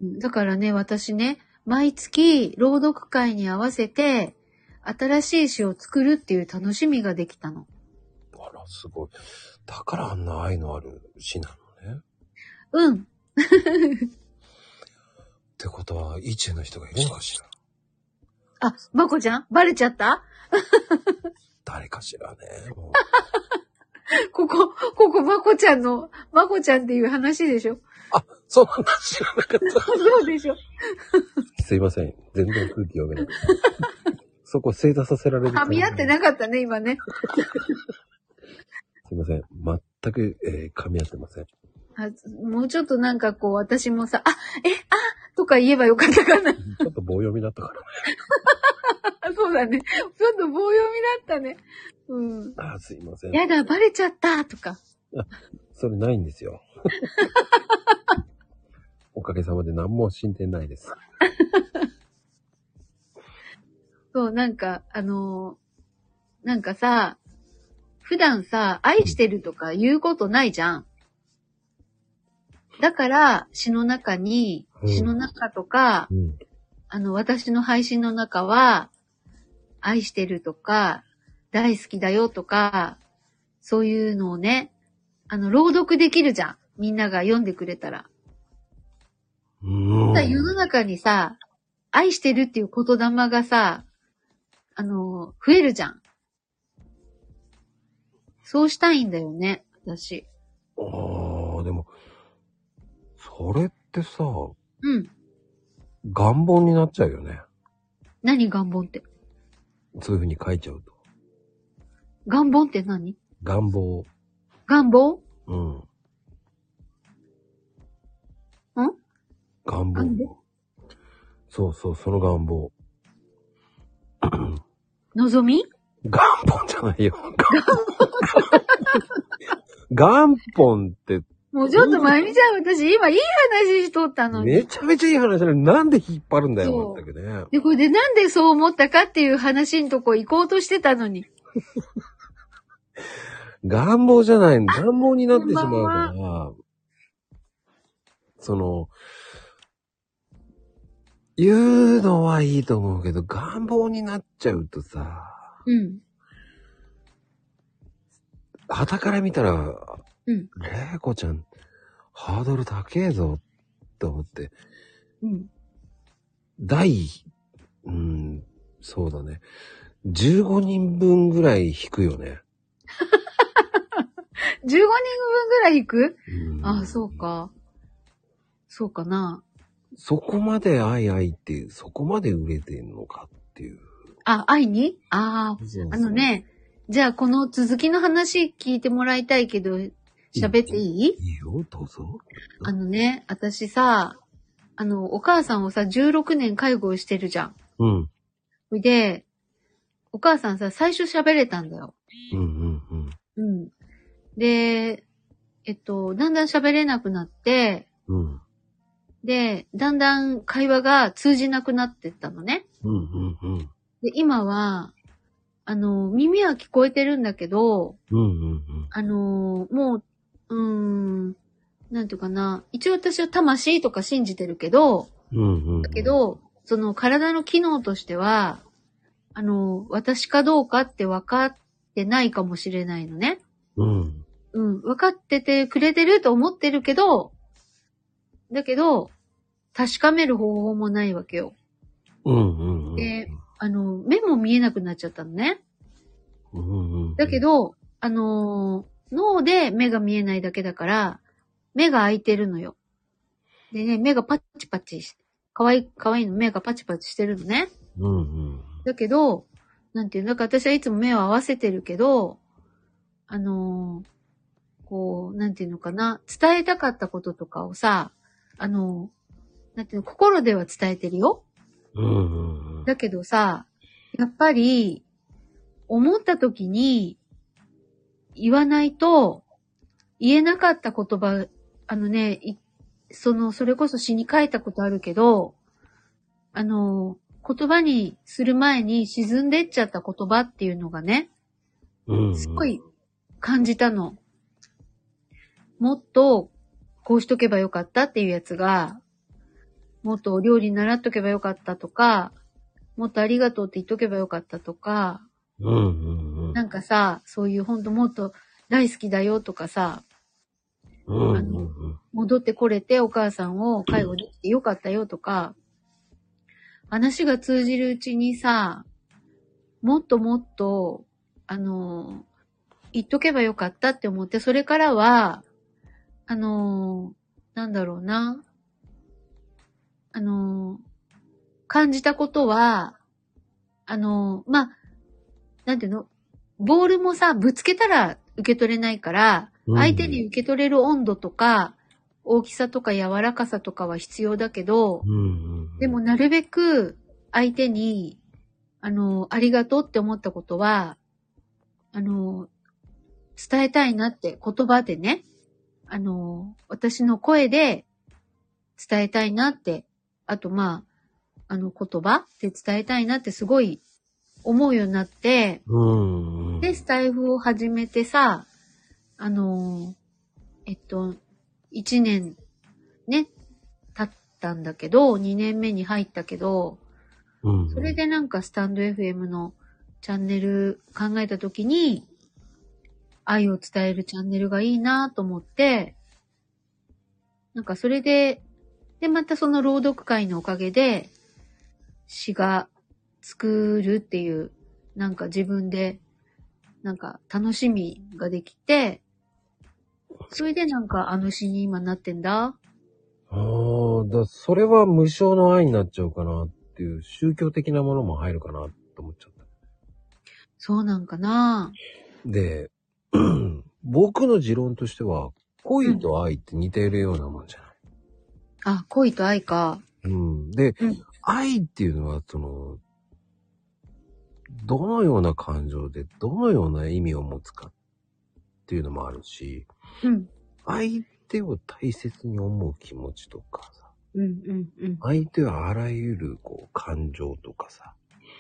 Speaker 3: うんだからね、私ね、毎月、朗読会に合わせて、新しい詩を作るっていう楽しみができたの。
Speaker 2: あら、すごい。だからあんな愛のある詩なのね。っ
Speaker 3: うん。
Speaker 2: てことは、一位の人がいるのかし ら。
Speaker 3: あ、まこちゃんバレちゃった
Speaker 2: 誰かしらね。もう
Speaker 3: ここ、ここ、まこちゃんの、まこちゃんっていう話でしょ
Speaker 2: そんな知らなかった。
Speaker 3: そうでしょ
Speaker 2: すいません。全然空気読 めない。そこ正座させられる。
Speaker 3: 噛み合ってなかったね、今ね。
Speaker 2: すいません。全く、えー噛み合ってません。
Speaker 3: あもうちょっとなんかこう、私もさ、あ、え、あ、とか言えばよかったかな。
Speaker 2: ちょっと棒読みだったから。
Speaker 3: そうだね。ちょっと棒読みだったね。うん。
Speaker 2: あーすいません。
Speaker 3: やだ、バレちゃった、とか。
Speaker 2: それないんです よ。おかげさまで何も進展ないです。
Speaker 3: そう、なんか、あのーなんかさ、普段さ、愛してるとか言うことないじゃん。だから、詩の中に、
Speaker 2: うん
Speaker 3: 詩の中とか、
Speaker 2: うん。
Speaker 3: あの、私の配信の中は、愛してるとか、大好きだよとか、そういうのをね、あの、朗読できるじゃん。みんなが読んでくれたら。
Speaker 2: う
Speaker 3: た
Speaker 2: ん。
Speaker 3: だ世の中にさ、愛してるっていう言霊がさ、あの、増えるじゃん。そうしたいんだよね、私。
Speaker 2: ああ、でも、それってさ、
Speaker 3: うん。
Speaker 2: 願望になっちゃうよね。
Speaker 3: 何願望って。
Speaker 2: そういう風に書いちゃうと。
Speaker 3: 願望って何
Speaker 2: 願望。
Speaker 3: 願望
Speaker 2: うん。ん願
Speaker 3: なんで
Speaker 2: 望。そうそう、その願望。
Speaker 3: 望み
Speaker 2: 元本じゃないよ。元本って
Speaker 3: もうちょっとまゆみちゃん、私今いい話しとったのに。
Speaker 2: めちゃめちゃいい話なのになんで引っ張るんだよ、
Speaker 3: そう
Speaker 2: 全くね。
Speaker 3: で、これでなんでそう思ったかっていう話のとこ行こうとしてたのに。
Speaker 2: 願望じゃない、願望になってしまう
Speaker 3: こ
Speaker 2: から、その、言うのはいいと思うけど、願望になっちゃうとさ、
Speaker 3: うん。
Speaker 2: 旗から見たら、
Speaker 3: うん。
Speaker 2: 玲子ちゃん、ハードル高えぞ、って思って、
Speaker 3: うん。
Speaker 2: 第、うん、そうだね。15人分ぐらい引くよね。
Speaker 3: 15人分ぐらい行く
Speaker 2: うん
Speaker 3: あ、そう。か。そうかな。
Speaker 2: そこまで愛愛って、そこまで売れてんのかっていう。
Speaker 3: あ、愛にああ、あの。ね、じゃあこの続きの話聞いてもらいたいけど、喋っていい
Speaker 2: いいよ、どうぞ。
Speaker 3: あのね、私さ、あの、お母さんをさ、16年介護をしてるじゃん。
Speaker 2: うん。
Speaker 3: ほいで、お母さんさ、最初喋れたんだよ。
Speaker 2: うんうんうん。
Speaker 3: うん。で、えっと、だんだん喋れなくなって、
Speaker 2: うん。
Speaker 3: で、だんだん会話が通じなくなってったのね。
Speaker 2: うんうんうん。
Speaker 3: で、今は、あの、耳は聞こえてるんだけど、
Speaker 2: うんうんうん。
Speaker 3: あの、もう、うーん、なんていうかな、一応私は魂とか信じてるけど、
Speaker 2: うんうん。
Speaker 3: だけ、ど、その体の機能としては、あの、私かどうかって分かってないかもしれないのね。
Speaker 2: うん。
Speaker 3: うん、分かっててくれてると思ってるけど、だけど、確かめる方法もないわけよ。
Speaker 2: うんうんうん。
Speaker 3: で、あの、目も見えなくなっちゃったのね。
Speaker 2: うんうん。
Speaker 3: だけ、ど、あのー脳で目が見えないだけだから、目が開いてるのよ。でね、目がパチパチし、かわいい、かわいいの目がパチパチしてるのね。
Speaker 2: うんうん。
Speaker 3: だけど、なんていうの、なんか私はいつも目を合わせてるけど、あのーこう、なんていうのかな、伝えたかったこととかをさ、あのーなんていうの、心では伝えてるよ。
Speaker 2: うんうんうん。
Speaker 3: だけどさ、やっぱり、思った時に、言わないと、言えなかった言葉、あのね、いその、それこそ詩に書いたことあるけど、あの、言葉にする前に沈んでっちゃった言葉っていうのがね、
Speaker 2: うん。
Speaker 3: すご。い感じたの。もっとこうしとけばよかったっていうやつが、もっとお料理習っとけばよかったとか、もっとありがとうって言っとけばよかったとか、
Speaker 2: うんうんうん。
Speaker 3: なんかさ、そういうほんともっと大好きだよとかさ、
Speaker 2: うんうん
Speaker 3: 戻ってこれてお母さんを介護できてよかったよとか、話が通じるうちにさ、もっともっと、あの、言っとけばよかったって思って、それからは、あの、なんだろうな、あの、感じたことは、あの、まあ、なんていうの、ボールもさ、ぶつけたら受け取れないから、
Speaker 2: うん
Speaker 3: 相手に受け取れる温度とか、大きさとか柔らかさとかは必要だけど、
Speaker 2: うんうん。
Speaker 3: でも、なるべく相手に、あの、ありがとうって思ったことは、あの、伝えたいなって言葉でね、あの、私の声で伝えたいなって、あとまあ、あの言葉で伝えたいなってすごい思うようになって、
Speaker 2: うんうん。
Speaker 3: で、スタイフを始めてさ、あのーえっと、1年ね、経ったんだけど、2年目に入ったけど、
Speaker 2: うん。
Speaker 3: それ、でなんかスタンド FM のチャンネル考えたときに、愛を伝えるチャンネルがいいなと思って、なんかそれで、で、またその朗読会のおかげで、詩が作るっていう、なんか自分で、なんか楽しみができて、それでなんかあの詩に今なってんだ。
Speaker 2: ああ、だそれは無償の愛になっちゃうかなっていう、宗教的なものも入るかなと思っちゃった。
Speaker 3: そうなんかな
Speaker 2: で、 僕の持論としては、恋と愛って似ているようなもんじゃない。
Speaker 3: あ、恋と愛か。
Speaker 2: うん。で、
Speaker 3: うん
Speaker 2: 愛っていうのは、その、どのような感情で、どのような意味を持つかっていうのもあるし、
Speaker 3: うん。
Speaker 2: 相手を大切に思う気持ちとかさ、
Speaker 3: うん、うん、うん。
Speaker 2: 相手はあらゆるこう感情とかさ、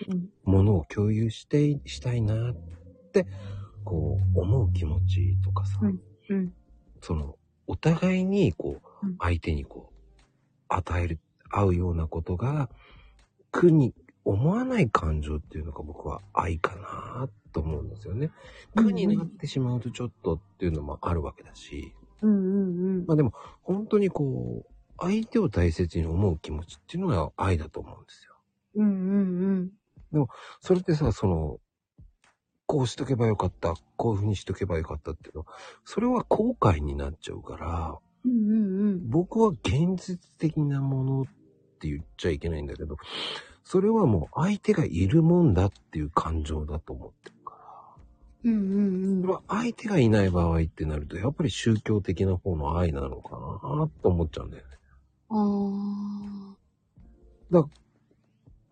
Speaker 3: うん
Speaker 2: ものを共有して、したいなって、こう思う気持ちとかさ、
Speaker 3: うん。
Speaker 2: その、お互いに、こう
Speaker 3: うん、
Speaker 2: 相手にこう、与える、合うようなことが、苦に思わない感情っていうのが僕は愛かなと思うんですよね。苦になってしまうとちょっとっていうのもあるわけだし、
Speaker 3: うんうんうん。
Speaker 2: まあでも、本当にこう、相手を大切に思う気持ちっていうのが愛だと思うんですよ。
Speaker 3: うんうん
Speaker 2: それってさ、その、こうしとけばよかった、こういうふうにしとけばよかったっていうのは、それは後悔になっちゃうから、
Speaker 3: うん。うんうんうん。
Speaker 2: 僕は現実的なものって言っちゃいけないんだけど、それはもう相手がいるもんだっていう感情だと思ってるか
Speaker 3: うんうん
Speaker 2: それ
Speaker 3: うん。
Speaker 2: は相手がいない場合ってなると、やっぱり宗教的な方の愛なのかなと思っちゃうんだよね。
Speaker 3: ああ。
Speaker 2: だから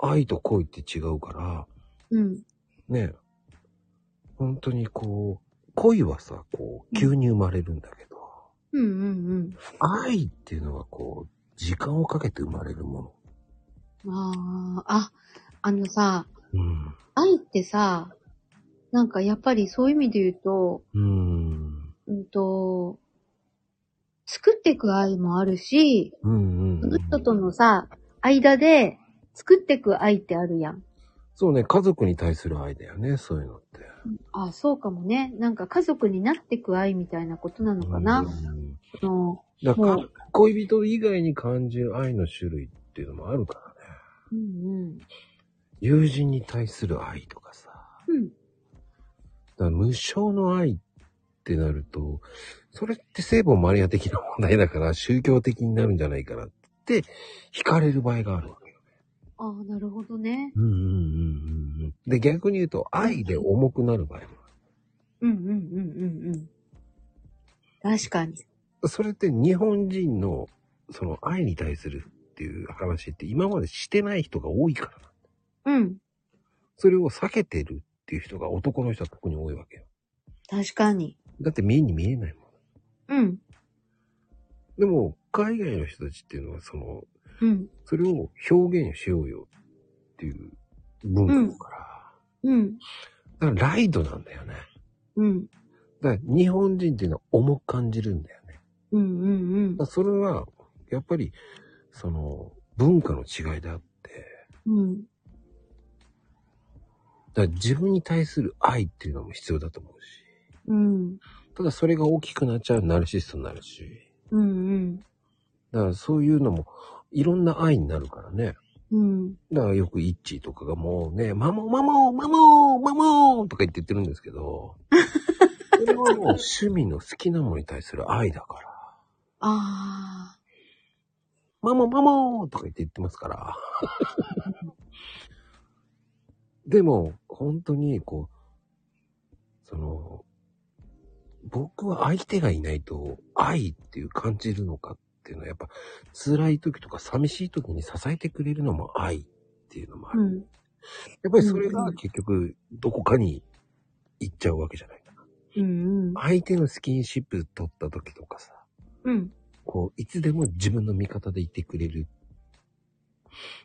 Speaker 2: 愛と恋って違うから、
Speaker 3: うん。
Speaker 2: ね、本当にこう、恋はさ、こう、急に生まれるんだけど、
Speaker 3: うんうん
Speaker 2: 愛っていうのはこう、時間をかけて生まれるも
Speaker 3: うん。ああ。あ、あのさ、
Speaker 2: の。
Speaker 3: 愛ってさ、なんかやっぱりそういう意味で言うと、
Speaker 2: うん。
Speaker 3: うんと、作っていく愛もあるし、
Speaker 2: うん。うん、
Speaker 3: そうの
Speaker 2: ん。
Speaker 3: 人とのさ、間で作っていく愛ってあるやん。
Speaker 2: そうね、家族に対する愛だよね、そういうのって。
Speaker 3: あ、そうかもね。なんか家族になっていく愛みたいなことなのかな。
Speaker 2: うん
Speaker 3: あの
Speaker 2: だから
Speaker 3: もう
Speaker 2: 恋人以外に感じる愛の種類っていうのもあるからね。
Speaker 3: うんうん。
Speaker 2: 友人に対する愛とかさ。
Speaker 3: うん。
Speaker 2: だから無償の愛ってなると、それって聖母マリア的な問題だから宗教的になるんじゃないかなって、惹かれる場合があるわけよ。
Speaker 3: ああ、なるほどね。
Speaker 2: うんうんうんうん。で、逆に言うと愛で重くなる場合もあ
Speaker 3: うんうんうんうんうん。確かに。
Speaker 2: る。それって日本人のその愛に対するっていう話って今までしてない人が多いから。
Speaker 3: うん。
Speaker 2: それを避けてるっていう人が男の人は特に多いわけよ。
Speaker 3: 確かに。
Speaker 2: だって目に見えないもん。
Speaker 3: うん。
Speaker 2: でも、海外の人たちっていうのは、その、
Speaker 3: うん。
Speaker 2: それを表現しようよっていう文化だか
Speaker 3: うん。
Speaker 2: ら、だからライドなんだよね。
Speaker 3: うん。
Speaker 2: だから日本人っていうのは重く感じるんだよね。
Speaker 3: うんうんうん
Speaker 2: だからそれは、やっぱり、その、文化の違いであって、
Speaker 3: うん。
Speaker 2: だから自分に対する愛っていうのも必要だと思うし、
Speaker 3: うん。
Speaker 2: ただそれが大きくなっちゃうナルシストになるし、
Speaker 3: うん
Speaker 2: だからそういうのも、いろんな愛になるからね。
Speaker 3: うん。
Speaker 2: だからよくイッチーとかがもうね、マモマモマモマモとか言って言ってるんですけど、それはもう趣味の好きなものに対する愛だから、
Speaker 3: ああ。
Speaker 2: マモマモとか言って言ってますから。 でも、本当にこう、その、僕は相手がいないと愛っていう感じるのかっていうのはやっぱ辛い時とか寂しい時に支えてくれるのも愛っていうのもある。
Speaker 3: うん。
Speaker 2: やっぱりそれが結局どこかに行っちゃうわけじゃないかな。
Speaker 3: うんうん。
Speaker 2: 相手のスキンシップ取った時とかさ、
Speaker 3: うん。
Speaker 2: こう、いつでも自分の味方でいてくれる。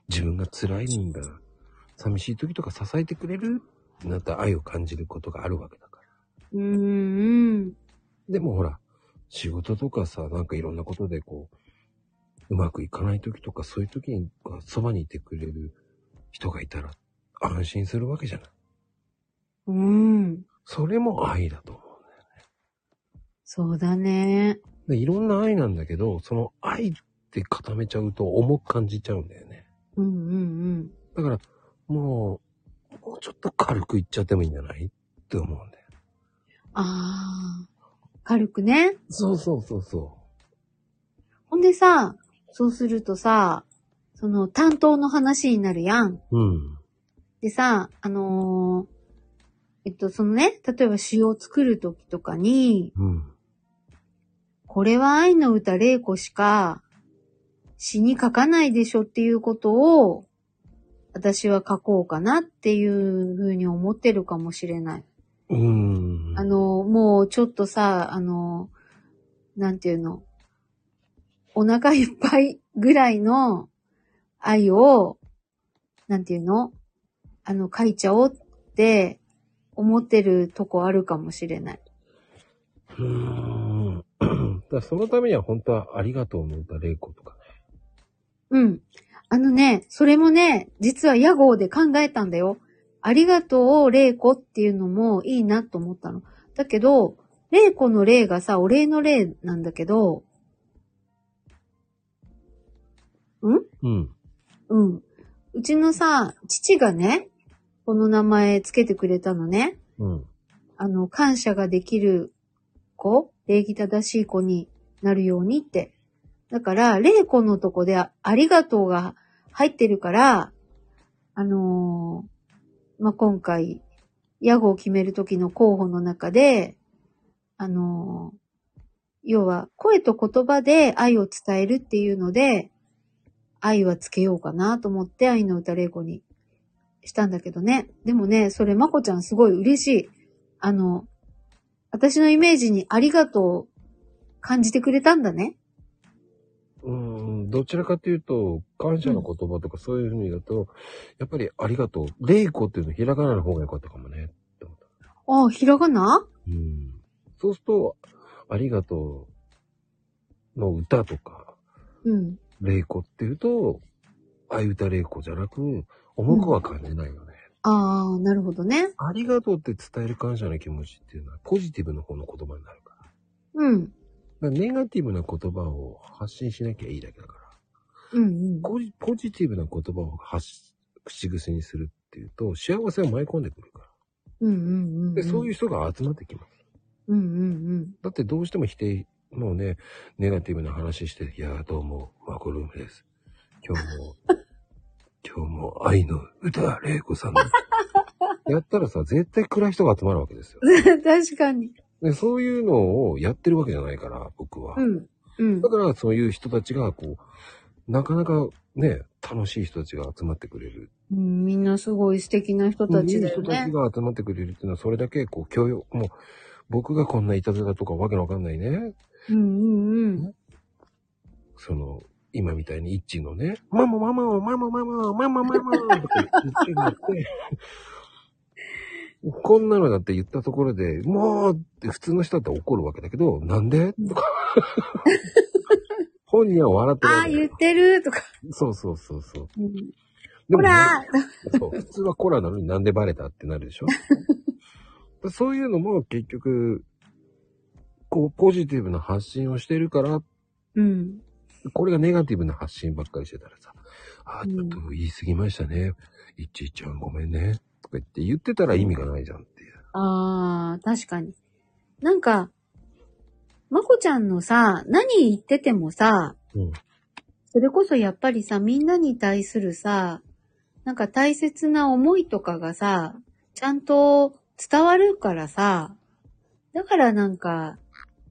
Speaker 2: 自分が辛いんだ。寂しい時とか支えてくれるってなったら愛を感じることがあるわけだから。
Speaker 3: うん。
Speaker 2: でもほら、仕事とかさ、なんかいろんなことでこう、うまくいかない時とかそういう時にそばにいてくれる人がいたら安心するわけじゃない。
Speaker 3: うん。
Speaker 2: それも愛だと思う。
Speaker 3: そうだね。
Speaker 2: でいろんな愛なんだけど、その愛って固めちゃうと重く感じちゃうんだよね。
Speaker 3: うんうん
Speaker 2: だから、もう、もうちょっと軽くいっちゃってもいいんじゃないって思うんだよ。
Speaker 3: うん。ああ。軽くね。
Speaker 2: そうそうそうそ
Speaker 3: ほんでさ、そうするとさ、その担当の話になるやん。
Speaker 2: う。うん。
Speaker 3: でさ、あのーえっと、そのね、例えば詩を作るときとかに、
Speaker 2: うん。
Speaker 3: これは愛の歌玲子しか詩に書かないでしょっていうことを、私は書こうかなっていうふうに思ってるかもしれない。
Speaker 2: うーん。
Speaker 3: あ、の、もうちょっとさ、あの、なんていうの、お腹いっぱいぐらいの愛を、なんていうのあの、書いちゃおうって思ってるとこあるかもしれない。
Speaker 2: うーん。だからそのためには本当はありがとうの歌、玲子とかね。
Speaker 3: うん。あのね、それもね、実は屋号で考えたんだよ。ありがとう、玲子っていうのもいいなと思ったの。だけど、玲子の霊がさ、お礼の霊なんだけど、
Speaker 2: うん。
Speaker 3: うん。うちのさ、父がね、この名前つけてくれたのね。
Speaker 2: うん。
Speaker 3: あの、感謝ができる子、礼儀正しい子になるようにって。だから、礼子のとこであありがとうが入ってるから、あのーまあ、今回、屋号を決める時の候補の中で、あの、要は、声と言葉で愛を伝えるっていうので、愛はつけようかなと思って愛の歌玲子にしたんだけどね。でもね、それまこちゃんすごい嬉しい。あの、私のイメージにありがとうを感じてくれたんだね。
Speaker 2: うん、どちらかというと、感謝の言葉とかそういうふうにだと、やっぱりありがとう。レイコっていうのひらがなの方が良かったかもね。
Speaker 3: ああ、ひらがな
Speaker 2: うん。そうすると、ありがとうの歌とか、
Speaker 3: うん。
Speaker 2: レイコっていうと、あいうたレイコじゃなく、重くは感じないよね。
Speaker 3: ああ、なるほどね。
Speaker 2: ありがとうって伝える感謝の気持ちっていうのはポジティブの方の言葉になるから。
Speaker 3: うん。
Speaker 2: だからネガティブな言葉を発信しなきゃいいだけだから。
Speaker 3: うんうん。
Speaker 2: ポジポジティブな言葉を発し口癖にするっていうと、幸せを舞い込んでくるから。
Speaker 3: うんうんうん。。
Speaker 2: で、そういうう人が集まってきます。
Speaker 3: うんうん
Speaker 2: だってどうしても否定、もうね、ネガティブな話して、いやーどうも、マコルームです。今日も、 今日も愛の歌、玲子さんです。 やったらさ、絶対暗い人が集まるわけですよ。
Speaker 3: うん。 確かに。
Speaker 2: で、そういうのをやってるわけじゃないから、僕は。
Speaker 3: うん。うん
Speaker 2: だ。からそういう人たちが、こう、なかなかね、楽しい人たちが集まってくれる。
Speaker 3: うんみんなすごい素敵な人たちだ
Speaker 2: いい
Speaker 3: よ
Speaker 2: 人たち
Speaker 3: ね。
Speaker 2: が集まってくれるっていうのは、それだけ、こう、教養、もう、僕がこんないたずらとかわけのわかんないね。
Speaker 3: うんうんうん。
Speaker 2: その、今みたいに一致のね、ママママママママママママとか言ってなって、 こんなのだって言ったところで、もうって普通の人だって怒るわけだけど、なん でとか。本人は笑ってる
Speaker 3: あ
Speaker 2: わ
Speaker 3: あ、
Speaker 2: け
Speaker 3: 言ってるとか。
Speaker 2: そうそうそうそう。
Speaker 3: うん
Speaker 2: で
Speaker 3: ほ
Speaker 2: もね
Speaker 3: ら
Speaker 2: そう普通はコラなのになんでバレたってなるでし ょそういうのも結局、こうポジティブな発信をしてるから、
Speaker 3: うん。
Speaker 2: これがネガティブな発信ばっかりしてたらさ、あ
Speaker 3: う
Speaker 2: ーちょ
Speaker 3: ん
Speaker 2: っと言い過ぎましたね。いっちいちゃんごめんね。とか言って言ってたら意味がないじゃんっていう。
Speaker 3: ああ、確かに。なんか、まこちゃんのさ、何言っててもさ、
Speaker 2: うん
Speaker 3: それこそやっぱりさ、みんなに対するさ、なんか大切な思いとかがさ、ちゃんと伝わるからさ、だからなんか、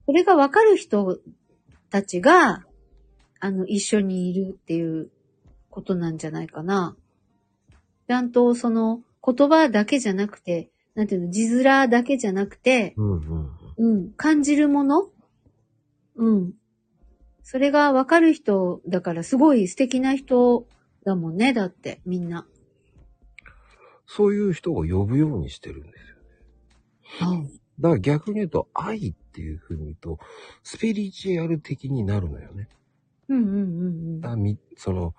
Speaker 3: それがわかる人たちが、あの、一緒にいるっていうことなんじゃないかな。ちゃんとその言葉だけじゃなくて、なんていうの、字面だけじゃなくて、
Speaker 2: うんうん。
Speaker 3: うん、感じるものうん。それがわかる人だからすごい素敵な人だもんね、だって、みんな。
Speaker 2: そういう人を呼ぶようにしてるんですよ。だから逆に言うと、愛っていうふうに言うと、スピリチュアル的になるのよね。
Speaker 3: うんうんうんうん。
Speaker 2: あみその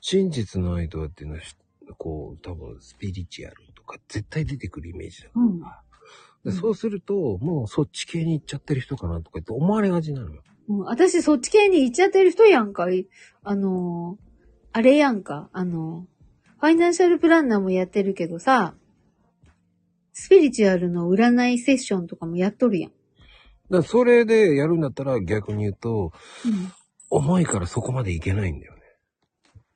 Speaker 2: 真実の愛とはっていうのはしこう多分スピリチュアルとか絶対出てくるイメージだから、
Speaker 3: うん
Speaker 2: でそうするともうそっち系に行っちゃってる人かなとかって思われがちなのよ
Speaker 3: もう私そっち系に行っちゃってる人やんか。いあのーあれやんか。あのーファイナンシャルプランナーもやってるけどさ、スピリチュアルの占いセッションとかもやっとるやん。
Speaker 2: だからそれでやるんだったら逆に言うと重いからそこまでいけないんだよね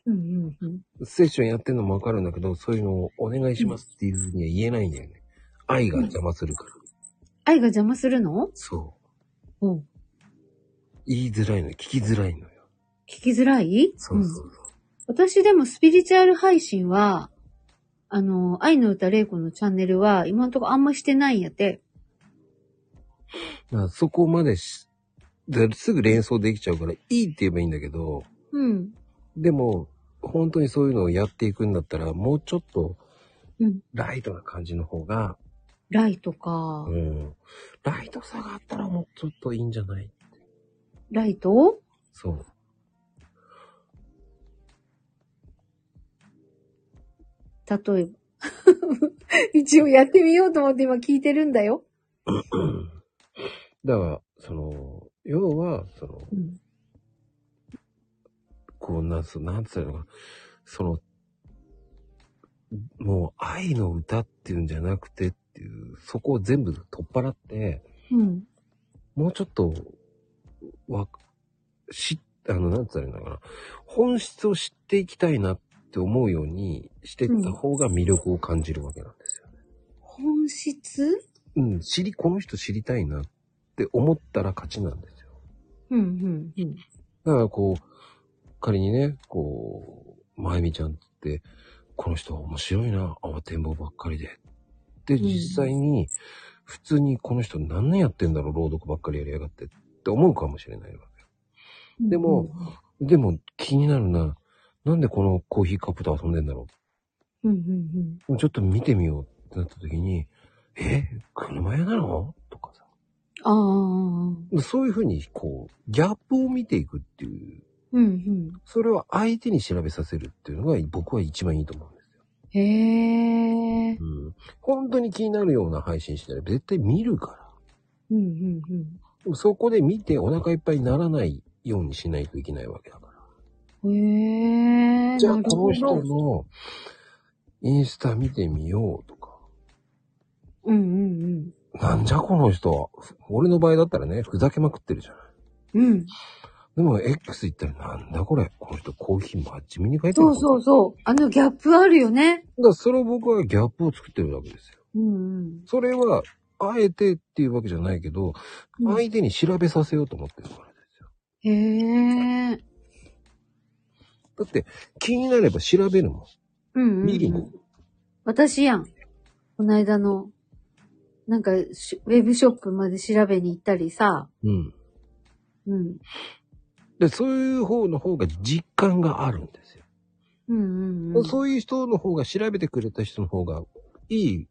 Speaker 3: うん、うん、うんうん。
Speaker 2: セッションやってんのもわかるんだけどそういうのをお願いしますっていうふうには言えないんだよね愛が邪魔するから、
Speaker 3: 愛が邪魔するの
Speaker 2: そう
Speaker 3: うん。
Speaker 2: 言いづらいの聞きづらいのよ
Speaker 3: 聞きづらい
Speaker 2: そうそうそう、
Speaker 3: 私でもスピリチュアル配信は、あの、愛の歌玲子のチャンネルは今のところあんましてないんやって。
Speaker 2: だからそこまでし、ですぐ連想できちゃうから、いいって言えばいいんだけど、
Speaker 3: うん。
Speaker 2: でも、本当にそういうのをやっていくんだったら、もうちょっと
Speaker 3: うん。
Speaker 2: ライトな感じの方が、
Speaker 3: ライトか
Speaker 2: う。ん、ライトさがあったらもうちょっといいんじゃない
Speaker 3: ライト
Speaker 2: そう。
Speaker 3: 例えば。 一応やってみようと思って今聞いてるんだよ。
Speaker 2: だから、その、要は、その、
Speaker 3: うん。
Speaker 2: こうなんす、なんつうのかな、その、もう愛の歌っていうんじゃなくてっていう、そこを全部取っ払って、
Speaker 3: うん。
Speaker 2: もうちょっと、わ、し、あの、なんつったらいいのかな。本質を知っていきたいなって思うようにしてった方が魅力を感じるわけなんですよね。
Speaker 3: 本質
Speaker 2: うん、知り、この人知りたいなって思ったら勝ちなんですよ。
Speaker 3: うん、うん、うん。
Speaker 2: だからこう、仮にね、こう、まゆみちゃんって、この人面白いな、慌てんぼばっかりで。で、
Speaker 3: ん
Speaker 2: 実際に、普通にこの人何年やってんだろう、朗読ばっかりやりやがってって思うかもしれないわけ。でも、でも気になるな。なんでこのコーヒーカップと遊んでんだろ
Speaker 3: うん、うん、
Speaker 2: う。ちょっと見てみようってなった時に、え車屋なのとかさ。
Speaker 3: うん。ああ。
Speaker 2: そういうふうに、こう、ギャップを見ていくっていう
Speaker 3: うん、うん。
Speaker 2: それを相手に調べさせるっていうのが僕は一番いいと思うんですよ。
Speaker 3: へえ。
Speaker 2: うん。本当に気になるような配信したら絶対見るか
Speaker 3: うん、うん、うん。
Speaker 2: ら。そこで見てお腹いっぱいにならないようにしないといけないわけだから。
Speaker 3: へえ。
Speaker 2: じゃあ
Speaker 3: なる
Speaker 2: こ
Speaker 3: ほ
Speaker 2: の人
Speaker 3: ど。
Speaker 2: のインスタ見てみようとか。
Speaker 3: うん、うん、
Speaker 2: なんじゃこの人。俺の場合だったらね、ふざけまくってるじゃない。
Speaker 3: うん。うん。
Speaker 2: でも X 行ったらなんだこれ。この人コーヒー真面目に書いてる。
Speaker 3: そうそううそう。あのギャップあるよね。
Speaker 2: だからそれを僕はギャップを作ってるわけですよ。
Speaker 3: うん、
Speaker 2: それは、あえてっていうわけじゃないけど、
Speaker 3: うん。
Speaker 2: 相手に調べさせようと思ってるからですよ。
Speaker 3: へえ。
Speaker 2: だって、気になれば調べるも。
Speaker 3: うんうんうんん。
Speaker 2: 見るもん。
Speaker 3: 私やん。この間の、なんかし、ウェブショップまで調べに行ったりさ。
Speaker 2: うん。
Speaker 3: うん。
Speaker 2: で、そういう方の方が実感があるんですよ。
Speaker 3: うんうんうん。
Speaker 2: そういう人の方が調べてくれた人の方が、いい、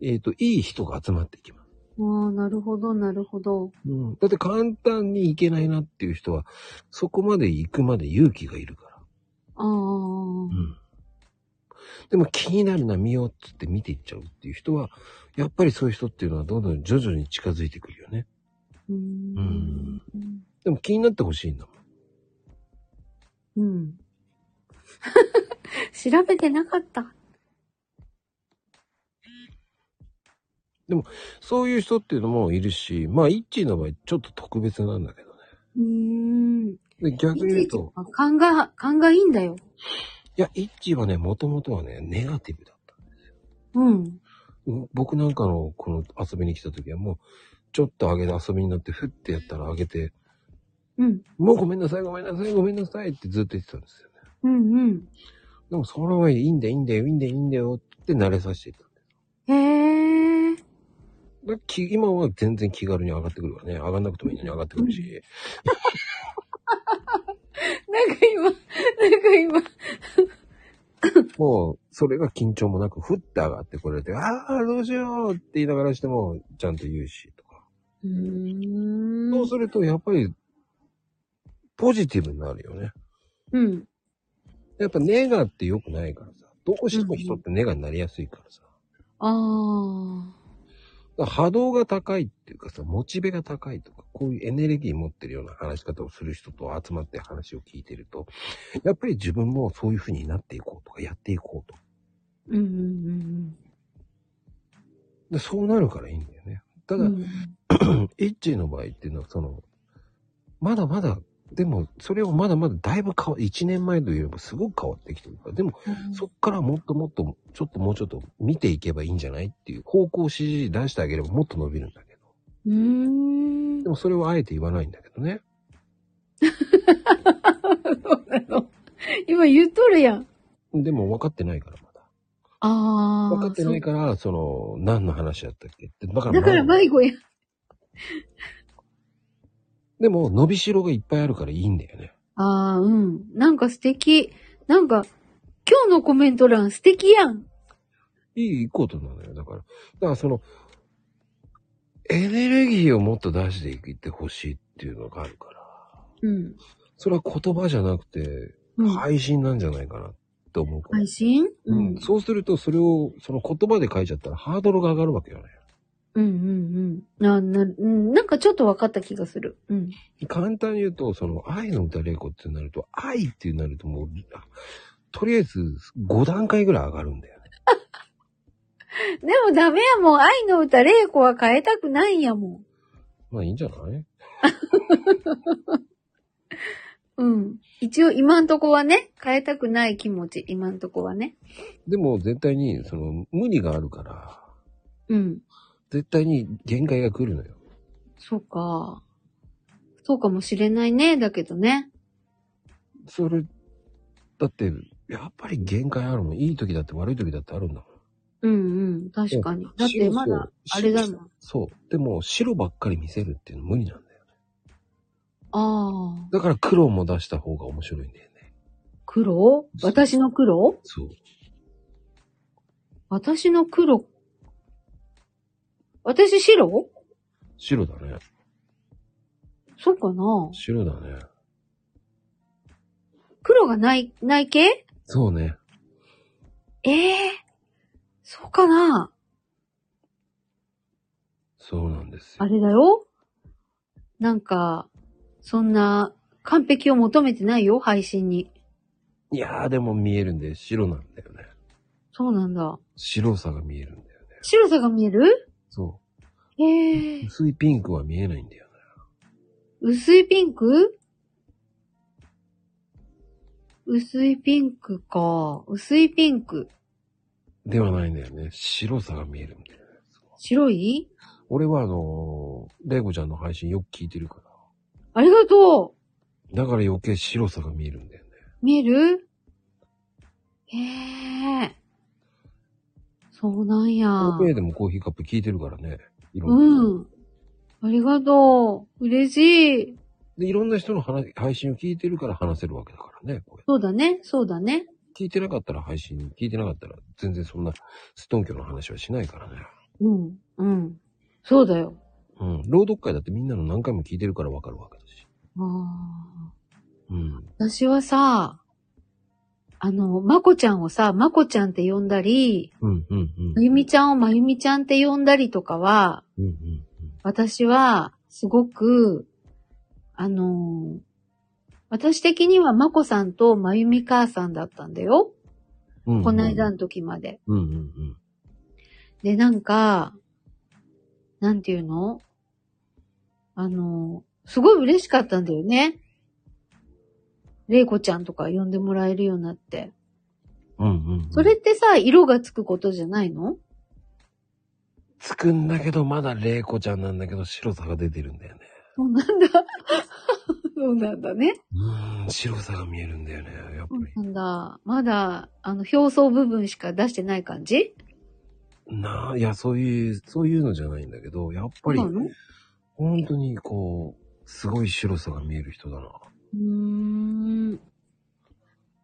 Speaker 2: えっ、と、いい人が集まってきます。
Speaker 3: ああ、なるほど、なるほど。
Speaker 2: うん。だって簡単に行けないなっていう人は、そこまで行くまで勇気がいるから。
Speaker 3: ああ。
Speaker 2: うん。でも気になるな、見ようっつって見ていっちゃうっていう人は、やっぱりそういう人っていうのはどんどん徐々に近づいてくるよね。
Speaker 3: うーん。
Speaker 2: でも気になってほしいんだもん。
Speaker 3: うん。 調べてなかった。
Speaker 2: そういう人っていうのもいるし、まあ、イッチーの場合、ちょっと特別なんだけど
Speaker 3: うーん。
Speaker 2: ね。で、逆に言うと、
Speaker 3: 勘が、勘がいいんだよ。
Speaker 2: いや、イッチーはね、もともとはね、ネガティブだった。
Speaker 3: うん。
Speaker 2: う僕なんかの、この遊びに来た時はもう、ちょっと上げて遊びになって、ふってやったら上げて、
Speaker 3: うん。
Speaker 2: もうごめんなさい、ごめんなさい、ごめんなさいってずっと言ってたんですよね。
Speaker 3: うん
Speaker 2: でも、それはいいんだよ、いいんだよ、いいんだよ、いいんだよって慣れさせていったんだよ。
Speaker 3: うん。へえ。
Speaker 2: だからき今は全然気軽に上がってくるわね。上がんなくてもいいのに上がってくるし。
Speaker 3: なんか今、なんか
Speaker 2: もう、それが緊張もなく、ふって上がってこれて、ああ、どうしようって言いながらしても、ちゃんと言うし、とか。
Speaker 3: 今。うーん。
Speaker 2: そうすると、やっぱり、ポジティブになるよね。
Speaker 3: うん。
Speaker 2: やっぱネガって良くないからさ。どうしても人ってネガになりやすいからさ。
Speaker 3: ああ。
Speaker 2: だから波動が高いっていうかさ、モチベが高いとか、こういうエネルギー持ってるような話し方をする人と集まって話を聞いてると、やっぱり自分もそういう風になっていこうとか、やっていこうと。
Speaker 3: うんうん
Speaker 2: でそうなるからいいんだよね。た
Speaker 3: うん
Speaker 2: だ、
Speaker 3: うん。
Speaker 2: エッチーの場合っていうのは、その、まだまだ、でも、それをまだまだだいぶ変わ、1年前といえばすごく変わってきてるから、でも、そっからもっともっと、ちょっともうちょっと見ていけばいいんじゃないっていう方向指示出してあげればもっと伸びるんだけど。
Speaker 3: うーん
Speaker 2: で。もそれはあえて言わないんだけどね。
Speaker 3: 今言っとるやん。
Speaker 2: でも分かってないからまだ。
Speaker 3: ああ。
Speaker 2: 分かってないから、その、何の話だったっけって。だか
Speaker 3: そうだから迷子や。
Speaker 2: でも、伸びしろがいっぱいあるからいいんだよね。
Speaker 3: ああ、うん。なんか素敵。なんか、今日のコメント欄素敵やん。
Speaker 2: いいことなのよ。だから。だからその、エネルギーをもっと出していってほしいっていうのがあるから。
Speaker 3: うん。
Speaker 2: それは言葉じゃなくて、
Speaker 3: うん、
Speaker 2: 配信なんじゃないかなって思うから。
Speaker 3: 配信
Speaker 2: う、
Speaker 3: うんん。
Speaker 2: そうすると、それを、その言葉で書いちゃったらハードルが上がるわけよね。
Speaker 3: うんうんうん。あな、うん。なんかちょっと分かった気がする。うん。
Speaker 2: 簡単に言うと、その、愛の歌玲子ってなると、愛ってなるともう、あとりあえず5段階ぐらい上がるんだよね。
Speaker 3: でもダメやもん。愛の歌、玲子は変えたくないんやもん。
Speaker 2: まあいいんじゃない
Speaker 3: うん。一応今んとこはね、変えたくない気持ち。今んとこはね。
Speaker 2: でも絶対に、その、無理があるから、
Speaker 3: うん。
Speaker 2: 絶対に限界が来るのよ。
Speaker 3: そうか。そうかもしれないね。だけどね。
Speaker 2: それ、だって、やっぱり限界あるもん。いい時だって悪い時だってあるんだもん。
Speaker 3: うんうん。確かに。だってまだ、あれだもん。
Speaker 2: そう。でも、白ばっかり見せるっていうの無理なんだよね。
Speaker 3: ああ。
Speaker 2: だから黒も出した方が面白いんだよね。
Speaker 3: 黒私の黒
Speaker 2: そう。
Speaker 3: 私の黒。私白
Speaker 2: 白だね。
Speaker 3: そうかな
Speaker 2: 白だね。
Speaker 3: 黒がない、ない系
Speaker 2: そうね。
Speaker 3: ええそうかな
Speaker 2: そうなんです
Speaker 3: あ
Speaker 2: よ。
Speaker 3: れだよなんか、そんな、完璧を求めてないよ、配信に。
Speaker 2: いやーでも見えるんで、白なんだよね。
Speaker 3: そうなんだ。
Speaker 2: 白さが見えるんだよね。
Speaker 3: 白さが見える
Speaker 2: そ
Speaker 3: ええ
Speaker 2: う。薄いピンクは見えないんだよね。
Speaker 3: 薄いピンク薄いピンクか。薄いピンク。
Speaker 2: ではないんだよね。白さが見えるんだよね。
Speaker 3: 白い
Speaker 2: 俺はあのー、レイコちゃんの配信よく聞いてるから。
Speaker 3: ありがと
Speaker 2: だから余計白さが見えるんだよね。
Speaker 3: う見えるええそうなんや。
Speaker 2: 欧米でもコーヒーカップ聞いてるからね。いろんな人。
Speaker 3: うん。ありがとう。嬉しい。
Speaker 2: で、いろんな人の話配信を聞いてるから話せるわけだからね。これ
Speaker 3: そうだね、そうだね。
Speaker 2: 聞いてなかったら配信、聞いてなかったら全然そんなストンキョの話はしないからね。
Speaker 3: うん、うん。そうだよ。
Speaker 2: うん。朗読会だってみんなの何回も聞いてるからわかるわけだし。
Speaker 3: あ
Speaker 2: うん。
Speaker 3: ー私はさ、あの、まこちゃんをさ、まこちゃんって呼んだり、
Speaker 2: うん、うん、う
Speaker 3: ま
Speaker 2: ん。
Speaker 3: ゆみちゃんをまゆみちゃんって呼んだりとかは、
Speaker 2: うん、うん。
Speaker 3: 私は、すごく、あのー私的にはまこさんとまゆみ母さんだったんだよ。
Speaker 2: うん、うん
Speaker 3: こないだ。の時まで。
Speaker 2: うん、うん、うん。
Speaker 3: で、なんか、なんていうのあの、すごい嬉しかったんだよね。れいこちゃんとか呼んでもらえるようになって。
Speaker 2: うん、うん。
Speaker 3: それってさ、色がつくことじゃないの
Speaker 2: つくんだけど、まだレイコちゃんなんだけど、白さが出てるんだよね。
Speaker 3: そうなんだ。そうなんだね。
Speaker 2: うん、白さが見えるんだよね。やっぱ
Speaker 3: そう
Speaker 2: り。
Speaker 3: なんだ。まだ、あの、表層部分しか出してない感じ
Speaker 2: なあ、いや、そういう、そういうのじゃないんだけど、やっぱり
Speaker 3: そう、なのう
Speaker 2: 本当にこう、すごい白さが見える人だな。
Speaker 3: ーん。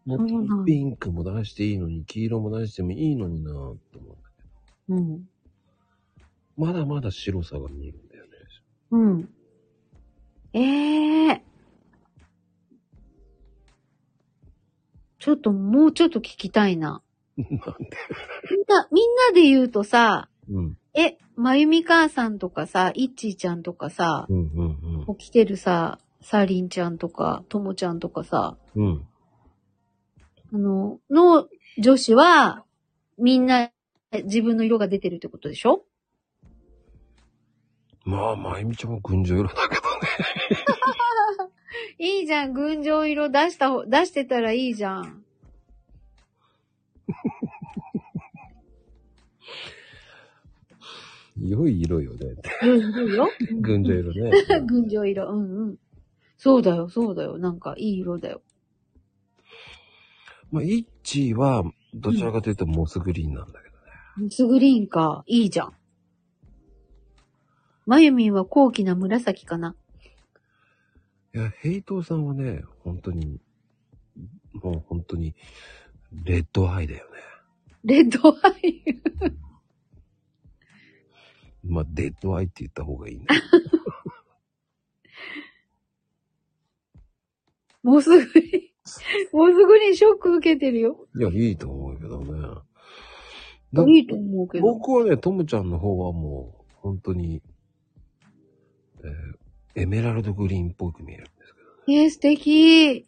Speaker 2: も
Speaker 3: そうなんだ
Speaker 2: っとピンクも出していいのに、黄色も出してもいいのになぁと思う。
Speaker 3: うん。
Speaker 2: まだまだ白さが見えるんだよね。
Speaker 3: うん。ええちょっともうちょっと聞きたいな。
Speaker 2: なんで
Speaker 3: みんな、みんなで言うとさ、
Speaker 2: うん。
Speaker 3: え、まゆみ母さんとかさ、いっちーちゃんとかさ、
Speaker 2: うんうん
Speaker 3: 起きてるさ、さりんちゃんとか、ともちゃんとかさ、
Speaker 2: うん。うん。
Speaker 3: あの、の女子は、みんな自分の色が出てるってことでしょ
Speaker 2: まあ、まゆみちゃんも群青色だけどね。
Speaker 3: いいじゃん、群青色出したほ、出してたらいいじゃん。
Speaker 2: 良い色よね。
Speaker 3: 群青色
Speaker 2: 群青色ね。
Speaker 3: 群青色、うんうん。そうだよ、そうだよ。なんか、いい色だよ。
Speaker 2: まあ、イッチーは、どちらかというとモスグリーンなんだけどね。
Speaker 3: スグリーンか、いいじゃん。まゆみんは高貴な紫かな。
Speaker 2: いや、ヘイトーさんはね、本当に、もう本当に、レッドアイだよね。
Speaker 3: レッドアイ。
Speaker 2: まあ、デッドアイって言った方がいいね。
Speaker 3: モスグリーン。モスグリーンショック受けてるよ。
Speaker 2: いや、いいと思うけどね。だ
Speaker 3: いいと思うけど。
Speaker 2: 僕はね、ともちゃんの方はもう、本当に、えーエメラルドグリーンっぽく見えるんですけど。
Speaker 3: えー、素敵。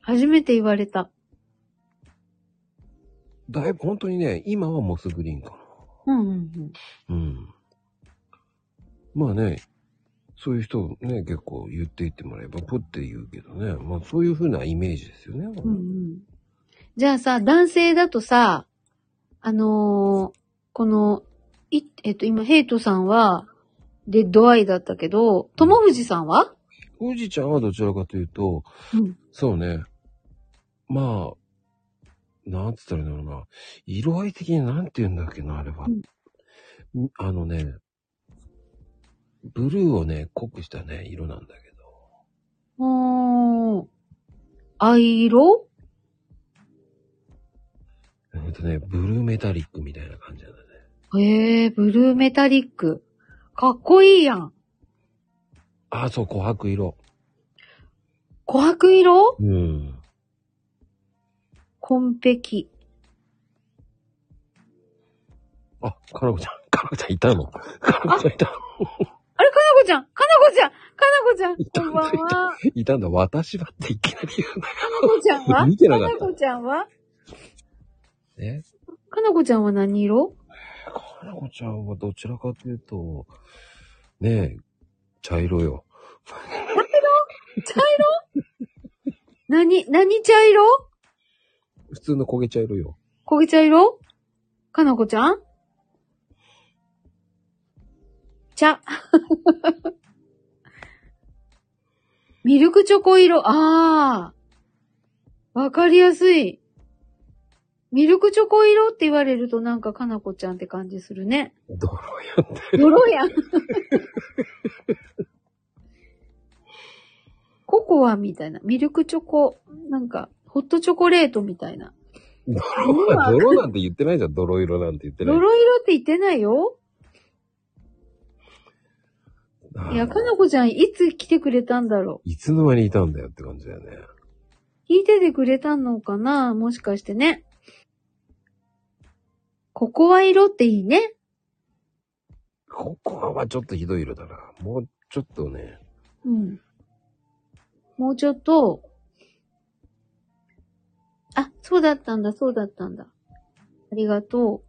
Speaker 3: 初めて言われた。
Speaker 2: だいぶ、本当にね、今はモスグリーンか
Speaker 3: うんうんうん。
Speaker 2: な。うん。まあね、そういう人ね、結構言っていってもらえば、ポって言うけどね。まあ、そういう風なイメージですよね。
Speaker 3: うんうん。じゃあさ、男性だとさ、あのーこの、い、えっと、今、ヘイトさんは、デッドアイだったけど、ともふじさんは
Speaker 2: 富士ちゃんはどちらかというと、
Speaker 3: うん
Speaker 2: そうね。まあ、なんつったらいいんだろうな。色合い的になんて言うんだっけな、あれは。んあのね、ブルーをね、濃くしたね、色なんだけど。
Speaker 3: おー。藍色
Speaker 2: ほんとね、ブルーメタリックみたいな感じだね。
Speaker 3: へえー、ブルーメタリック。かっこいいやん。
Speaker 2: あ、そう、琥珀色。
Speaker 3: 琥珀色
Speaker 2: うん。
Speaker 3: 紺碧。
Speaker 2: あ、かなこちゃん、 かなこちゃんいたのかなこちゃんいたの
Speaker 3: あれ、かなこちゃんかなこちゃんかなこちゃん
Speaker 2: いた
Speaker 3: こんばんは。
Speaker 2: いた
Speaker 3: かない
Speaker 2: たんだ、私だっていきなり言う
Speaker 3: こちゃんは
Speaker 2: 見てなかった
Speaker 3: かなこちゃんは
Speaker 2: のね。
Speaker 3: かなこちゃんは何色
Speaker 2: かなこちゃんはどちらかというと、ねえ、茶色よ。
Speaker 3: 何、何茶色
Speaker 2: 普通の焦げ茶色よ。
Speaker 3: 焦げ茶色かなこちゃん茶。 ミルクチョコ色。ああ。わかりやすい。ミルクチョコ色って言われるとなんかかなこちゃんって感じするね。
Speaker 2: どうやって。
Speaker 3: 泥 やん。ココアみたいな。ミルクチョコ。なんか、ホットチョコレートみたいな。
Speaker 2: 泥は、 泥なんて言ってないじゃん。泥色なんて言ってない。
Speaker 3: 泥色って言ってないよ。
Speaker 2: ああ
Speaker 3: いや、かなこちゃんいつ来てくれたんだろ
Speaker 2: いつの間にいたんだよって感じだよね。
Speaker 3: う。聞いててくれたのかなもしかしてね。ココア色っていいね。
Speaker 2: ここはちょっとひどい色だな。もうちょっとね。
Speaker 3: うん。もうちょっと。あ、そうだったんだ、そうだったんだ。ありがと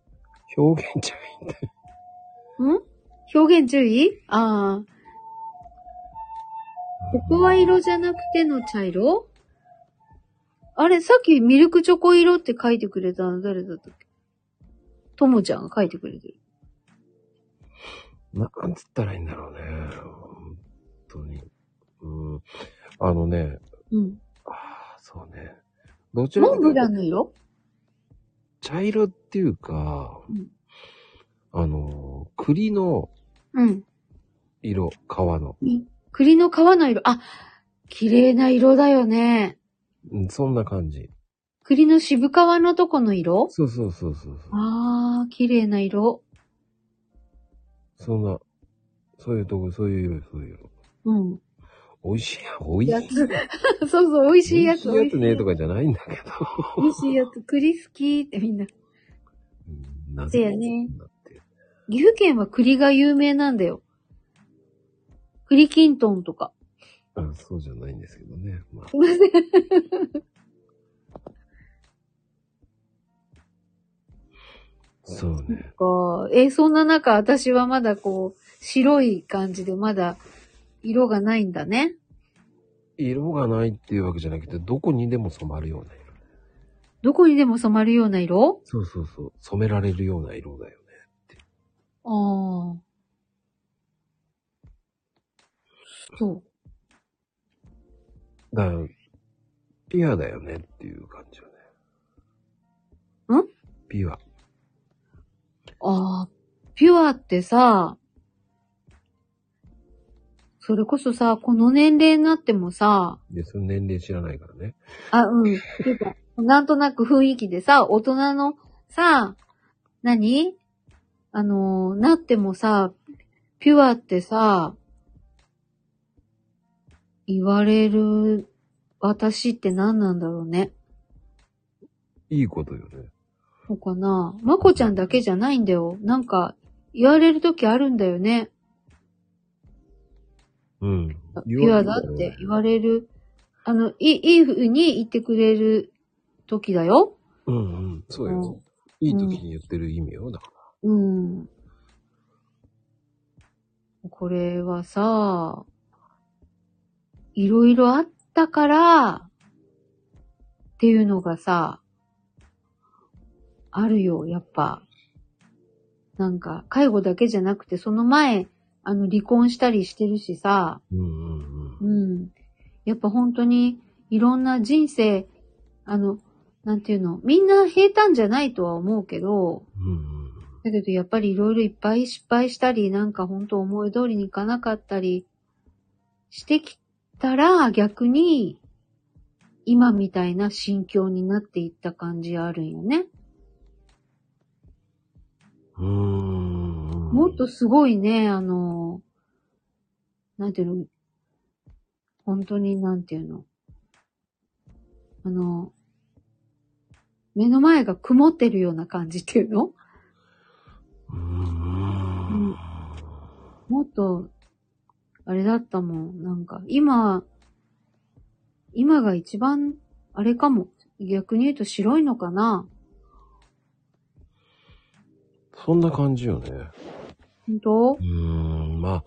Speaker 2: 表現ちゃいって。
Speaker 3: う。ん表現注意ああ。ココア色じゃなくての茶色あれ、さっきミルクチョコ色って書いてくれたの誰だったっけともちゃんが書いてくれてる。
Speaker 2: なんつったらいいんだろうね。本当に。うん。あのね、
Speaker 3: うん。
Speaker 2: ああ、そうね。どちらかと
Speaker 3: モン
Speaker 2: いう
Speaker 3: ブ
Speaker 2: と
Speaker 3: ランの色
Speaker 2: 茶色っていうか、
Speaker 3: うん
Speaker 2: あの、栗の
Speaker 3: うん。
Speaker 2: 色、皮の。
Speaker 3: 栗の皮の色。あ、綺麗な色だよね。
Speaker 2: うんそんな感じ。
Speaker 3: 栗の渋皮のとこの色
Speaker 2: そうそうそうそうそう。
Speaker 3: あー、綺麗な色。
Speaker 2: そんな、そういうとこ、そういう色、そういう色。
Speaker 3: うん。
Speaker 2: 美味しいや、美
Speaker 3: や
Speaker 2: 味しい。
Speaker 3: つ。 そうそう、美味しいやつ。
Speaker 2: 美味しいやつね、と
Speaker 3: か。
Speaker 2: かじゃないんだけど。
Speaker 3: 美味しいやつ。栗好きってみんな。
Speaker 2: うんな
Speaker 3: そうやね
Speaker 2: んだって
Speaker 3: 岐阜県は栗が有名なんだよ。栗きんとんとか。
Speaker 2: あそうじゃないんですけどね。まあ
Speaker 3: すいません。
Speaker 2: そうね。
Speaker 3: こうえーそんな中、私はまだこう、白い感じでまだ、色がないんだね。
Speaker 2: 色がないっていうわけじゃなくて、どこにでも染まるような色。
Speaker 3: どこにでも染まるような色
Speaker 2: そうそうそう。染められるような色だよね。
Speaker 3: ああ。そう。
Speaker 2: だから、ピュアだよねっていう感じよね。
Speaker 3: ん
Speaker 2: ピュア。
Speaker 3: ああ、ピュアってさ、それこそさ、この年齢になってもさ、
Speaker 2: で、その年齢知らないからね。
Speaker 3: あ、うん。ていうかなんとなく雰囲気でさ、大人のさ、何あのーなってもさ、ピュアってさ、言われる私って何なんだろうね。
Speaker 2: いいことよね。
Speaker 3: そうかな。まこちゃんだけじゃないんだよ。なんか、言われる時あるんだよね。
Speaker 2: うん。
Speaker 3: ピュアだって言われる。あの、いい、いい風に言ってくれる時だよ。
Speaker 2: うんうん。そうよ。いい時に言ってる意味よ。だか
Speaker 3: うん。これはさ、いろいろあったから、っていうのがさ、あるよ、やっぱ。なんか、介護だけじゃなくて、その前、あの、離婚したりしてるしさ、
Speaker 2: うんうんうん。
Speaker 3: うん。やっぱ本当に、いろんな人生、あの、なんていうの、みんな平坦じゃないとは思うけど、
Speaker 2: うんうん。
Speaker 3: だけどやっぱりいろいろいっぱい失敗したり、なんか本当思い通りにいかなかったりしてきたら逆に今みたいな心境になっていった感じあるんよね。
Speaker 2: うーん
Speaker 3: もっとすごいね、あの、なんていうの、本当になんていうの、あの、目の前が曇ってるような感じっていうの
Speaker 2: うーん
Speaker 3: もっと、あれだったもん。なんか、今、今が一番、あれかも。逆に言うと白いのかな
Speaker 2: そんな感じよね。
Speaker 3: 本当
Speaker 2: うーん、まあ、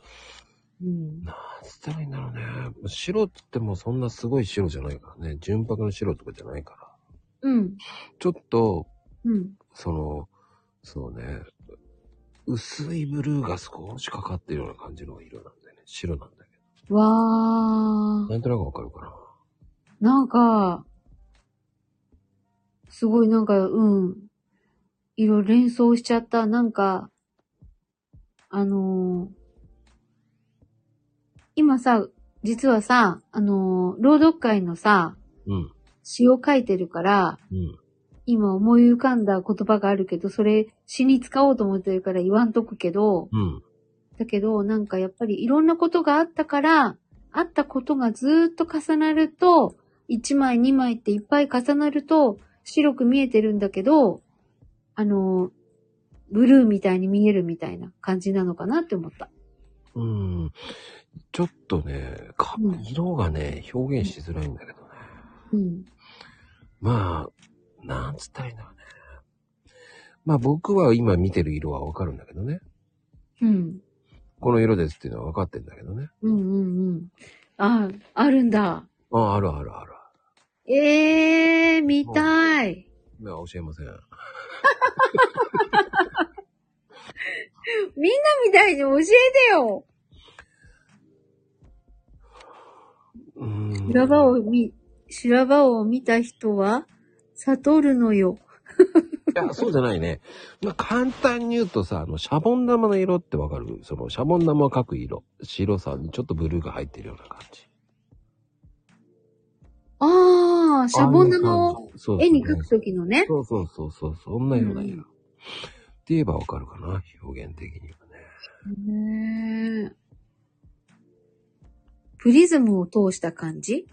Speaker 3: うん。
Speaker 2: なんつったらいいんだろうね。白って言ってもそんなすごい白じゃないからね。純白の白とかじゃないから。
Speaker 3: うん。
Speaker 2: ちょっと、
Speaker 3: うん。
Speaker 2: その、そうね。薄いブルーが少しかかってるような感じの色なんだよね。白なんだけ
Speaker 3: わ
Speaker 2: ど。
Speaker 3: ー。
Speaker 2: なんとなくわかるかな。
Speaker 3: なんか、すごいなんか、うん。いろいろ連想しちゃった。なんか、あのー今さ、実はさ、あのー朗読会のさ、
Speaker 2: うん。
Speaker 3: 詩を書いてるから、
Speaker 2: うん。
Speaker 3: 今思い浮かんだ言葉があるけど、それ詩に使おうと思ってるから言わんとくけど、
Speaker 2: うん。
Speaker 3: だけどなんかやっぱりいろんなことがあったから、あったことがずーっと重なると、1枚2枚っていっぱい重なると白く見えてるんだけど、あの、ブルーみたいに見えるみたいな感じなのかなって思った。
Speaker 2: うん。ちょっとね、か
Speaker 3: うん
Speaker 2: 色がね、表現しづらいんだけどね。
Speaker 3: うん。
Speaker 2: まあ、なんつったらいいんだろうね。まあ僕は今見てる色はわかるんだけどね。
Speaker 3: うん。
Speaker 2: この色ですっていうのはわかってんだけどね。
Speaker 3: うんうんうん。あ、あるんだ。
Speaker 2: あ、あるあるある。
Speaker 3: ええー、見たい。
Speaker 2: いや、教えません。
Speaker 3: みたいに教えてよ。
Speaker 2: うん
Speaker 3: 修羅場を見、修羅場を見た人は悟るのよ。
Speaker 2: いや、そうじゃないね。まあ、簡単に言うとさ、あの、シャボン玉の色ってわかるその、シャボン玉を描く色。白さにちょっとブルーが入ってるような感じ。
Speaker 3: ああ、シャボン玉を
Speaker 2: をそう
Speaker 3: 絵に描く
Speaker 2: そう
Speaker 3: ときのね。
Speaker 2: そうそうそうそう、そんなような色。
Speaker 3: うん
Speaker 2: って言えばわかるかな、表現的にはね。
Speaker 3: ねえプリズムを通した感じ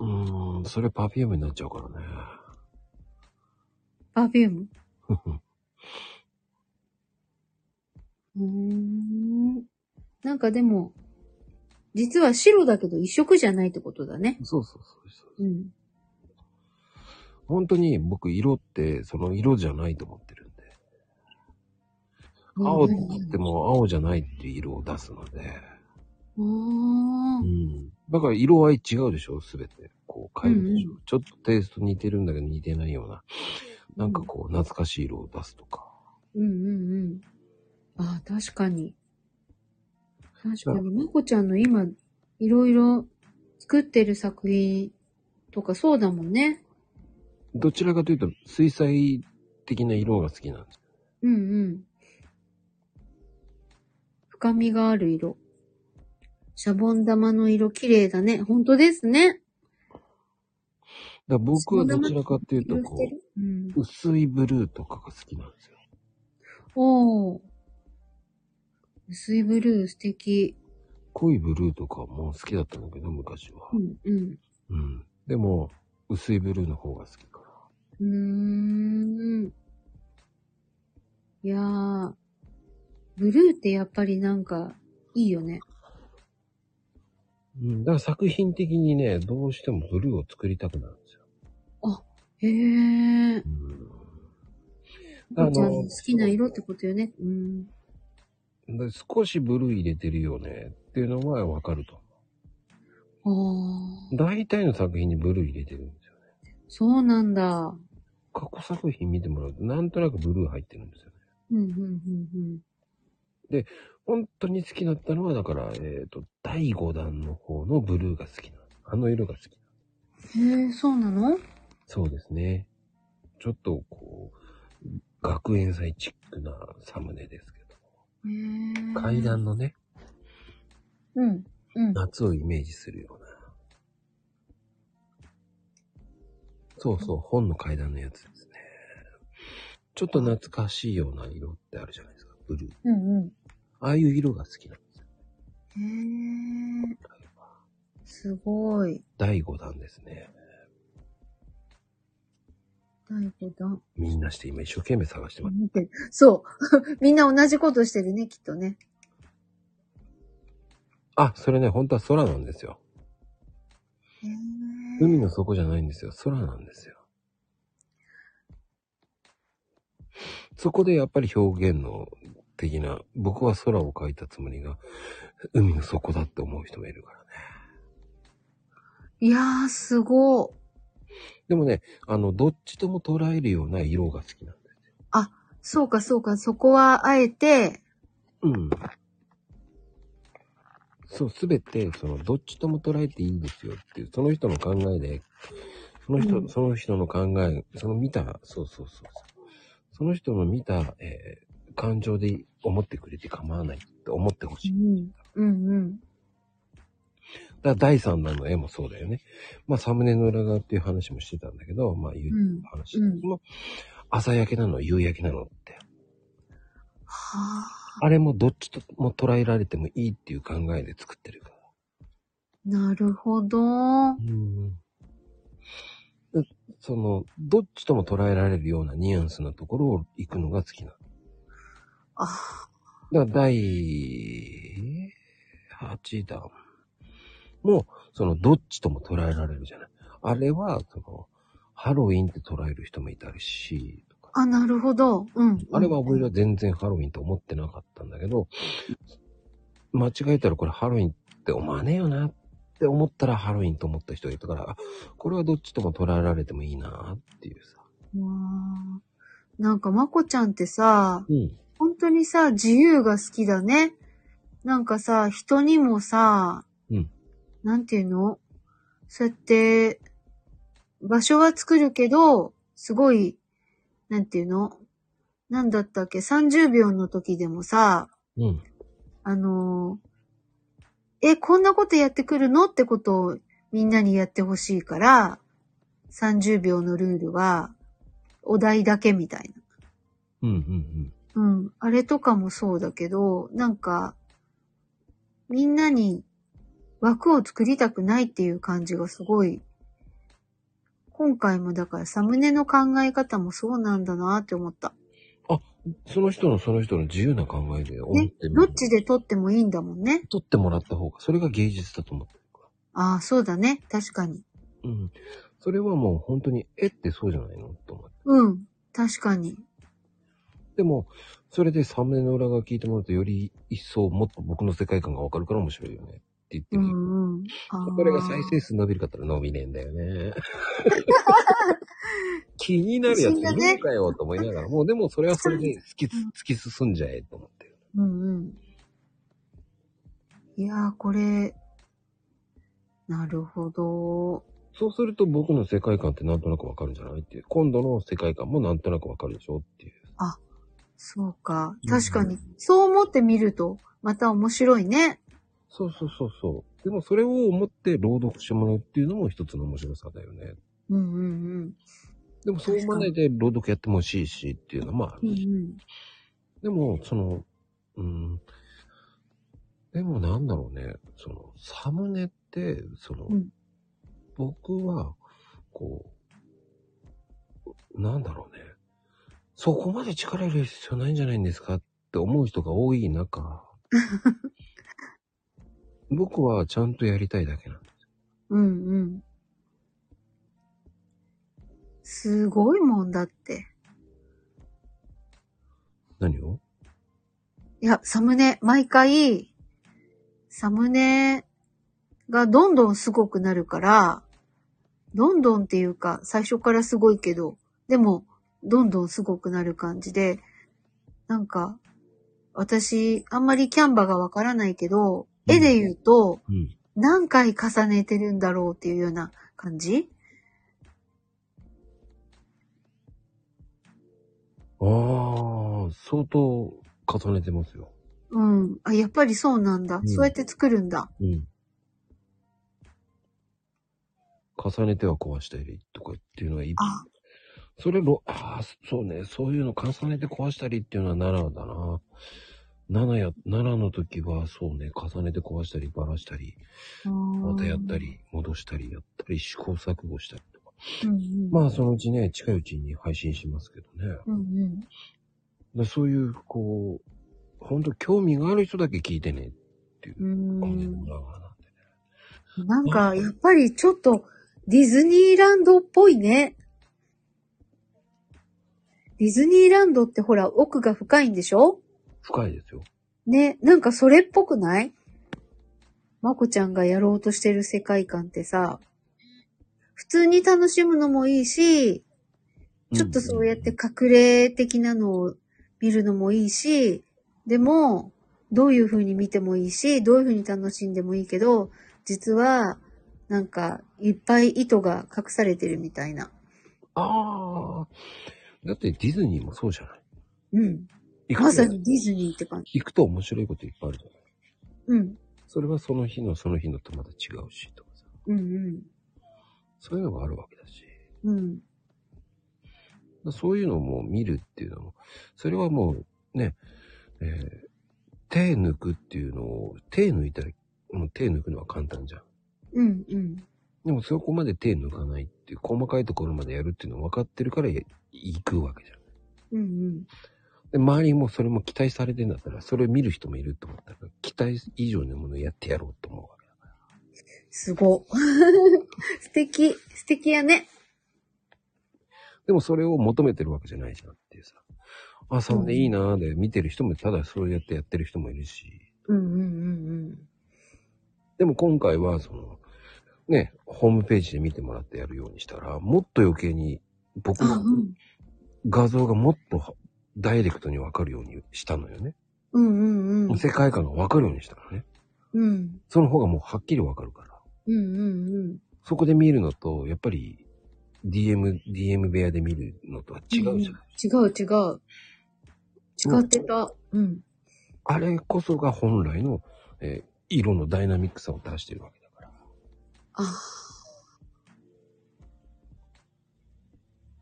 Speaker 2: うーん、それパフュームになっちゃうからね。
Speaker 3: パフュ ーム
Speaker 2: うん
Speaker 3: うーん。なんかでも、実は白だけど一色じゃないってことだね。
Speaker 2: そうそうそうそう。
Speaker 3: うん。
Speaker 2: 本当に僕色ってその色じゃないと思ってるんで。青って言っても青じゃないっていう色を出すので。
Speaker 3: うん。あ
Speaker 2: う
Speaker 3: ー
Speaker 2: ん。だから色合い違うでしょすべて。こう変えるでしょ、
Speaker 3: う
Speaker 2: ちょっとテイスト似てるんだけど似てないような。なんかこう懐かしい色を出すとか。
Speaker 3: うんうんうん。ああ、確かに。確かに、まこちゃんの今、いろいろ作ってる作品とかそうだもんね。
Speaker 2: どちらかというと水彩的な色が好きなんです。
Speaker 3: うんうん。深みがある色。シャボン玉の色綺麗だね。本当ですね。
Speaker 2: だから僕はどちらかというと
Speaker 3: 色
Speaker 2: こ
Speaker 3: してるうん。
Speaker 2: う薄いブルーとかが好きなんですよ。
Speaker 3: おお。薄いブルー素敵。
Speaker 2: 濃いブルーとかも好きだったんだけど昔は。
Speaker 3: うんうん。
Speaker 2: うん。でも、薄いブルーの方が好きか
Speaker 3: うーん。いやー、ブルーってやっぱりなんか、いいよね。
Speaker 2: な。うん。だから作品的にね、どうしてもブルーを作りたくなるんですよ。
Speaker 3: へー。
Speaker 2: うん。
Speaker 3: あちゃんの好きな色ってことよね。うん。
Speaker 2: で少しブルー入れてるよねっていうのはわかると思
Speaker 3: あー、
Speaker 2: う。大体の作品にブルー入れてるんですよね。
Speaker 3: そうなんだ。
Speaker 2: 過去作品見てもらうと、なんとなくブルー入ってるんですよね。
Speaker 3: うん、うん、うん、
Speaker 2: 本当に好きだったのは、だから、えっ、と、第5弾の方のブルーが好きなの。あの色が好きなの。
Speaker 3: うん。へえ、そうなの
Speaker 2: そうですね。ちょっと、こう、学園祭チックなサムネですけ
Speaker 3: へえ。
Speaker 2: ど、階。段のね、
Speaker 3: うん、うん。
Speaker 2: 夏をイメージするような。そうそう、本の階段のやつですね。ちょっと懐かしいような色ってあるじゃないですか、ブルー。
Speaker 3: うん、うん。
Speaker 2: ああいう色が好きなんですよ。
Speaker 3: へえ、すごい。
Speaker 2: 第5弾ですね。
Speaker 3: 第5弾。
Speaker 2: みんなして今一生懸命探してます。
Speaker 3: 見てるそう。 みんな同じことしてるね、きっとね。
Speaker 2: あ、それね、本当は空なんですよ。
Speaker 3: へえ
Speaker 2: 海の底じゃないんですよ。空なんですよ。そこでやっぱり表現の的な、僕は空を描いたつもりが、海の底だって思う人もいるからね。
Speaker 3: いやー、すごい。
Speaker 2: でもね、あの、どっちとも捉えるような色が好きなんです。
Speaker 3: そうか、そうか、そこはあえて、
Speaker 2: うん。そう、すべて、その、どっちとも捉えていいんですよっていう、その人の考えで、その人、
Speaker 3: うん
Speaker 2: その人の考え、その見た、そうそうそうそう。その人の見た、えー感情で思ってくれて構わないって思ってほしい。
Speaker 3: ん、うん、う
Speaker 2: だ
Speaker 3: ん。
Speaker 2: から第3弾の絵もそうだよね。まあ、サムネの裏側っていう話もしてたんだけど、まあ、言う
Speaker 3: うん
Speaker 2: 話も、朝焼けなの、夕焼けなのって。
Speaker 3: はあ、
Speaker 2: あれもどっちとも捉えられてもいいっていう考えで作ってるから。
Speaker 3: なるほど。
Speaker 2: うんでその、どっちとも捉えられるようなニュアンスなところを行くのが好きな
Speaker 3: あ、
Speaker 2: の。だから第8弾も、その、どっちとも捉えられるじゃない。あれは、その、ハロウィンって捉える人もいたりし、とか。
Speaker 3: あ、なるほど。うん。
Speaker 2: あれは俺は全然ハロウィンと思ってなかったんだけど、間違えたらこれハロウィンって思わねえよなって思ったらハロウィンと思った人がいたから、あこれはどっちとも捉えられてもいいなっていうさ。
Speaker 3: わあなんか、まこちゃんってさ、
Speaker 2: うん。
Speaker 3: 本当にさ、自由が好きだね。なんかさ、人にもさ、
Speaker 2: うん
Speaker 3: なんていうのそうやって、場所は作るけど、すごい、なんていうのなんだったっけ ?30 秒の時でもさ、
Speaker 2: うん。
Speaker 3: あのーえ、こんなことやってくるのってことをみんなにやってほしいから、30秒のルールは、お題だけみたいな。
Speaker 2: うんうん
Speaker 3: うん。あれとかもそうだけど、なんか、みんなに枠を作りたくないっていう感じがすごい、今回もだからサムネの考え方もそうなんだなって思った。
Speaker 2: うん。その人のその人の自由な考えで思っ
Speaker 3: ね
Speaker 2: て。み
Speaker 3: ど
Speaker 2: る
Speaker 3: っちで撮ってもいいんだもんね。
Speaker 2: 撮ってもらった方が、それが芸術だと思ってるか
Speaker 3: ああ、そうだね。確かに。
Speaker 2: ら。うん。それはもう本当に、絵ってそうじゃないのと思って。
Speaker 3: うん。確かに。
Speaker 2: でも、それでサムネの裏側聞いてもらうと、より一層もっと僕の世界観がわかるから面白いよねって言って
Speaker 3: う
Speaker 2: みる。
Speaker 3: んうん。あー
Speaker 2: これが再生数伸びるかったら伸びねえんだよ ね。気になるやついるのかよと思いながら、もうでもそれはそれで突き
Speaker 3: うん
Speaker 2: 突き進んじゃえと思ってる。
Speaker 3: うんうん。いやー、これ、なるほど。
Speaker 2: そうすると僕の世界観ってなんとなくわかるんじゃないっていう。今度の世界観もなんとなくわかるでしょっていう。
Speaker 3: そうか
Speaker 2: う。ん
Speaker 3: 確かに。そう思ってみると、また面白いね。
Speaker 2: そうそうそうそう。でもそれを思って朗読してもらうっていうのも一つの面白さだよね。
Speaker 3: うんうん
Speaker 2: でもそう思わないで朗読やっても欲しいしっていうのもあ
Speaker 3: うん。う
Speaker 2: る。
Speaker 3: ん
Speaker 2: でも、その、うん。でもなんだろうね。その、サムネって、その、
Speaker 3: うん
Speaker 2: 僕は、こう、なんだろうね。そこまで力入れる必要ないんじゃないんですかって思う人が多い 中、僕はちゃんとやりたいだけなの。
Speaker 3: うん。うんうん。すごいもんだって。
Speaker 2: 何を
Speaker 3: いや、サムネ、毎回、サムネがどんどんすごくなるから、どんどんっていうか、最初からすごいけど、でも、どんどんすごくなる感じで、なんか、私、あんまりキャンバがわからないけど、
Speaker 2: うん
Speaker 3: 絵で言うと、
Speaker 2: うん。
Speaker 3: 何回重ねてるんだろうっていうような感じ
Speaker 2: ああ、相当重ねてますよ。
Speaker 3: うん。あ、やっぱりそうなんだ。
Speaker 2: ん
Speaker 3: そうやって作るんだ。
Speaker 2: うん。重ねては壊したりとかっていうのがいい。
Speaker 3: あ、
Speaker 2: それも、ああ、そうね。そういうの重ねて壊したりっていうのは奈良だな。奈良や、奈良の時はそうね。重ねて壊したり、ばらしたり、ま
Speaker 3: ま
Speaker 2: たやった。り、戻したり、やったり、試行錯誤したりとか。
Speaker 3: うんうん。
Speaker 2: まあ、そのうちね、近いうちに配信しますけどね。
Speaker 3: うんうん。
Speaker 2: でそういう、こう、本当興味がある人だけ聞いてねっていうう感じの
Speaker 3: ん
Speaker 2: 裏側なんでね。
Speaker 3: なんか、やっぱりちょっと、ディズニーランドっぽいね。ディズニーランドってほら、奥が深いんでしょ
Speaker 2: 深いですよ。
Speaker 3: ね、なんかそれっぽくないまこちゃんがやろうとしてる世界観ってさ、普通に楽しむのもいいし、ちょっとそうやって隠れ的なのを見るのもいいし、でも、どういう風に見てもいいし、どういう風に楽しんでもいいけど、実は、なんか、いっぱい意図が隠されてるみたいな。
Speaker 2: ああ。だってディズニーもそうじゃない。
Speaker 3: うん。
Speaker 2: 行くと
Speaker 3: まさにディズニーって感じ。
Speaker 2: 行くと面白いこといっぱいあるじゃない。
Speaker 3: うん。
Speaker 2: それはその日のその日のとまた違うしとかさ。
Speaker 3: うん
Speaker 2: そういうのがあるわけだし。
Speaker 3: うん。うん。
Speaker 2: そういうのも見るっていうのも、それはもうね、えー手抜くっていうのを、手抜いたら、もう手抜くのは簡単じゃん。
Speaker 3: うんうん。
Speaker 2: でもそこまで手抜かないっていう、細かいところまでやるっていうの分かってるからや行くわけじゃん。
Speaker 3: うんうん。
Speaker 2: で、周りもそれも期待されてんだったら、それを見る人もいると思ったら、期待以上のものをやってやろうと思うわけだから。
Speaker 3: すご。 素敵。素敵やね。
Speaker 2: でもそれを求めてるわけじゃないじゃんっていうさ。あ、そんでいいなーで、見てる人もただそうやってやってる人もいるし。
Speaker 3: うんうんうん
Speaker 2: でも今回は、その、ね、ホームページで見てもらってやるようにしたら、もっと余計に僕
Speaker 3: うん。あ、う
Speaker 2: の
Speaker 3: ん。
Speaker 2: 画像がもっとダイレクトにわかるようにしたのよね。
Speaker 3: うんうんうん。
Speaker 2: 世界観がわかるようにしたのね。
Speaker 3: うん。
Speaker 2: その方がもうはっきりわかるから。
Speaker 3: うんうんうん。
Speaker 2: そこで見るのと、やっぱり DM、DM 部屋で見るのとは違うじゃない、
Speaker 3: 違う違う。違ってた。うん。
Speaker 2: あれこそが本来の、えー色のダイナミックさを出してるわけだから。
Speaker 3: ああ。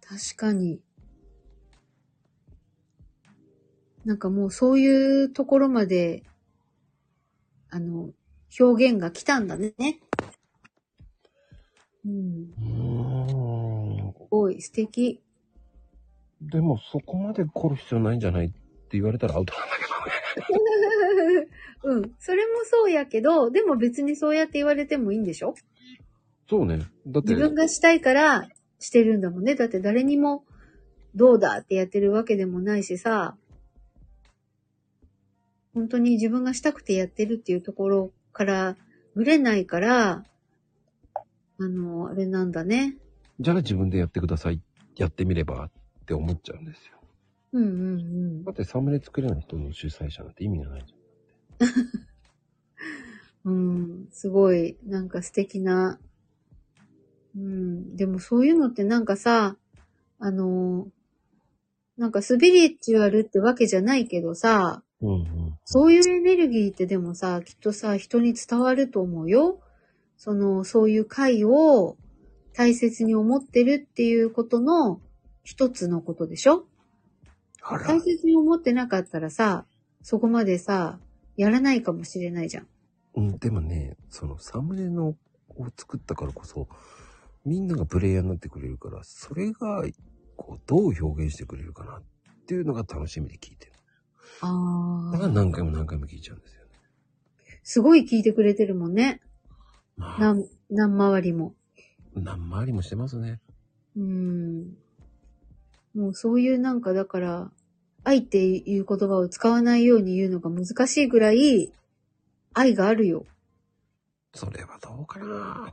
Speaker 3: 確かに。なんかもうそういうところまで、あの、表現が来たんだね。うん。
Speaker 2: うーん。
Speaker 3: すごい素敵。
Speaker 2: でもそこまで凝る必要ないんじゃないって言われたらアウトなんだけどね。
Speaker 3: うん。それもそうやけど、でも別にそうやって言われてもいいんでしょ
Speaker 2: そうね。だっ
Speaker 3: 自分
Speaker 2: て、
Speaker 3: がしたいからしてるんだもんね。だって誰にもどうだってやってるわけでもないしさ、本当に自分がしたくてやってるっていうところからぶれないから、あの、あれなんだね。
Speaker 2: じゃあ自分でやってください。やってみればって思っちゃうんですよ。
Speaker 3: うんうん
Speaker 2: だってサムネ作れない人の主催者なんて意味がないじゃん。
Speaker 3: うん。うん、すごい、なんか素敵な。うん、でもそういうのってなんかさ、あの、なんかスピリチュアルってわけじゃないけどさ、
Speaker 2: うんうん。
Speaker 3: そういうエネルギーってでもさ、きっとさ、人に伝わると思うよ。その、そういう会を大切に思ってるっていうことの一つのことでしょ
Speaker 2: あら
Speaker 3: 大切に思ってなかったらさ、そこまでさ、やらないかもしれないじゃん。
Speaker 2: うん、でもね、そのサムネのを作ったからこそ、みんながプレイヤーになってくれるから、それが、こう、どう表現してくれるかなっていうのが楽しみで聞いてる。だか
Speaker 3: あ
Speaker 2: ら
Speaker 3: あ。
Speaker 2: 何回も何回も聞いちゃうんですよね。
Speaker 3: すごい聞いてくれてるもんね。
Speaker 2: まあ、
Speaker 3: 何、何回りも。
Speaker 2: 何回りもしてますね。
Speaker 3: うん。もうそういうなんかだから、愛っていう言葉を使わないように言うのが難しいぐらい、愛があるよ。
Speaker 2: それはどうかな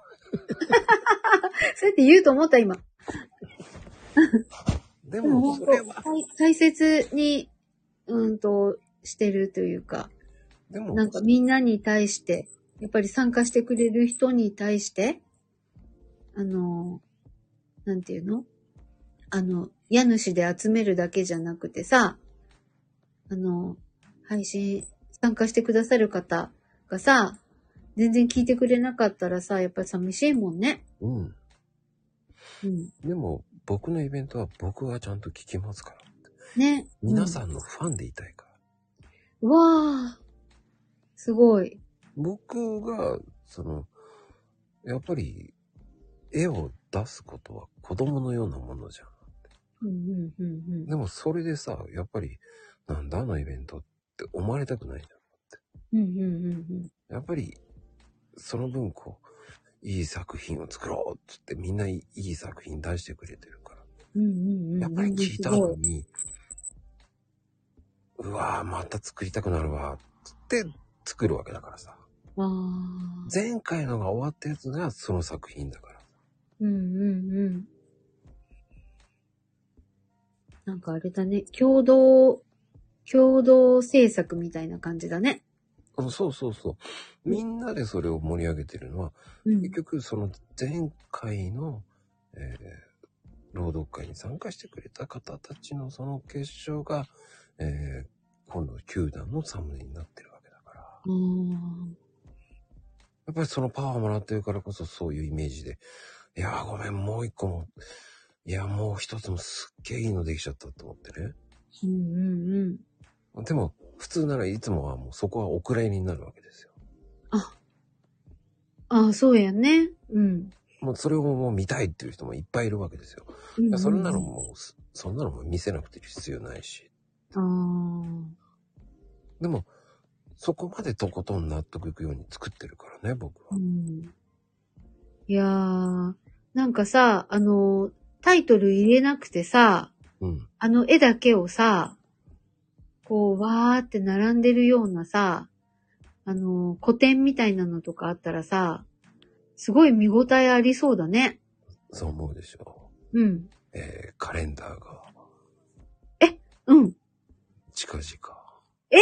Speaker 3: そうやって言うと思った今。
Speaker 2: で
Speaker 3: でも
Speaker 2: も、
Speaker 3: 本
Speaker 2: そ
Speaker 3: 当
Speaker 2: れは、
Speaker 3: 大大切に、うんと、してるというか、
Speaker 2: でも、
Speaker 3: なんかみんなに対して、やっぱり参加してくれる人に対して、あの、なんていうのあの、家主で集めるだけじゃなくてさ、あの、配信、参加してくださる方がさ、全然聞いてくれなかったらさ、やっぱり寂しいもんね。
Speaker 2: うん。
Speaker 3: うん。
Speaker 2: でも、僕のイベントは僕はちゃんと聞きますから。
Speaker 3: ね。
Speaker 2: 皆さんのファンでいたいから。
Speaker 3: うん。わあ。すごい。
Speaker 2: 僕が、その、やっぱり、絵を出すことは子供のようなものじゃん。
Speaker 3: うんうんうんうん。
Speaker 2: でもそれでさ、やっぱり、なんだあのイベントって思われたくないじ
Speaker 3: うんうんうん
Speaker 2: ゃん。やっぱり、その分こう、いい作品を作ろうっつってみんないいいい作品出してくれてるから。
Speaker 3: うん。うんうんうん。
Speaker 2: やっぱり聞いた
Speaker 3: すご
Speaker 2: のに、うわぁ、また作りたくなるわ、つって作るわけだからさ。
Speaker 3: ああ。
Speaker 2: 前回のが終わったやつがその作品だから。
Speaker 3: うんうんうん。なんかあれだね。共同、共同制作みたいな感じだね。
Speaker 2: うんそうそうそう。みんなでそれを盛り上げてるのは、
Speaker 3: うん
Speaker 2: 結。局その前回の、えー朗読会に参加してくれた方たちのその結晶が、えー今度球団のサムネになってるわけだから。
Speaker 3: あー
Speaker 2: やっぱりそのパワーもらってるからこそそういうイメージで、いやーごめん、もう一個も、いや、もう一つもすっげえいいのできちゃったと思ってね。
Speaker 3: うんうんうん。
Speaker 2: でも、普通ならいつもはもうそこはお蔵入りになるわけですよ。
Speaker 3: ああ、そうやね。うん。
Speaker 2: もうそれをもう見たいっていう人もいっぱいいるわけですよ。
Speaker 3: うん
Speaker 2: いや
Speaker 3: うん
Speaker 2: それなの。もう、そんなのも見せなくて必要ないし。
Speaker 3: ああ。
Speaker 2: でも、そこまでとことん納得いくように作ってるからね、僕
Speaker 3: う
Speaker 2: は。
Speaker 3: んいやー、なんかさ、あの、タイトル入れなくてさ、
Speaker 2: うん。
Speaker 3: あの絵だけをさ、こう、わーって並んでるようなさ、あの、古典みたいなのとかあったらさ、すごい見応えありそうだね。
Speaker 2: そう思うでしょ
Speaker 3: うん。
Speaker 2: う。えー、カレンダーが
Speaker 3: うん。
Speaker 2: 近々。
Speaker 3: え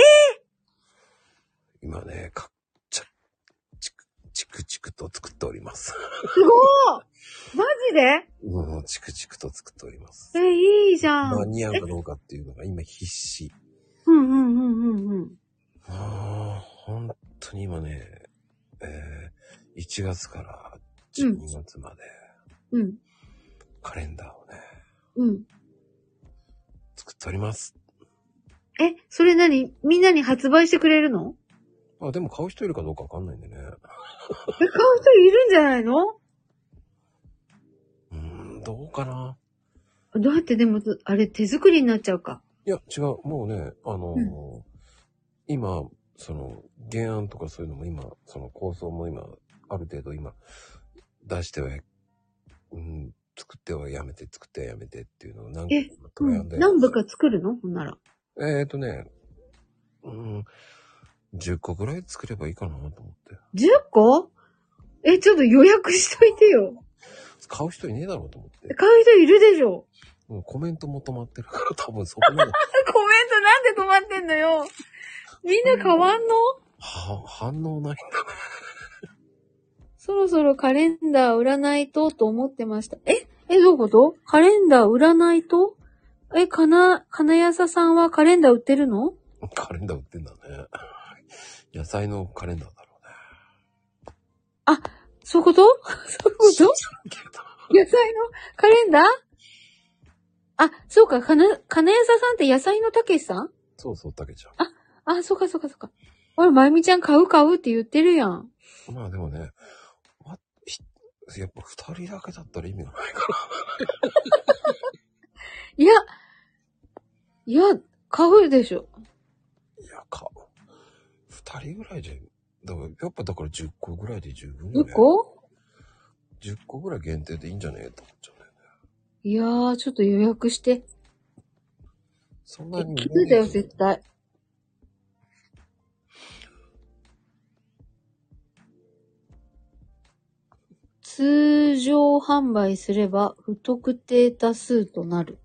Speaker 2: 今ね、かっちゃ、チク、チクチクと作っております。
Speaker 3: すごーマジで
Speaker 2: もうチクチクと作っております。
Speaker 3: え、いいじゃん。
Speaker 2: 間に合うかどうかっていうのが今必死。
Speaker 3: うんうんうんうんうん。
Speaker 2: ああ、本当に今ね、えー、1月から
Speaker 3: うん
Speaker 2: 12月まで
Speaker 3: うん。
Speaker 2: カレンダーをね、
Speaker 3: うん。
Speaker 2: 作っております。
Speaker 3: え、それ何みんなに発売してくれるの
Speaker 2: あ、でも買う人いるかどうかわかんないんでね。
Speaker 3: え買う人いるんじゃないの
Speaker 2: うーん、どうかな。
Speaker 3: どうやってでも、あれ手作りになっちゃうか。
Speaker 2: いや、違う。もうね、あのー今、その、原案とかそういうのも今、その構想も今、ある程度今、出しては、うん、作ってはやめて、作ってはやめてっていうのを何
Speaker 3: え
Speaker 2: 回もトライアンドや
Speaker 3: 何部か作るのほんなら。
Speaker 2: えっ、ー、とね、うん、10個ぐらい作ればいいかなと思って。
Speaker 3: 10個え、ちょっと予約しといてよ。
Speaker 2: 買う人いねえだろうと思って。
Speaker 3: 買う人いるでしょ。
Speaker 2: もうコメントも止まってるから、多分そこまで、
Speaker 3: コメントなんで止まってんのよ。みんな変わんの
Speaker 2: は、反応ない。
Speaker 3: そろそろカレンダー売らないとと思ってました。ええ、どういうことカレンダー売らないとえ、かな、金谷ささんはカレンダー売ってるの
Speaker 2: カレンダー売ってんだね。野菜のカレンダーだろうね。
Speaker 3: そういうこと そういうこと野菜のカレンダーあ、そうか、かな、金谷ささんって野菜のたけしさん
Speaker 2: そうそう、たけちゃ
Speaker 3: あ、そうかそうかそうか。俺、まゆみちゃん買う買うって言ってるやん。
Speaker 2: ん。まあでもね、わひやっぱ二人だけだったら意味がないから。
Speaker 3: いや、いや、買うでしょ。
Speaker 2: いや、か、二人ぐらいじゃ、だから、やっぱだから10個ぐらいで十分よ、
Speaker 3: 10
Speaker 2: ね。
Speaker 3: 個
Speaker 2: ?10 個ぐらい限定でいいんじゃねえと思っちゃうね。
Speaker 3: いやー、ちょっと予約して。
Speaker 2: そんな
Speaker 3: え
Speaker 2: に、
Speaker 3: キズだよ、絶対。通常販売すれば不特定多数となる。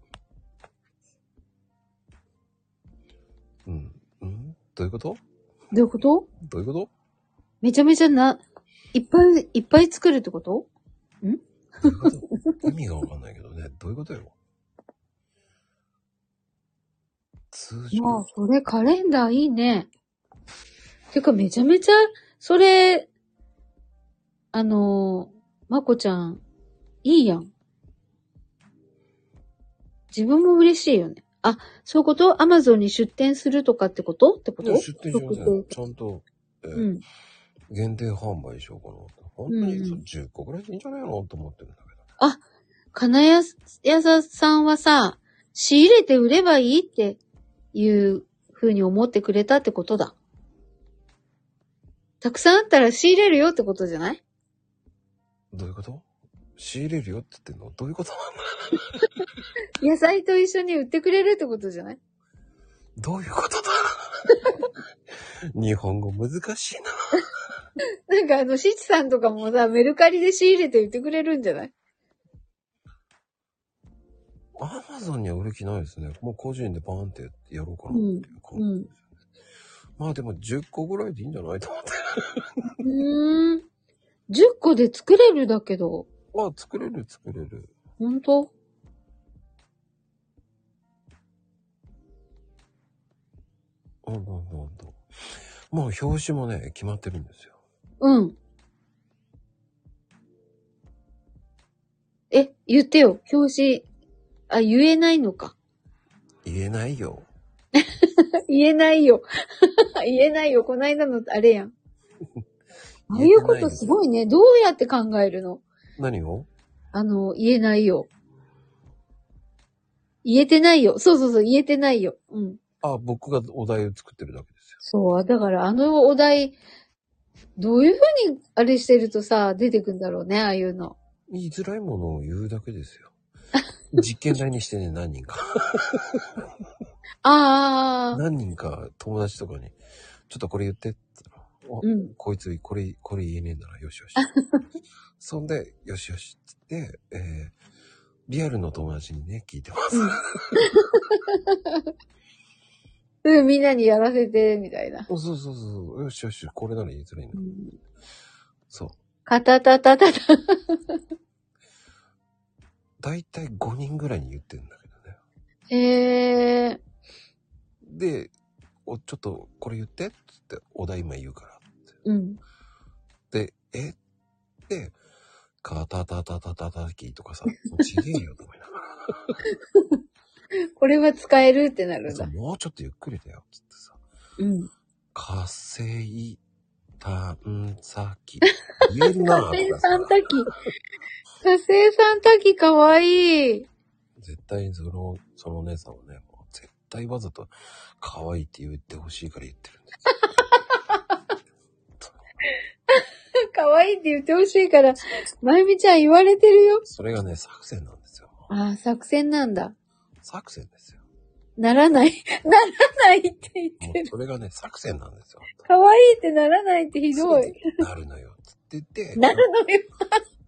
Speaker 2: どういうこと
Speaker 3: どういうこと
Speaker 2: どういうこと
Speaker 3: めちゃめちゃな、いっぱいいっぱい作るってこと
Speaker 2: どういうこと意味がわかんないけどね。どういうことよ。通常、
Speaker 3: まあ、それカレンダーいいね。てかめちゃめちゃ、それ、あのー、まこちゃん、いいやん。自分も嬉しいよね。あ、そういうことアマゾンに出店するとかってことってこと
Speaker 2: ね出店しませ
Speaker 3: 特
Speaker 2: ん。
Speaker 3: 定
Speaker 2: ちゃんと、えー
Speaker 3: うん。
Speaker 2: 限定販売しようかなと。本当に
Speaker 3: うん
Speaker 2: そう10個ぐらいでいいんじゃないのと思ってるんだけど。
Speaker 3: 金谷やささんはさ、仕入れて売ればいいっていう風に思ってくれたってことだ。たくさんあったら仕入れるよってことじゃない
Speaker 2: どういうこと仕入れるよって言ってんのどういうこと
Speaker 3: 野菜と一緒に売ってくれるってことじゃない
Speaker 2: どういうことだ 日本語難しいな。
Speaker 3: なんかあの、しちさんとかもさ、メルカリで仕入れて売ってくれるんじゃない
Speaker 2: アマゾンには売る気ないですね。もう個人でバーンってやろうかな
Speaker 3: うん
Speaker 2: っていう感じ。
Speaker 3: ん。
Speaker 2: まあでも10個ぐらいでいいんじゃないと思って。
Speaker 3: うーん。10個で作れるだけど、
Speaker 2: まあ作れる作れる。
Speaker 3: ほんと
Speaker 2: うんうんうんうん。もう表紙もね、決まってるんですよ。
Speaker 3: うん。え、言ってよ。表紙。あ、言えないのか。
Speaker 2: 言えないよ。
Speaker 3: 言えないよ。 言えないよ。こないだのあれやん。ああいうことすごいね。どうやって考えるの
Speaker 2: 何を
Speaker 3: あの、言えないよ。言えてないよ。そうそうそう、言えてないよ。うん。
Speaker 2: あ、僕がお題を作ってるだけですよ。
Speaker 3: そう。だから、あのお題、どういうふうにあれしてるとさ、出てくんだろうね、ああいうの。
Speaker 2: 言いづらいものを言うだけです よ。実験台にしてね、何人か。
Speaker 3: ああ、
Speaker 2: 何人か友達とかに、ちょっとこれ言ってって言ったら、あ
Speaker 3: うん。
Speaker 2: こいつ、これ、これ言えねえんだなら、よしよ し。そんで、よしよしって言って、えー、リアルの友達にね、聞いてます。
Speaker 3: うん、みんなにやらせて、みたいな。
Speaker 2: そうそうそうそう、よしよし、これなら言いづらいんだ。そう。
Speaker 3: カタタタタタ。
Speaker 2: だいたい5人ぐらいに言ってるんだけどね。
Speaker 3: へえ。
Speaker 2: で、おちょっとこれ言ってって言って、お題今言うから。
Speaker 3: うん。
Speaker 2: で、えで、カタタタタタタキとかさ、もうちげえよと思いながら。
Speaker 3: これは使えるってな るん
Speaker 2: そう
Speaker 3: だ。
Speaker 2: もうちょっとゆっくりだよ、つってさ。
Speaker 3: うん。
Speaker 2: 稼い、たん、さき。言えるなぁ
Speaker 3: 火星
Speaker 2: とか
Speaker 3: さ
Speaker 2: さ
Speaker 3: ん滝。火星さん滝かわいい。
Speaker 2: 絶対その、そのお姉さんはね、もう絶対わざと可愛いって言ってほしいから言ってるんですよ。
Speaker 3: かわいいって言ってほしいから、まゆみちゃん言われてるよ。
Speaker 2: それがね、作戦なんですよ。
Speaker 3: ああ、作戦なんだ。
Speaker 2: 作戦ですよ。
Speaker 3: ならない。 ならないって言っ
Speaker 2: も
Speaker 3: て
Speaker 2: う
Speaker 3: る。
Speaker 2: それがね、作戦なんですよ。
Speaker 3: かわいいってならないってひどい。
Speaker 2: なるのよ。つって言って、
Speaker 3: なるのよ。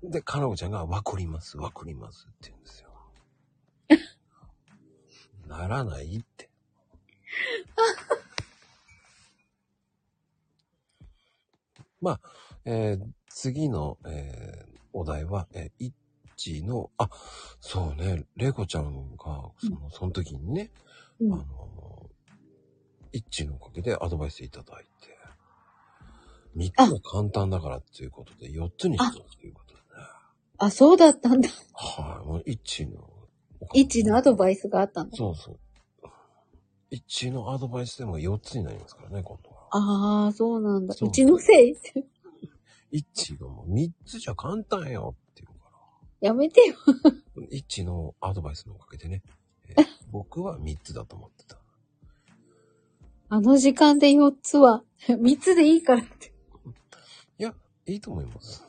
Speaker 2: で、かなこちゃんが、わかります、わかりますって言うん ですよ。ならない って。まあ、えー次の、えーお題は、えー、一の、あ、そうね、れいこちゃんが、その、その時にね、
Speaker 3: うん
Speaker 2: あの、一致のおかげでアドバイスいただいて、三つは簡単だからっていうことで、四つにしたっていうことでね。
Speaker 3: あ、そうだったんだ。
Speaker 2: はい、もう一致のおかげで。
Speaker 3: 一のアドバイスがあったんだ。
Speaker 2: そうそう。一致のアドバイスでも四つになりますからね、今度は。
Speaker 3: ああ、そうなんだ。
Speaker 2: そう
Speaker 3: 一のせい。
Speaker 2: 一致がもう三つじゃ簡単よっていうか
Speaker 3: やめてよ。
Speaker 2: ら。一致のアドバイスのおかげでね、え ー僕は三つだと思ってた。
Speaker 3: あの時間で4つ は、3つでいいからって。
Speaker 2: いや、いいと思います。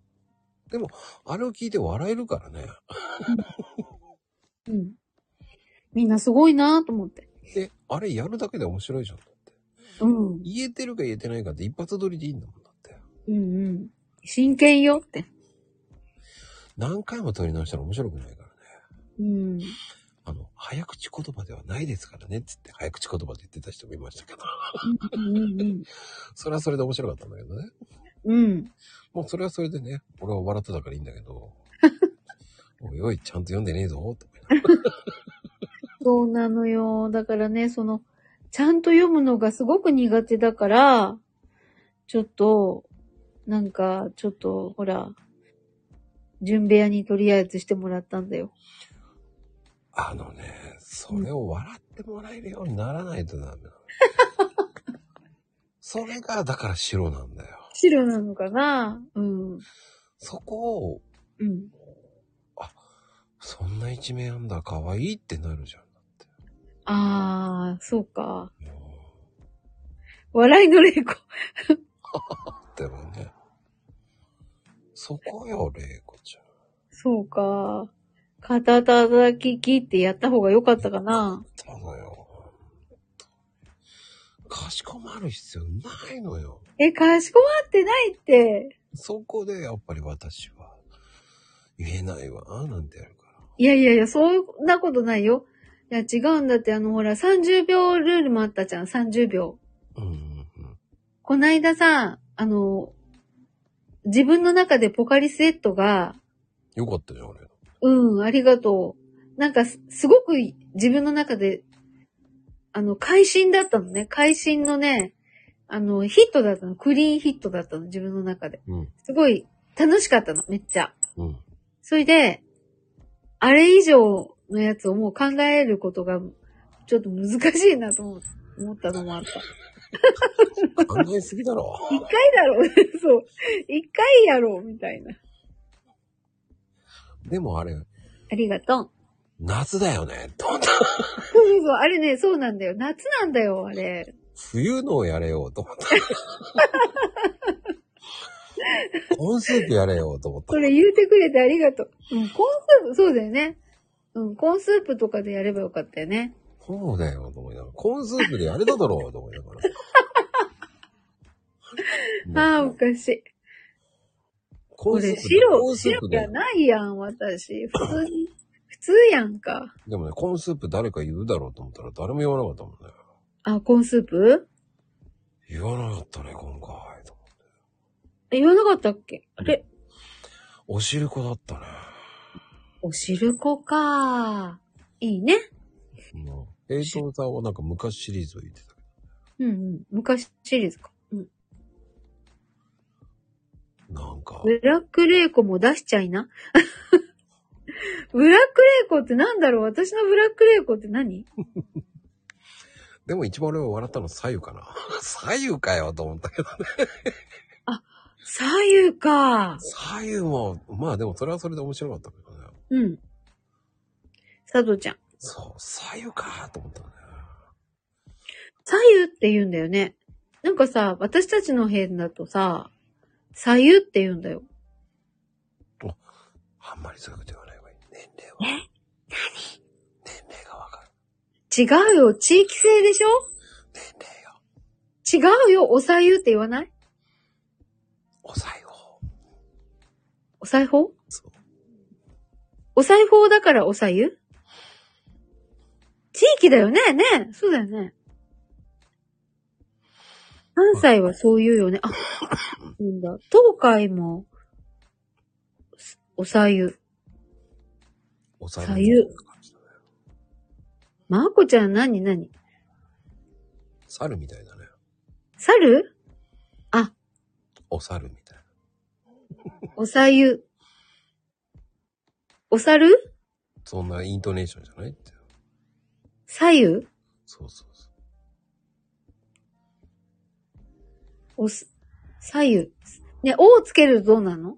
Speaker 2: でも、あれを聞いて笑えるからね。
Speaker 3: うん。みんなすごいなと思って。
Speaker 2: で、あれやるだけで面白いじゃん。だって
Speaker 3: うん。うん
Speaker 2: 言えてるか言えてないかって一発撮りでいいんだもんだって。
Speaker 3: うん。真剣よって。
Speaker 2: 何回も撮り直したら面白くないからね。
Speaker 3: うん。
Speaker 2: あの、早口言葉ではないですからね、つって早口言葉で言ってた人もいましたけど、
Speaker 3: うん
Speaker 2: それはそれで面白かったんだけどね。
Speaker 3: うん。うん。
Speaker 2: もうそれはそれでね、俺は笑ってたからいいんだけど、 おいおい、ちゃんと読んでねえぞ、と思いながら
Speaker 3: そうなのよ。だからね、その、ちゃんと読むのがすごく苦手だから、ちょっと、なんか、ちょっと、ほら、準部屋にとりあえずしてもらったんだよ。
Speaker 2: あのね、それを笑ってもらえるようにならないとダメなの。 それが、だから白なんだよ。
Speaker 3: 白なのかなうん。
Speaker 2: そこを、
Speaker 3: うん。
Speaker 2: そんな一面あんだ、可愛いってなるじゃん。
Speaker 3: ああ、そうか。
Speaker 2: も
Speaker 3: 笑いの霊子。
Speaker 2: う、でもね。そこよ、玲子ちゃん。
Speaker 3: そうか。肩たたききってやった方が良かったかな。
Speaker 2: たのよ。かしこまる必要ないのよ。
Speaker 3: え、かしこまってないって。
Speaker 2: そこで、やっぱり私は、言えないわ、なんてやるから。
Speaker 3: いやいやいや、そんなことないよ。いや、違うんだって、あの、ほら、30秒ルールもあったじゃん、30秒。
Speaker 2: うんうんうん。
Speaker 3: こないださ、あの、自分の中でポカリスエットが、
Speaker 2: よかったじゃん、俺。
Speaker 3: うん、ありがとう。なんかす、すごくい自分の中で、あの、会心だったのね。会心のね、あの、ヒットだったの。クリーンヒットだったの、自分の中で。
Speaker 2: うん。
Speaker 3: すごい楽しかったの、めっちゃ。
Speaker 2: うん。
Speaker 3: それで、あれ以上のやつをもう考えることが、ちょっと難しいなと思思ったのもあった。
Speaker 2: 考えすぎだろ。
Speaker 3: 一回だろう、 そう。一回やろう、みたいな。
Speaker 2: でもあれ、
Speaker 3: ありがとう。
Speaker 2: 夏だよね。と思った
Speaker 3: そうそうそう、あれね、そうなんだよ。夏なんだよ、あれ。
Speaker 2: 冬のをやれようと思った。 今週期やれようと思った
Speaker 3: そ。れ言うてくれてありがとう。うん、コーンスープ、そうだよね。うん、コーンスープとかでやればよかったよね。
Speaker 2: そうだよと思いながら。コーンスープでやれただろうと思いなが ら。
Speaker 3: ああ、
Speaker 2: も
Speaker 3: お
Speaker 2: う
Speaker 3: かしい。
Speaker 2: コーンスー
Speaker 3: 俺、
Speaker 2: プで、コー
Speaker 3: 白、
Speaker 2: ンスー
Speaker 3: 白
Speaker 2: プ
Speaker 3: じゃ
Speaker 2: で。
Speaker 3: ないやん、私。普通に、普通やんか。
Speaker 2: でもね、コーンスープ誰か言うだろうと思ったら誰も言わなかったもんね。
Speaker 3: あ、コーンスープ
Speaker 2: 言わなかったね、今回。と思って
Speaker 3: え言わなかったっけあれ、
Speaker 2: おしるこだったね。
Speaker 3: おしるこかいいね。
Speaker 2: うん。栄東さんはなんか昔シリーズを言ってたけど。
Speaker 3: うんうん。昔シリーズか。うん。
Speaker 2: なんか、
Speaker 3: ブラックレイコも出しちゃいな。 ブラックレイコってなんだろう私のブラックレイコって何
Speaker 2: でも一番俺が笑ったの左右かな。 左右かよと思ったけどね。
Speaker 3: 左右か。
Speaker 2: 左右も、まあでもそれはそれで面白かったけどね。
Speaker 3: うん。佐藤ちゃん。
Speaker 2: そう、左右かと思ったね。
Speaker 3: 左右って言うんだよね。なんかさ、私たちの辺だとさ、左右って言うんだよ。
Speaker 2: あんまりそういうこと言わない方がいい。年齢は。何年齢がわかる。
Speaker 3: 違うよ、地域性でしょ
Speaker 2: 年齢よ。
Speaker 3: 違うよ、お左右って言わない
Speaker 2: お財布を。
Speaker 3: お裁縫
Speaker 2: そう。
Speaker 3: お裁縫だからお左右地域だよねねえそうだよね。関西はそう言うよね。あ、なんだ。東海も、お左右。
Speaker 2: お財
Speaker 3: 左右まーこちゃん何何
Speaker 2: 猿みたいだね。
Speaker 3: 猿
Speaker 2: お猿みたいな。
Speaker 3: おさゆ。お猿
Speaker 2: そんなイントネーションじゃないって。
Speaker 3: 左右
Speaker 2: そうそうそう。
Speaker 3: おす、左右。ね、おをつけるとどうなの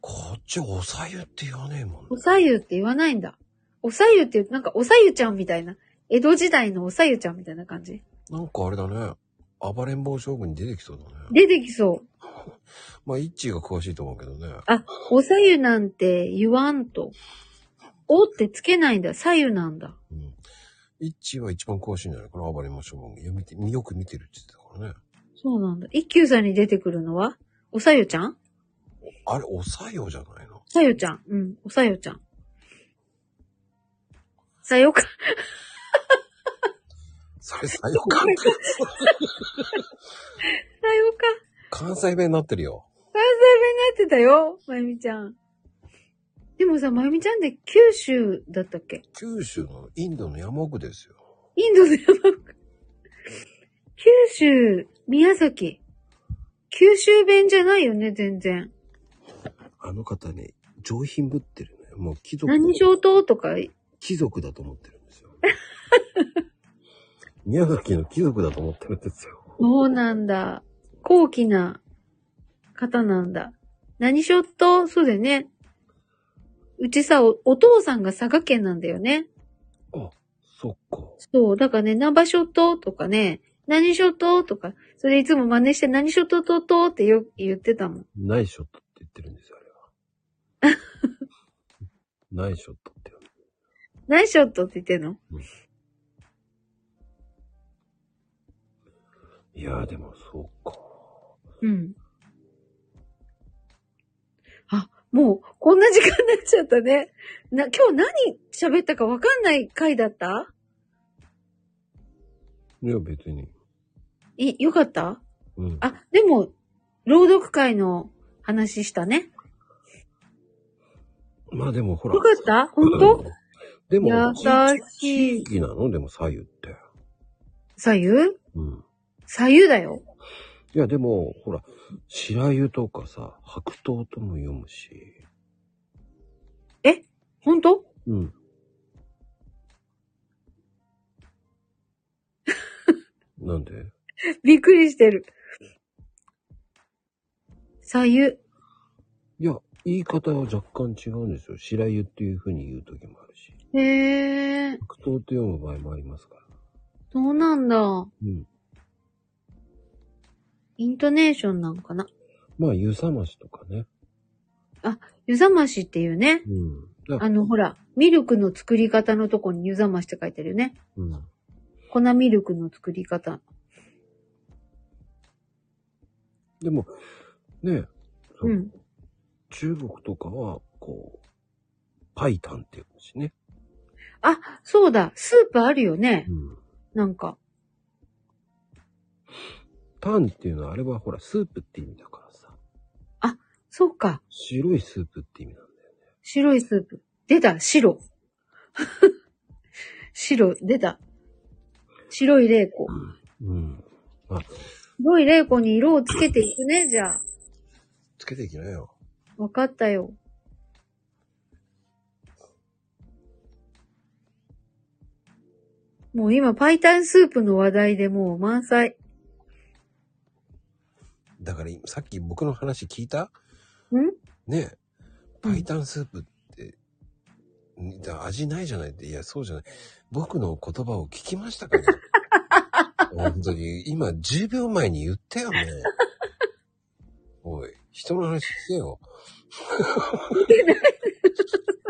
Speaker 2: こっちお財布って言わねえもん
Speaker 3: お
Speaker 2: ね。
Speaker 3: 左右って言わないんだ。お左右って、なんかお左右ちゃんみたいな。江戸時代のお左右ちゃんみたいな感じ。
Speaker 2: なんかあれだね。暴れん坊将軍に出てきそうだね。
Speaker 3: 出てきそう。
Speaker 2: まあ、イッチーが詳しいと思うけどね。
Speaker 3: お左右なんて言わんと。おってつけないんだ。左右なんだ。
Speaker 2: うん。イッチーは一番詳しいんじゃないかな。暴れん坊将軍。よ見てよく見てるって言ってたからね。
Speaker 3: そうなんだ。一休さんに出てくるのはお左右ちゃん
Speaker 2: あれ、おさよじゃないの
Speaker 3: 左右ちゃん。うん。お左右ちゃん。さよか、
Speaker 2: それさよかんって
Speaker 3: さよか。
Speaker 2: 関西弁になってるよ。
Speaker 3: 関西弁になってたよ、まゆみちゃん。でもさ、まゆみちゃんって九州だったっけ
Speaker 2: 九州のインドの山奥ですよ。
Speaker 3: インドの山奥。九州、宮崎。九州弁じゃないよね、全然。
Speaker 2: あの方ね、上品ぶってるね。もう貴族。
Speaker 3: 何小島とか、
Speaker 2: 貴族だと思ってるんですよ。 宮崎の貴族だと思ってるんですよ。
Speaker 3: そうなんだ。高貴な方なんだ。何しよっと、そうだよね。うちさ、おお父さんが佐賀県なんだよね。
Speaker 2: あ、そっか。
Speaker 3: そう、だからね、ナバショトとかね、何ショトとか、それいつも真似して何ショトトトってよく言ってたもん。
Speaker 2: ナイショットって言ってるんですよ、あれは。 ナイショットって言う
Speaker 3: 何ショトって言ってんの
Speaker 2: いやーでもそうか。
Speaker 3: うん。あ、もう、こんな時間になっちゃったね。な、今日何喋ったかわかんない回だった
Speaker 2: いや別に。
Speaker 3: い、よかった
Speaker 2: うん。
Speaker 3: あ、でも、朗読会の話したね。
Speaker 2: まあでもほら
Speaker 3: よ。かった本当
Speaker 2: でも、
Speaker 3: 優し
Speaker 2: 地
Speaker 3: い。
Speaker 2: 域なのでも左右って。
Speaker 3: 左右
Speaker 2: うん。
Speaker 3: 左右だよ。
Speaker 2: いやでも、ほら、白湯とかさ、白桃とも読むし。
Speaker 3: 本当
Speaker 2: うん。なんで
Speaker 3: びっくりしてる。左右。
Speaker 2: いや、言い方は若干違うんですよ。白湯っていう風に言う時もあるし。
Speaker 3: へえ、
Speaker 2: 白桃って読む場合もありますから。
Speaker 3: そうなんだ。
Speaker 2: うん。
Speaker 3: イントネーションなんかな。
Speaker 2: まあ、湯冷ましとかね。
Speaker 3: 湯冷ましっていうね。
Speaker 2: うん。だ
Speaker 3: あの、ほら、ミルクの作り方のとこに湯冷ましって書いてあるよね。
Speaker 2: うん。
Speaker 3: 粉ミルクの作り方。
Speaker 2: でも、ね、そう
Speaker 3: うん。
Speaker 2: 中国とかは、こう、パイタンって言うしね。
Speaker 3: そうだ、スープあるよね。
Speaker 2: うん。
Speaker 3: なんか。
Speaker 2: タンっていうのは、あれはほら、スープって意味だからさ。
Speaker 3: そうか。
Speaker 2: 白いスープって意味なんだよ。
Speaker 3: 白いスープ。出た、白。 白、出た。白い霊子。
Speaker 2: うん。まあ、
Speaker 3: 白い霊子に色をつけていくね、じゃあ。
Speaker 2: つけていきなよ。
Speaker 3: わかったよ。もう今、パイタンスープの話題でもう満載。
Speaker 2: だから、今さっき僕の話聞いた
Speaker 3: ん
Speaker 2: ねパイタンスープって、んだ味ないじゃないって、いや、そうじゃない。僕の言葉を聞きました かね本当に、今10秒前に言ったよね。おい、人の話聞け よ。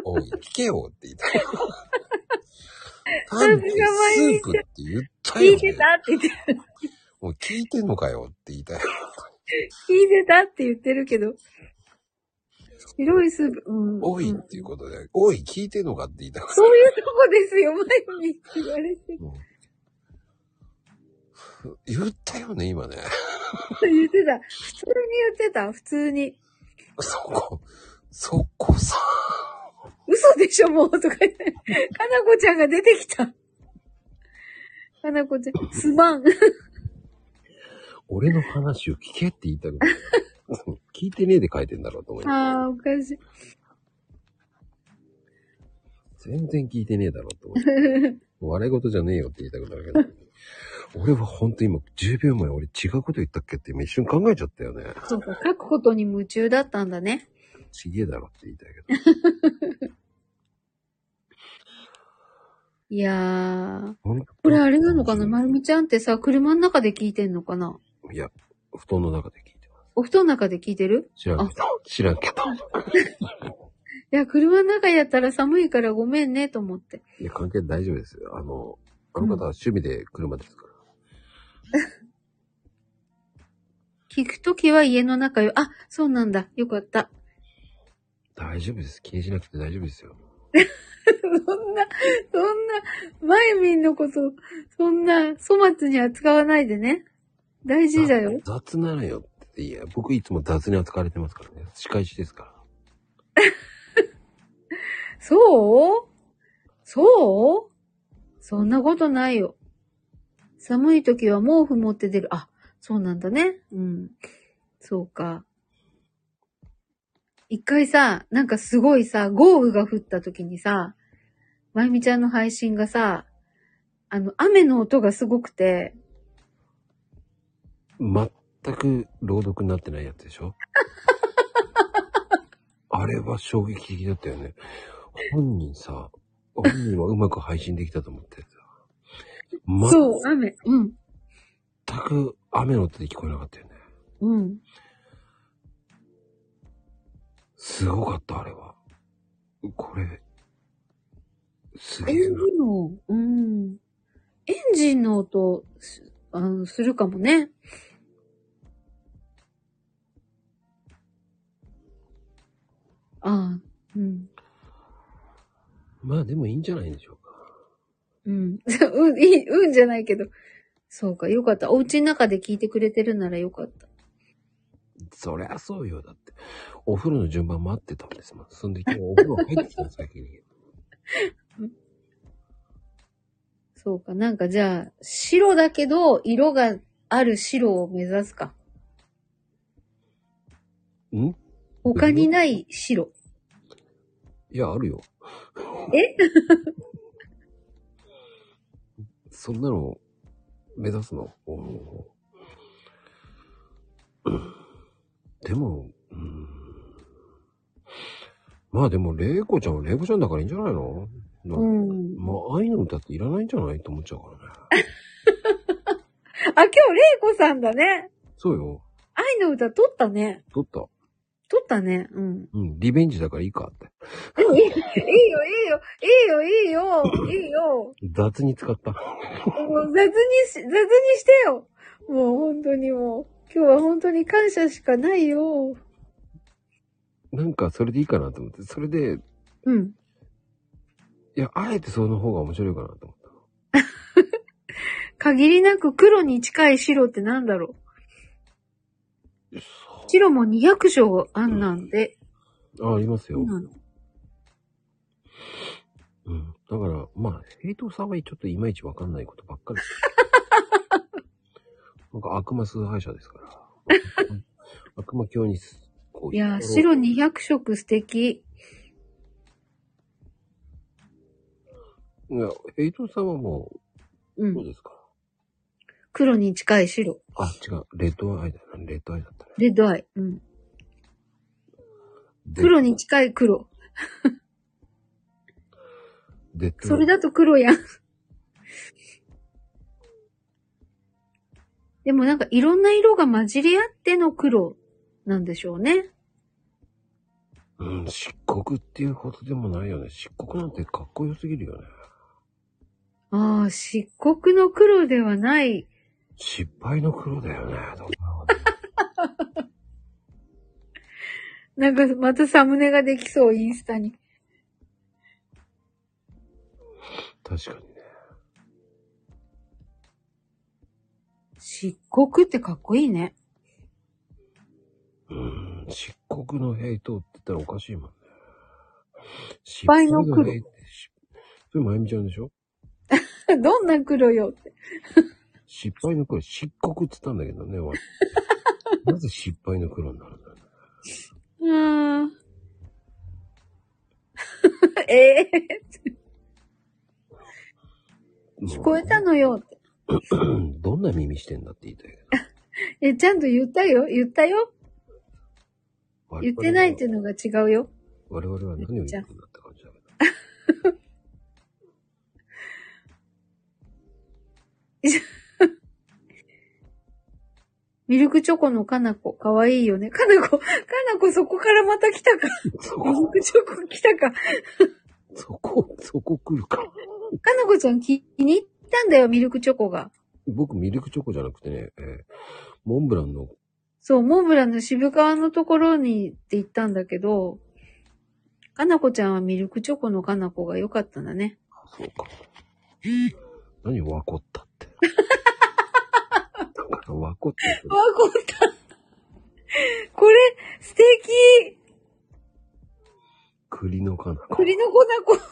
Speaker 2: おい、聞けよって言ったよ。
Speaker 3: さすが
Speaker 2: 単
Speaker 3: 前
Speaker 2: に
Speaker 3: に
Speaker 2: スー
Speaker 3: 言っ
Speaker 2: プって言った
Speaker 3: 聞
Speaker 2: よ、
Speaker 3: いて
Speaker 2: ね。
Speaker 3: たって言って、
Speaker 2: もう聞いてんのかよって言いたよ。
Speaker 3: 聞いてたって言ってるけど。白いスープ、うん。
Speaker 2: おい
Speaker 3: うん
Speaker 2: っていうことで、おい、聞いてんのかって言いたか
Speaker 3: そういうとこですよ、前に言われて。
Speaker 2: ら。言ったよね、今ね。
Speaker 3: 言ってた。普通に言ってた、普通に。
Speaker 2: そこ、そこさ、
Speaker 3: 嘘でしょ、もう、とか言って。かなこちゃんが出てきた。かなこちゃん、すまん。
Speaker 2: 俺の話を聞けって言いたくない。聞いてねえで書いてんだろうと思い
Speaker 3: ああ、おかしい。
Speaker 2: 全然聞いてねえだろうと思って。笑い事じゃねえよって言いたくなるけど。俺はほんと今10秒前俺違うこと言ったっけって今一瞬考えちゃったよね。
Speaker 3: そうか、書くことに夢中だったんだね。
Speaker 2: ちげえだろって言いたいけど。
Speaker 3: いやー。
Speaker 2: ほんと
Speaker 3: これあれなのかなまるみちゃんってさ、車の中で聞いてんのかない
Speaker 2: や、布団の中で聞いてます。
Speaker 3: お布団の中で聞いてる
Speaker 2: 知らんけど。知らんけど。
Speaker 3: いや、車の中やったら寒いからごめんね、と思って。
Speaker 2: いや、関係ない大丈夫ですよ。あの、あの方は趣味で車ですから。
Speaker 3: 聞くときは家の中よ。あ、そうなんだ。よかった。
Speaker 2: 大丈夫です。気にしなくて大丈夫ですよ。
Speaker 3: そんな、そんな、まゆみんのこと、そんな、粗末に扱わないでね。大事だよ。
Speaker 2: 雑ならよって。いや、僕いつも雑に扱われてますからね。仕返しですから。
Speaker 3: そうそうそんなことないよ。寒い時は毛布持って出る。あ、そうなんだね。うん。そうか。一回さ、なんかすごいさ、豪雨が降った時にさ、まゆみちゃんの配信がさ、あの、雨の音がすごくて、
Speaker 2: 全く朗読になってないやつでし ょあれは衝撃的だったよね。本人さ、本人はうまく配信できたと思ってさ。
Speaker 3: そう、雨。うん。
Speaker 2: 全く雨の音で聞こえなかったよね。
Speaker 3: うん。
Speaker 2: すごかった、あれは。これ、すげ
Speaker 3: エン
Speaker 2: え
Speaker 3: ジ
Speaker 2: な。
Speaker 3: ンの、うん。エンジンの音、すあの、するかもね。ああ、うん。
Speaker 2: まあでもいいんじゃないでしょうか。
Speaker 3: うん。 うん、いい、うんじゃないけど。そうか、よかった。お家の中で聞いてくれてるならよかった。
Speaker 2: そりゃそうよ。だって、お風呂の順番待ってたんですもん。そんで今日お風呂入ってきたの、先に。
Speaker 3: そうか、なんかじゃあ、白だけど、色がある白を目指すか。
Speaker 2: ん
Speaker 3: 他にない白。
Speaker 2: いや、あるよ。
Speaker 3: え
Speaker 2: そんなの、目指すの、うんでも、うん、まあでも、玲子ちゃんは玲子ちゃんだからいいんじゃないのな
Speaker 3: うん。
Speaker 2: まあ、愛の歌っていらないんじゃないと思っちゃうからね。
Speaker 3: あ、今日、玲子さんだね。
Speaker 2: そうよ。
Speaker 3: 愛の歌撮ったね。
Speaker 2: 撮った。
Speaker 3: 撮ったね。うん。
Speaker 2: うん、リベンジだからいいかって。
Speaker 3: でもいい、いいよ、いいよ、いいよ、いいよ、いいよ。
Speaker 2: 雑に使った。
Speaker 3: もう雑にし、雑にしてよ。もう本当にもう。今日は本当に感謝しかないよ。
Speaker 2: なんか、それでいいかなと思って。それで、
Speaker 3: うん。
Speaker 2: いや、あえてその方が面白いかなと思った。
Speaker 3: 限りなく黒に近い白ってなんだろう。白も200章あんなんで。
Speaker 2: あ、あります
Speaker 3: そ
Speaker 2: よ
Speaker 3: う。なの。
Speaker 2: うん。だから、まあ、平等さんはちょっといまいちわかんないことばっか り。なんか悪魔崇拝者です から。うん悪魔教にす、こう
Speaker 3: いやー、白
Speaker 2: に。
Speaker 3: 200色素敵。
Speaker 2: いや、平等さんはも
Speaker 3: う。
Speaker 2: う、そうんですか。
Speaker 3: 黒に近い白。
Speaker 2: あ、違う。レッドアイだな。レッドアイだったね。
Speaker 3: レッドアイ。うん。
Speaker 2: で
Speaker 3: 黒に。近い黒。
Speaker 2: で、
Speaker 3: それだと黒やん。 でもなんかいろんな色が混じり合っての黒なんでしょうね。
Speaker 2: うん、漆黒っていうことでもないよね。漆黒なんてかっこよすぎるよね。
Speaker 3: ああ、漆黒の黒ではない。
Speaker 2: 失敗の黒だよね。だから
Speaker 3: なんかまたサムネができそう、インスタに。
Speaker 2: 確かにね。
Speaker 3: 漆黒ってかっこいいね。
Speaker 2: うん、漆黒のヘイトって言ったらおかしいもんね。失
Speaker 3: 敗の黒
Speaker 2: 敗のヘイトってしそれまゆみちゃんでしょ
Speaker 3: どんな黒よって。
Speaker 2: 失敗の黒、漆黒って言ったんだけどね、 わなぜ失敗の黒になるんだろうね。
Speaker 3: うーん。 ええ聞こえたのよって。
Speaker 2: の どんな耳してんだって言いたいけど。
Speaker 3: え、ちゃんと言ったよ言ったよ
Speaker 2: 我々は
Speaker 3: 言ってないっていうのが違うよ。
Speaker 2: 我々は何を言ってんだって感じだけど。
Speaker 3: ミルクチョコのかなこ、かわいいよね。かなこ、かなこそこからまた来 たか。
Speaker 2: そ
Speaker 3: ミル
Speaker 2: こ、
Speaker 3: クチョコ来たか。か
Speaker 2: そこ、そこ来るか。
Speaker 3: なこちゃん気に入ったんだよ、ミルクチョコが。
Speaker 2: 僕、ミルクチョコじゃなくてね、えーモンブランの、
Speaker 3: そう、モンブランの渋川のところにって言ったんだけど、かなこちゃんはミルクチョコのかなこが良かったんだね。
Speaker 2: そうか。何わこったって。 だからわこって言ってる
Speaker 3: わ、こんた。これ、素敵
Speaker 2: 栗のかなこ。
Speaker 3: 栗の粉子、 か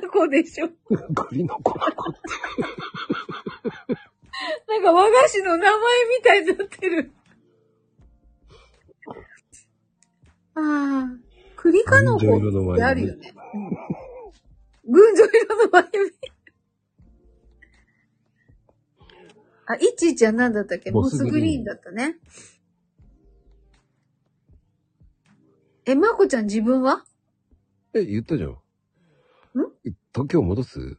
Speaker 3: なこでしょ。
Speaker 2: 栗のかなこって。
Speaker 3: なんか和菓子の名前みたいになってる。ああ、栗かの子ってあるよね。うん群青色の眉毛。あ、いちいちは何だったっけモ
Speaker 2: モス
Speaker 3: ス
Speaker 2: グリーン
Speaker 3: グリーンだったね。え、まこちゃん自分は
Speaker 2: え、言ったじゃん。ん時を戻す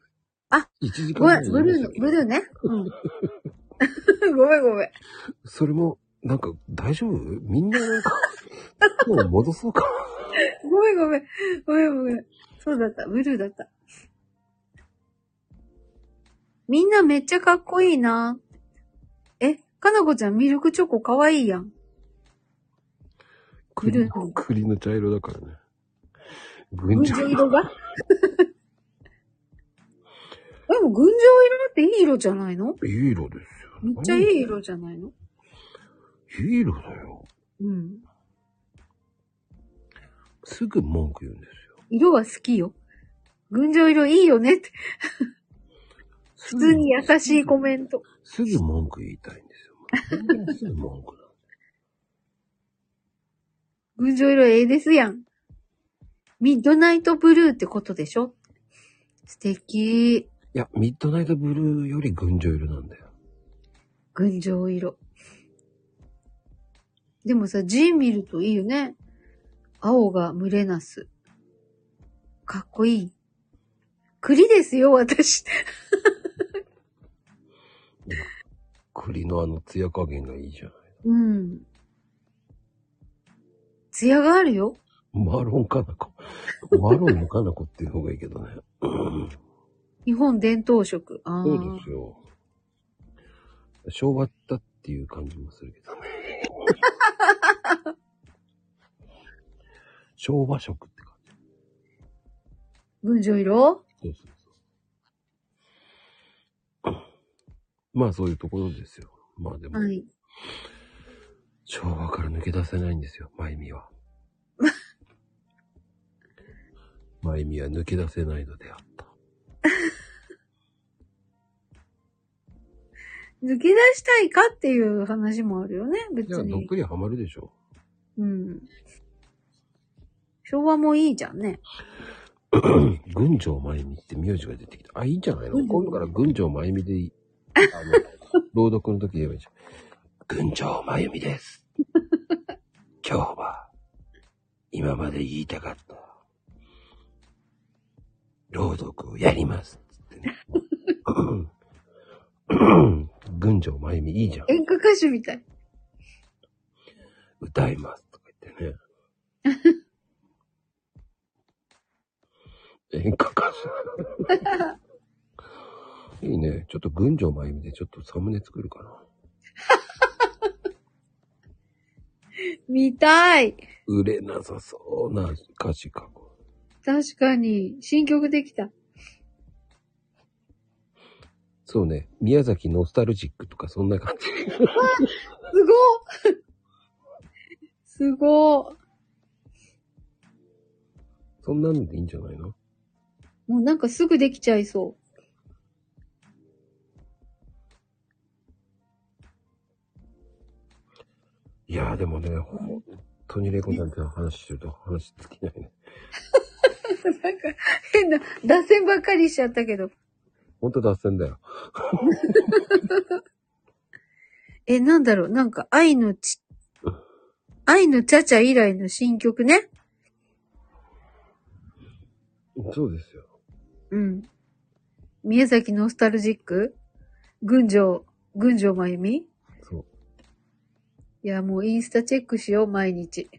Speaker 3: あ、
Speaker 2: 1時間
Speaker 3: ごめん、
Speaker 2: ぐ
Speaker 3: ブ
Speaker 2: ら
Speaker 3: ル
Speaker 2: い
Speaker 3: ー
Speaker 2: に
Speaker 3: の、ブルーね。うん。ごめんごめん。
Speaker 2: それも、なんか、大丈夫みんな、なん か、もう戻そうか。
Speaker 3: ごめんごめん。ごめんごめん。そうだった。ブルーだった。みんなめっちゃかっこいいな。え、かなこちゃんミルクチョコかわいいやん。ブル
Speaker 2: 栗
Speaker 3: ーの
Speaker 2: の、栗の茶色だからね。群
Speaker 3: 群
Speaker 2: 青
Speaker 3: 青色が。 でも群青色っていい色じゃないの
Speaker 2: いい色ですよ。
Speaker 3: めっちゃいい色じゃないの
Speaker 2: いい色だよ。
Speaker 3: うん。
Speaker 2: すぐ文句言うんですよ。
Speaker 3: 色は好きよ。群青色いいよねって。普通に優しいコメント。
Speaker 2: すぐ文句言いたいんですよ。本当にすぐ文句なの
Speaker 3: 群青色ええですやん。ミッドナイトブルーってことでしょ素敵。
Speaker 2: いや、ミッドナイトブルーより群青色なんだよ。
Speaker 3: 群青色。でもさ、字見るといいよね。青が群れなす。かっこいい。栗ですよ、私。
Speaker 2: 栗のあの艶加減がいいじゃない。
Speaker 3: うん。艶があるよ。
Speaker 2: マロンかなこ。マロンのかなこっていう方がいいけどね。うん
Speaker 3: 日本伝統色。ああ。
Speaker 2: そうですよ。昭和だっていう感じもするけどね。昭和色って感
Speaker 3: 群青色
Speaker 2: じ。そうそうそう。まあそういうところですよ。まあでも、
Speaker 3: はい。
Speaker 2: 昭和から抜け出せないんですよ、まゆみ は。まゆみは抜け出せないのであった。
Speaker 3: 抜け出したいかっていう話もあるよね、
Speaker 2: いや、
Speaker 3: 別
Speaker 2: どっ
Speaker 3: に。
Speaker 2: ぷりハマるでしょ
Speaker 3: うん。昭和もいいじゃんね。
Speaker 2: 群青まゆみって名字が出てきた。あ、いいんじゃないの
Speaker 3: 群青
Speaker 2: 今度から群青まゆみでいい。あの、 朗読の時言えばいいじゃん。群青まゆみです。今日は、今まで言いたかった、朗読をやります。つってね。群青まゆみいいじゃん。
Speaker 3: 演歌歌手みたい。
Speaker 2: 歌いますとか言 ってね。演歌歌手。いいね。ちょっと群青まゆみでちょっとサムネ作るかな。
Speaker 3: 見たい。
Speaker 2: 売れなさそうな歌詞書こう。
Speaker 3: 確かに。新曲できた。
Speaker 2: そうね。宮崎ノスタルジックとかそんな感じ。
Speaker 3: すごっ すごっ
Speaker 2: そんなのでいいんじゃないの
Speaker 3: もうなんかすぐできちゃいそ
Speaker 2: いやーでもね、本当にレコちゃんと話してると話尽きないね。
Speaker 3: う。なんか変な脱線ばっかりしちゃったけど。
Speaker 2: ほんと脱線だよ。
Speaker 3: え、なんだろう。なんか愛のち、愛のちゃちゃ以来の新曲ね。
Speaker 2: そうですよ。
Speaker 3: うん。宮崎ノスタルジック群青、群青まゆみ
Speaker 2: そう。
Speaker 3: いや、もうインスタチェックしよう、毎日。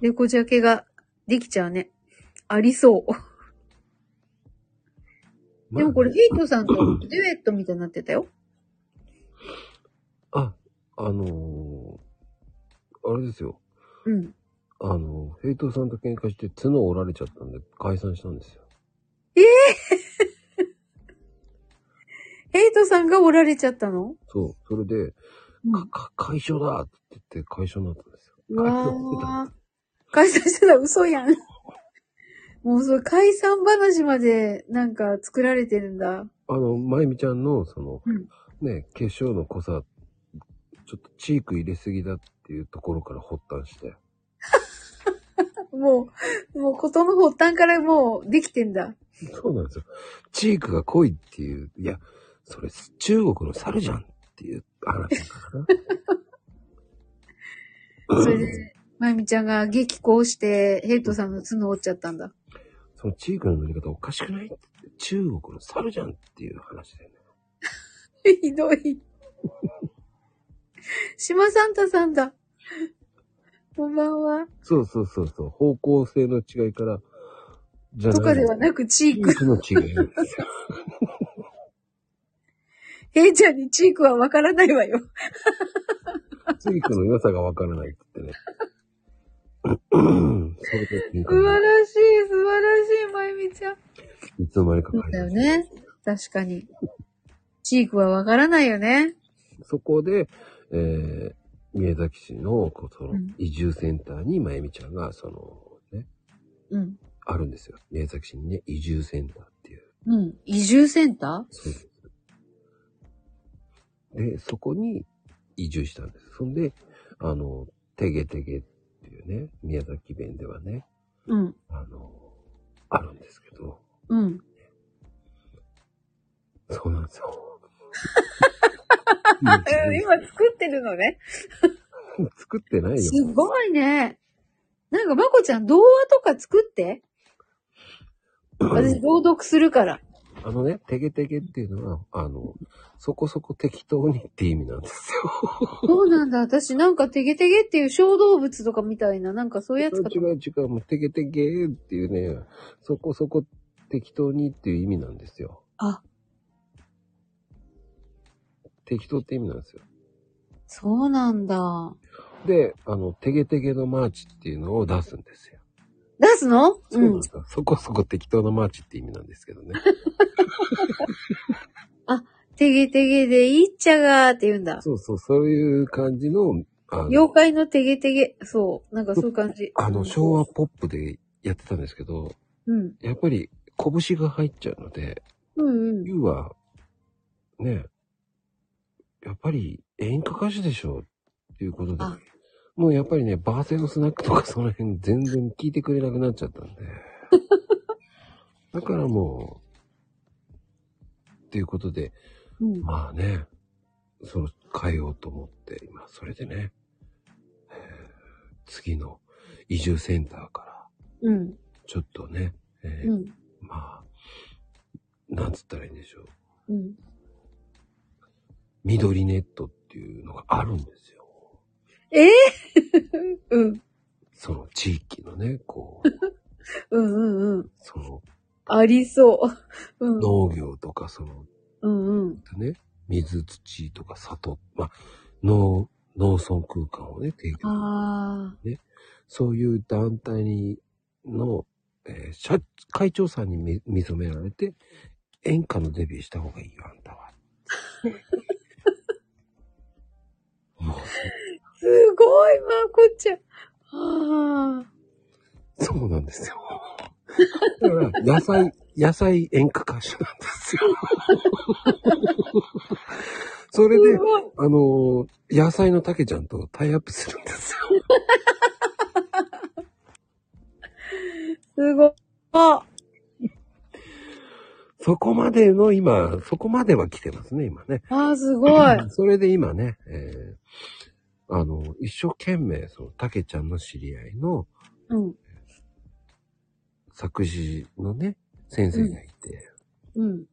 Speaker 3: レコジャケができちゃうね。ありそう。でもこれ、ヘイトさんとデュエットみたいになってたよ。
Speaker 2: あ、あのー、れですよ。
Speaker 3: うん。
Speaker 2: あの、ヘイトさんと喧嘩して角折られちゃったんで解散したんですよ。
Speaker 3: ヘイトさんがおられちゃったの
Speaker 2: そう。それで、
Speaker 3: うん。
Speaker 2: か、解消だって言って解消になったんです
Speaker 3: う
Speaker 2: よ。解消してた
Speaker 3: わー。解散してた嘘やん。もうそう、解散話までなんか作られてるんだ。
Speaker 2: あの、まゆみちゃんの、その、
Speaker 3: うん
Speaker 2: ね、化粧の濃さ、ちょっとチーク入れすぎだっていうところから発端して。
Speaker 3: もう、もうことの発端からもうできてんだ。
Speaker 2: そうなんですよ。チークが濃いっていう、いや、それ中国の猿じゃんっていう話だからな。
Speaker 3: それで、まゆみちゃんが激高して、ヘイトさんの角折っちゃったんだ。
Speaker 2: そのチークの塗り方おかしくないって中国の猿じゃんっていう話だよね。
Speaker 3: ひどい。島サンタさんだ。こんばんは。
Speaker 2: そうそうそうそう。方向性の違いから、じゃ
Speaker 3: とかでは
Speaker 2: く
Speaker 3: なく、チ
Speaker 2: チ
Speaker 3: ー
Speaker 2: ー
Speaker 3: ク。
Speaker 2: クの違いなんですよ。
Speaker 3: ヘイちゃんにチークはわからないわよ。
Speaker 2: チークの良さがわからないって言ってね。うんそれで 喧嘩
Speaker 3: 素
Speaker 2: にな
Speaker 3: 晴
Speaker 2: る、
Speaker 3: らしい、素晴らしい、まゆみちゃん。
Speaker 2: いつの間にか
Speaker 3: そう
Speaker 2: 解
Speaker 3: だよ
Speaker 2: 散して
Speaker 3: ね。確かに。チークはわからないよね。
Speaker 2: そこで、えー、宮崎市の、こうその
Speaker 3: うん、
Speaker 2: 移住センターに、まゆみちゃんが、その、ね、
Speaker 3: うん。
Speaker 2: あるんですよ。宮崎市にね、移住センターっていう。
Speaker 3: うん。移住センタ
Speaker 2: そうです。で、そこに移住したんです。そんで、あの、てげてげっていうね、宮崎弁ではね、
Speaker 3: ーうん。
Speaker 2: あの、あるんですけど、
Speaker 3: うん。
Speaker 2: そうなんですよ。
Speaker 3: 今作ってるのね。
Speaker 2: 作ってない
Speaker 3: す
Speaker 2: よ。
Speaker 3: ごいね。なんか、まこちゃん、童話とか 作って。私、朗読するから。
Speaker 2: あのね、てげてげっていうのは、あの、そこそこ適当にって意味なんですよ。
Speaker 3: そうなんだ。私、なんか、てげてげっていう小動物とかみたいな、なんかそういうや
Speaker 2: 違
Speaker 3: つかと。
Speaker 2: う違う、もうてげてげーっていうね、そこそこ適当にっていう意味なんですよ。
Speaker 3: あ、
Speaker 2: 適当って意味なんですよ。
Speaker 3: そうなんだ。
Speaker 2: で、あの、てげてげのマーチっていうのを出すんですよ。
Speaker 3: 出すの
Speaker 2: そうなん
Speaker 3: ん
Speaker 2: です。か。そこそこ適当なマーチって意味なんですけどね。
Speaker 3: てげてげで、いっちゃがーって言うん だ。
Speaker 2: そうそう、そういう感じの、あの、
Speaker 3: 妖怪のてげてげ。そう。なんかそういう感じ。
Speaker 2: あの昭和ポップでやってたんですけど、
Speaker 3: うん。
Speaker 2: やっぱり拳が入っちゃうので、
Speaker 3: うんうん。
Speaker 2: U は、ね、やっぱり演歌歌手でしょうっていうことで
Speaker 3: あ、
Speaker 2: もうやっぱりね、バーセのスナックとかその辺全然聞いてくれなくなっちゃ ったんで。だからもう、っていうことで、
Speaker 3: うん、
Speaker 2: まあね、その変えようと思って、今、それでね、えー次の移住センターから、
Speaker 3: うん、
Speaker 2: ちょっとね、えー
Speaker 3: うん、
Speaker 2: まあ、なんつったらいいんでしょう。
Speaker 3: うん。
Speaker 2: 緑ネットっていうのがあるんですよ。
Speaker 3: ええうん、
Speaker 2: その地域のね、こう、
Speaker 3: うん、うん、うん。
Speaker 2: その
Speaker 3: ありそう。うん、
Speaker 2: 農業とか、その
Speaker 3: うん、うん。
Speaker 2: ね、水、土とか里、まあ、農、農村空間をね、提供する。
Speaker 3: ああ、
Speaker 2: そういう団体にの、えー社会長さんにみ認められて、演歌のデビューした方がいいよ、あんたは。も
Speaker 3: すごい、まこちゃん。ああ、
Speaker 2: う、そうなんですよ。だから、野菜、野菜演歌歌手なんですよ。それ
Speaker 3: す
Speaker 2: で、
Speaker 3: ごい。
Speaker 2: あのー野菜のたけちゃんとタイアップするんですよ。
Speaker 3: すごい。あ、
Speaker 2: そこまでの今、そこまでは来てますね、今ね。
Speaker 3: あーすごい。
Speaker 2: それで今ね、えーあの、一生懸命、その、たけちゃんの知り合いの
Speaker 3: うん、
Speaker 2: 作詞のね、先生がいて、
Speaker 3: うん。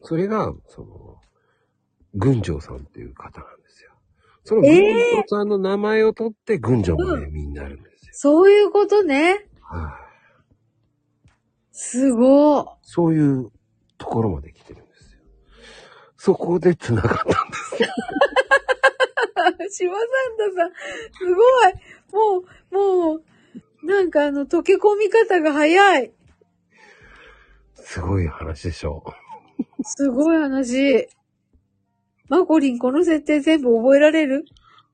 Speaker 2: それが、その、群青さんっていう方なんですよ。その、
Speaker 3: え
Speaker 2: 群
Speaker 3: ー
Speaker 2: 青さんの名前を取って、群青まゆみになるんですよ。
Speaker 3: そういうことね。
Speaker 2: はい
Speaker 3: すごい。
Speaker 2: そういうところまで来てるんですよ。そこで繋がったんですよ。
Speaker 3: 島サンタさん、すごいもう、もう、なんかあの、溶け込み方が早い。
Speaker 2: すごい話でしょ
Speaker 3: すごい話。マコリン、この設定全部覚えられる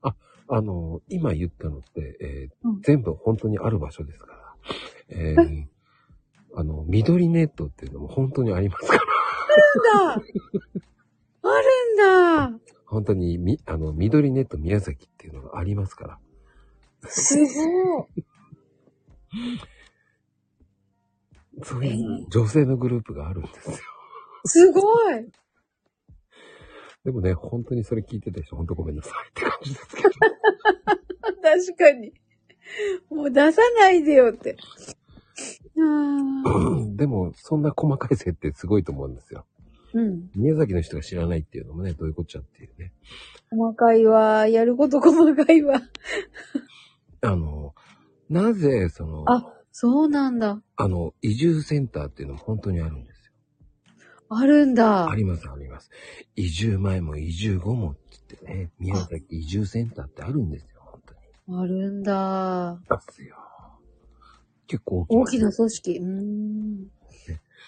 Speaker 2: う。あの、今言ったのって、えー
Speaker 3: うん
Speaker 2: 全部本当にある場所ですから。えーあの、緑ネットっていうのも本当にありますから。
Speaker 3: なんだあるんだ
Speaker 2: 本当に、み、あの、緑ネット宮崎っていうのがありますから。
Speaker 3: すごい。
Speaker 2: そういう女性のグループがあるんですよ。
Speaker 3: すごい
Speaker 2: でもね、本当にそれ聞いてた人、本当ごめんなさいって感じですけど。
Speaker 3: 確かに。もう出さないでよって。あー
Speaker 2: でも、そんな細かい設定すごいと思うんですよ。
Speaker 3: うん。
Speaker 2: 宮崎の人が知らないっていうのもね、どういうこっちゃっていうね。
Speaker 3: 細かいわ。やること細かいわ。
Speaker 2: あの、なぜ、その、あ
Speaker 3: あそうなんだ。
Speaker 2: の、移住センターっていうのも本当にあるんですよ。
Speaker 3: あるんだ
Speaker 2: あ。ります、あります。移住前も移住後もって言ってね、宮崎移住センターってあるんですよ、本当に。
Speaker 3: あるんだ。
Speaker 2: あすよ。結構
Speaker 3: 大
Speaker 2: 大
Speaker 3: き
Speaker 2: き
Speaker 3: な
Speaker 2: な。
Speaker 3: 組織。うーん。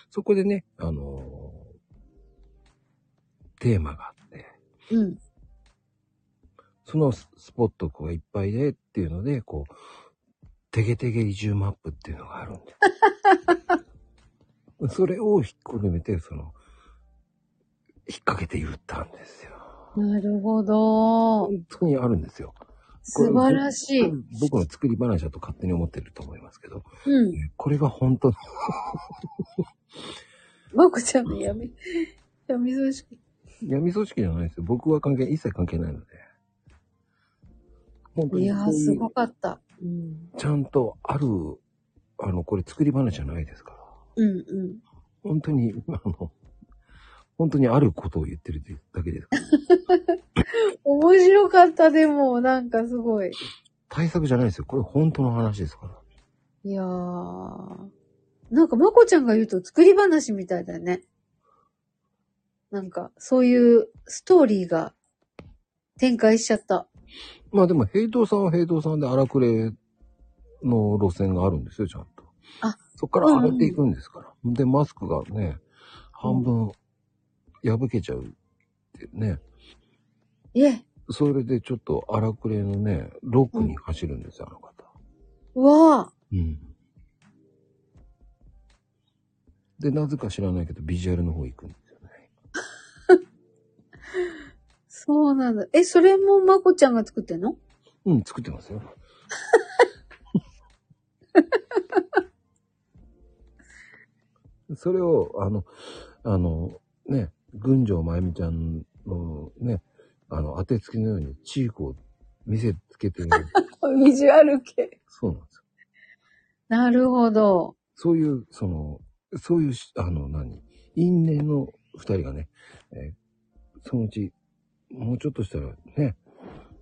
Speaker 2: そこでね、あのーテーマがあって、
Speaker 3: うん。
Speaker 2: そのススポットこういっぱいでっていうので、こう、てげてげ移住マップっていうのがあるん です。それを引っこ抜めて、その、引っ掛けて言ったんですよ。
Speaker 3: なるほど。
Speaker 2: 本当にあるんですよ。
Speaker 3: 素晴らしい。
Speaker 2: 僕の作り話だと勝手に思ってると思いますけど、
Speaker 3: うん。
Speaker 2: これが本当の
Speaker 3: まこちゃんの闇、 闇組織。
Speaker 2: 闇組織じゃないですよ。僕は関係、一切関係ないので。本当
Speaker 3: い
Speaker 2: に
Speaker 3: や
Speaker 2: こ
Speaker 3: ー、
Speaker 2: うい
Speaker 3: す
Speaker 2: う
Speaker 3: ごかった。うん。
Speaker 2: ちゃんとある、あの、これ作り話じゃないですから。
Speaker 3: うんうん。
Speaker 2: 本当に、あの、本当にあることを言ってるだけですから。
Speaker 3: 面白かった、でも、なんかすごい。
Speaker 2: 対策じゃないですよ。これ本当の話ですから。
Speaker 3: いやー。なんか、まこちゃんが言うと作り話みたいだね。なんか、そういうストーリーが展開しちゃった。
Speaker 2: まあでも、平等さんは平等さんで荒くれの路線があるんですよ、ちゃんと。
Speaker 3: あ
Speaker 2: そっから荒れていくんですから。で、マスクがね、半分破けちゃうってね。
Speaker 3: いえ、
Speaker 2: それでちょっと荒くれのね、6区に走るんですよ、あの方。
Speaker 3: うわ
Speaker 2: うん。で、なぜか知らないけど、ビジュアルの方行くんですよね。
Speaker 3: ー、そうなんだ。え、それもまこちゃんが作ってんの
Speaker 2: うん、作ってますよ。 それを、あの、あの、ね、群青まゆみちゃんのね、あの、当てつけのようにチークを見せつけてる。
Speaker 3: ビジュアル系。
Speaker 2: そうなんですよ。
Speaker 3: なるほど。
Speaker 2: そういう、その、そういうし、あの、何因縁の二人がね、えーそのうち、もうちょっとしたらね、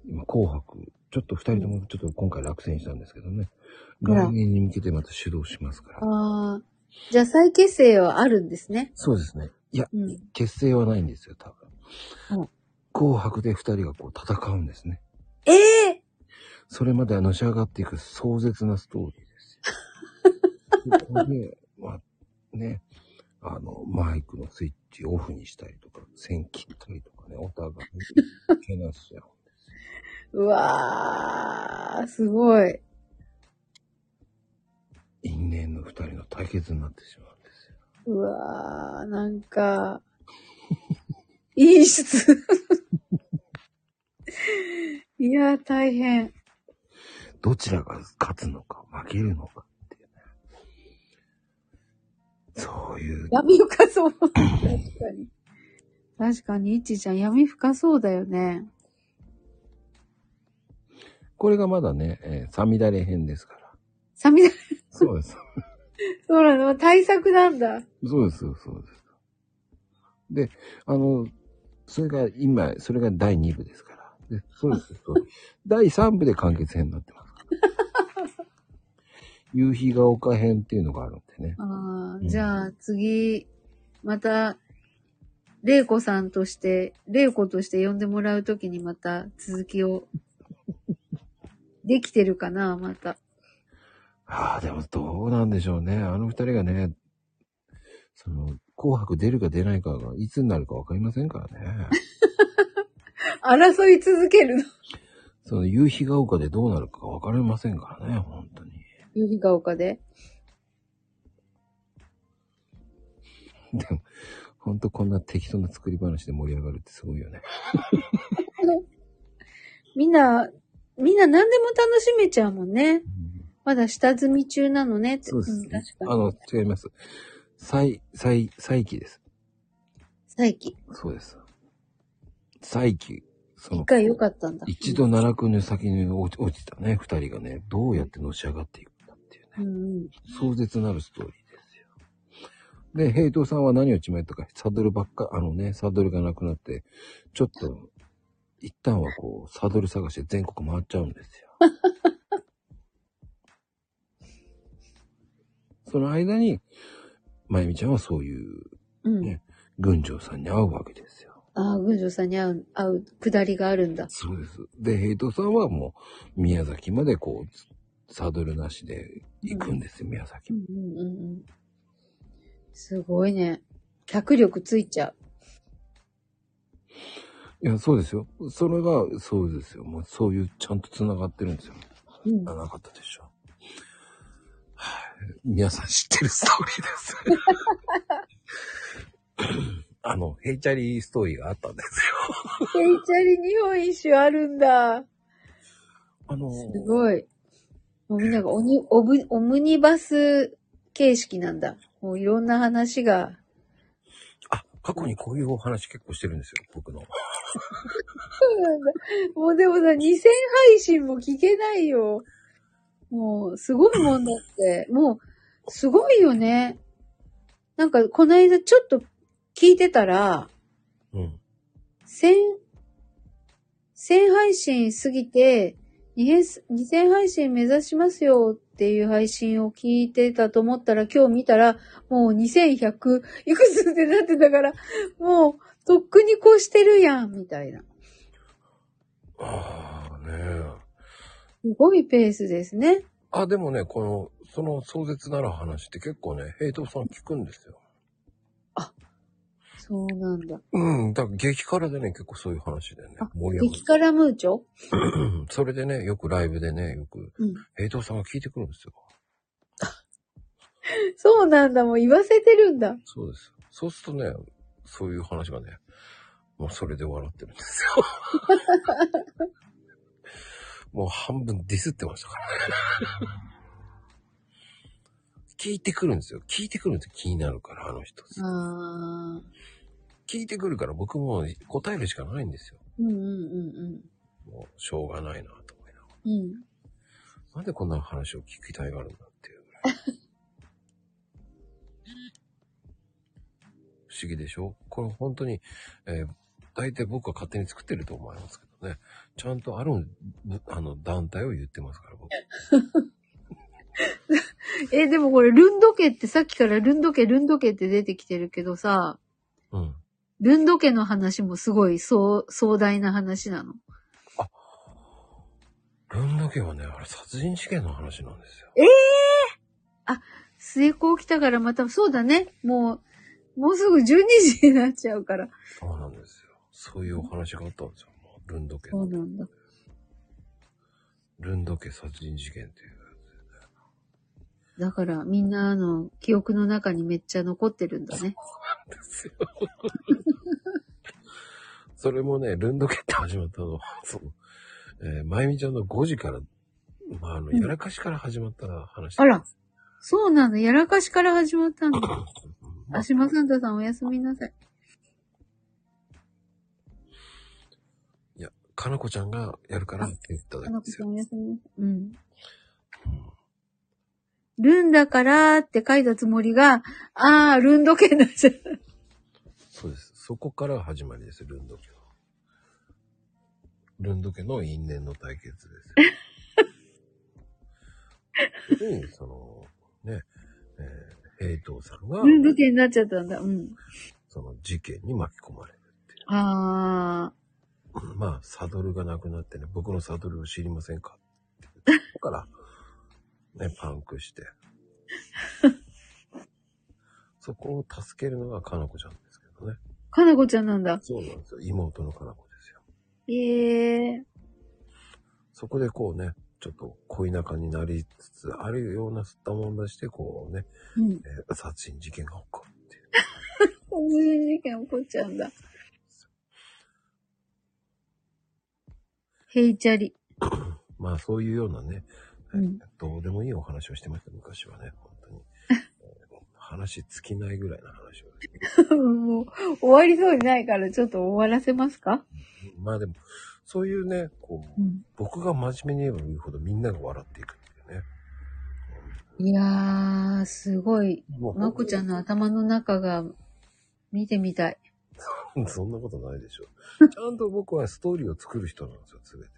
Speaker 2: 今、紅白、ちょっと二人ともちょっと今回落選したんですけどね、
Speaker 3: あら
Speaker 2: 来年に向けてまた主導しますから。
Speaker 3: あー。じゃあ再結成はあるんですね。
Speaker 2: そうですね。いや、
Speaker 3: うん。
Speaker 2: 結成はないんですよ、多分。
Speaker 3: うん
Speaker 2: 紅白で二人がこう戦うんですね。
Speaker 3: ええ
Speaker 2: それまでのし上がっていく壮絶なストーリーですよ。ここ で、まあ、ね、あの、マイクのスイッチオフにしたりとか、線切ったりとかね、お互いにけなしちゃう。
Speaker 3: うわー、すごい。
Speaker 2: 因縁の二人の対決になってしまうんですよ。
Speaker 3: うわー、なんか、いい質。いやー、大変。
Speaker 2: どちらが勝つのか、負けるのかっていうね。そういう、
Speaker 3: 闇深そう。確かに。確かに、いちちゃん、闇深そうだよね。
Speaker 2: これがまだね、えー、さみだれ編ですから。
Speaker 3: サミダ、
Speaker 2: そうです。
Speaker 3: そうなの、対策なんだ。
Speaker 2: そうですよ、そうです。で、あの、それが今、それが第2部ですから。でそうですよ、そうです。第3部で完結編になってますから。 夕日が丘編っていうのがあるんでね。
Speaker 3: あーじゃあ、次、また、玲子さんとして、玲子として呼んでもらうときにまた続きを、できてるかな、また。
Speaker 2: ああ、でもどうなんでしょうね。あの二人がね、その、紅白出るか出ないかがいつになるかわかりませんからね。
Speaker 3: 争い続けるの。
Speaker 2: その夕日が丘でどうなるかわかりませんからね、本当に。
Speaker 3: 夕日が丘で。
Speaker 2: でも、本当こんな適当な作り話で盛り上がるってすごいよね。
Speaker 3: みんな、みんな何でも楽しめちゃうもんね。まだ下積み中なのねって。
Speaker 2: そうです
Speaker 3: ん確か
Speaker 2: あ
Speaker 3: に。
Speaker 2: の、違います。再、再、再起です。
Speaker 3: 再起。
Speaker 2: そうです。再起。そ
Speaker 3: 一
Speaker 2: の、
Speaker 3: 回良かったんだ。
Speaker 2: 一度奈落の先に落ち落ちたね、二人がね、どうやってのし上がっていくかっていうね、
Speaker 3: うんうん。
Speaker 2: 壮絶なるストーリーですよ。で、平等さんは何をちまったか、サドルばっか、あのね、サドルがなくなって、ちょっと、一旦はこう、サドル探して全国回っちゃうんですよ。 その間に、まゆみちゃんはそういう
Speaker 3: うん
Speaker 2: ね。群青さんに会うわけですよ。
Speaker 3: ああ、群青さんに会う、会うくだりがあるんだ。
Speaker 2: そうです。で、ヘイトさんはもう、宮崎までこう、サドルなしで行くんですよ、宮
Speaker 3: う
Speaker 2: 崎。
Speaker 3: んうんうんうん。すごいね。脚力ついちゃう。
Speaker 2: いや、そうですよ。それが、そうですよ。もう、そういう、ちゃんと繋がってるんですよ。
Speaker 3: うん
Speaker 2: あ、なかったでしょ。はい。皆さん知ってるストーリーです。 あの、ヘイチャリーストーリーがあったんですよ。
Speaker 3: ヘイチャリ日本一周あるんだ。
Speaker 2: あの、
Speaker 3: すごい。もうみんながオニオブオムニバス形式なんだ。もういろんな話が。
Speaker 2: あ、過去にこういうお話結構してるんですよ、僕の。
Speaker 3: そうなんだ。もうでもさ、2000配信も聞けないよ。もう、すごいもんだって。もう、すごいよね。なんか、この間ちょっと聞いてたら、
Speaker 2: うん。
Speaker 3: 1000、1000配信過ぎて、2000 2000配信目指しますよっていう配信を聞いてたと思ったら、今日見たら、もう2100いくつってなってたから、もう、とっくに越してるやん、みたいな。
Speaker 2: ああ、ねえ。
Speaker 3: すごいペースですね。
Speaker 2: あ、でもね、この、その壮絶なる話って結構ね、平等さん聞くんですよ。
Speaker 3: そうなんだ。
Speaker 2: うん、だから激辛でね、結構そういう話でね
Speaker 3: あ、
Speaker 2: 盛り上が
Speaker 3: 激辛ムーチョ
Speaker 2: るうん。それでね、よくライブでね、よく、
Speaker 3: うん。
Speaker 2: 平等さんが聞いてくるんですよ。
Speaker 3: そうなんだ、もう言わせてるんだ。
Speaker 2: そうです。そうするとね、そういう話がね、もうそれで笑ってるんです よ。もう半分ディスってましたからね。聞いてくるんですよ。聞いてくるんですよ。気になるから、あの人。
Speaker 3: あー。
Speaker 2: 聞いてくるから僕も答えるしかないんですよ。
Speaker 3: うんうんうん
Speaker 2: もうしょうがないなと思いながら。
Speaker 3: うん。うん。
Speaker 2: なんでこんな話を聞きたいがあるんだっていうぐらい。不思議でしょこれ本当に、えー大体僕は勝手に作ってると思いますけどね。ちゃんとある、ぶあの、団体を言ってますから、僕。
Speaker 3: え、でもこれ、ルンド家ってさっきからルンド家、ルンド家って出てきてるけどさ、
Speaker 2: うん。
Speaker 3: ルンド家の話もすごい壮壮大な話なの。
Speaker 2: ルンド家はね、あれ殺人事件の話なんですよ。
Speaker 3: 末子起きたからまた、そうだね。もう、もうすぐ12時になっちゃうから。
Speaker 2: そうなんですよ。そういうお話があったんですよ。もうルンド家。
Speaker 3: そうなんだ。
Speaker 2: ルンド家殺人事件っていう。
Speaker 3: だから、みんなあの記憶の中にめっちゃ残ってるんだね。
Speaker 2: ですよ。それもね、ルンドケって始まったの、そう。えー、まゆみちゃんの5時から、まあ、あの、
Speaker 3: うん
Speaker 2: やらかしから始まった話、
Speaker 3: あら。そうなんだ。やらかしから始まったんだ。
Speaker 2: うんまあ
Speaker 3: あ、島サンタさんおやすみなさい。
Speaker 2: かなこちゃんがやるからって言っただ
Speaker 3: あ
Speaker 2: け
Speaker 3: の
Speaker 2: で
Speaker 3: 子
Speaker 2: す
Speaker 3: さ
Speaker 2: よ。
Speaker 3: んおやすみなさい。うん。
Speaker 2: うん
Speaker 3: ルンだからって書いたつもりが、あー、ルンド家になっちゃった。
Speaker 2: そうです。そこから始まりです、ルンドケの。ルンドケの因縁の対決です よ。で、その、ね、えー、平等さんが、
Speaker 3: ルンド家になっちゃったんだ。うん。
Speaker 2: その事件に巻き込まれるっていう。
Speaker 3: ああ。
Speaker 2: まあ、サドルがなくなってね、僕のサドルを知りませんかって。だから、ね、パンクして。そこを助けるのがかなこちゃんですけどね。
Speaker 3: かなこちゃんなんだ。
Speaker 2: そうなんですよ。妹のかなこですよ。
Speaker 3: ええ
Speaker 2: そこでこうね、ちょっと恋仲になりつつあるようなすったもんだして、こうね、
Speaker 3: うん。
Speaker 2: えー殺人事件が起こるっていう。
Speaker 3: 殺人事件起こっちゃうんだ。ヘイチャリ。
Speaker 2: まあそういうようなね、えー
Speaker 3: うん
Speaker 2: どうでもいいお話をしてました、昔はね、本当 に。えー話尽きないぐらいの話を。
Speaker 3: もう、終わりそうにないから、ちょっと終わらせますか
Speaker 2: まあでも、そういうね、こう、
Speaker 3: ん。
Speaker 2: 僕が真面目に言えば言うほどみんなが笑っていくっていうね。
Speaker 3: いやー、すごい。
Speaker 2: も
Speaker 3: まこちゃんの頭の中が、見てみたい。
Speaker 2: う、そんなことないで しょ。ちゃんと僕はストーリーを作る人なんですよ、すべて。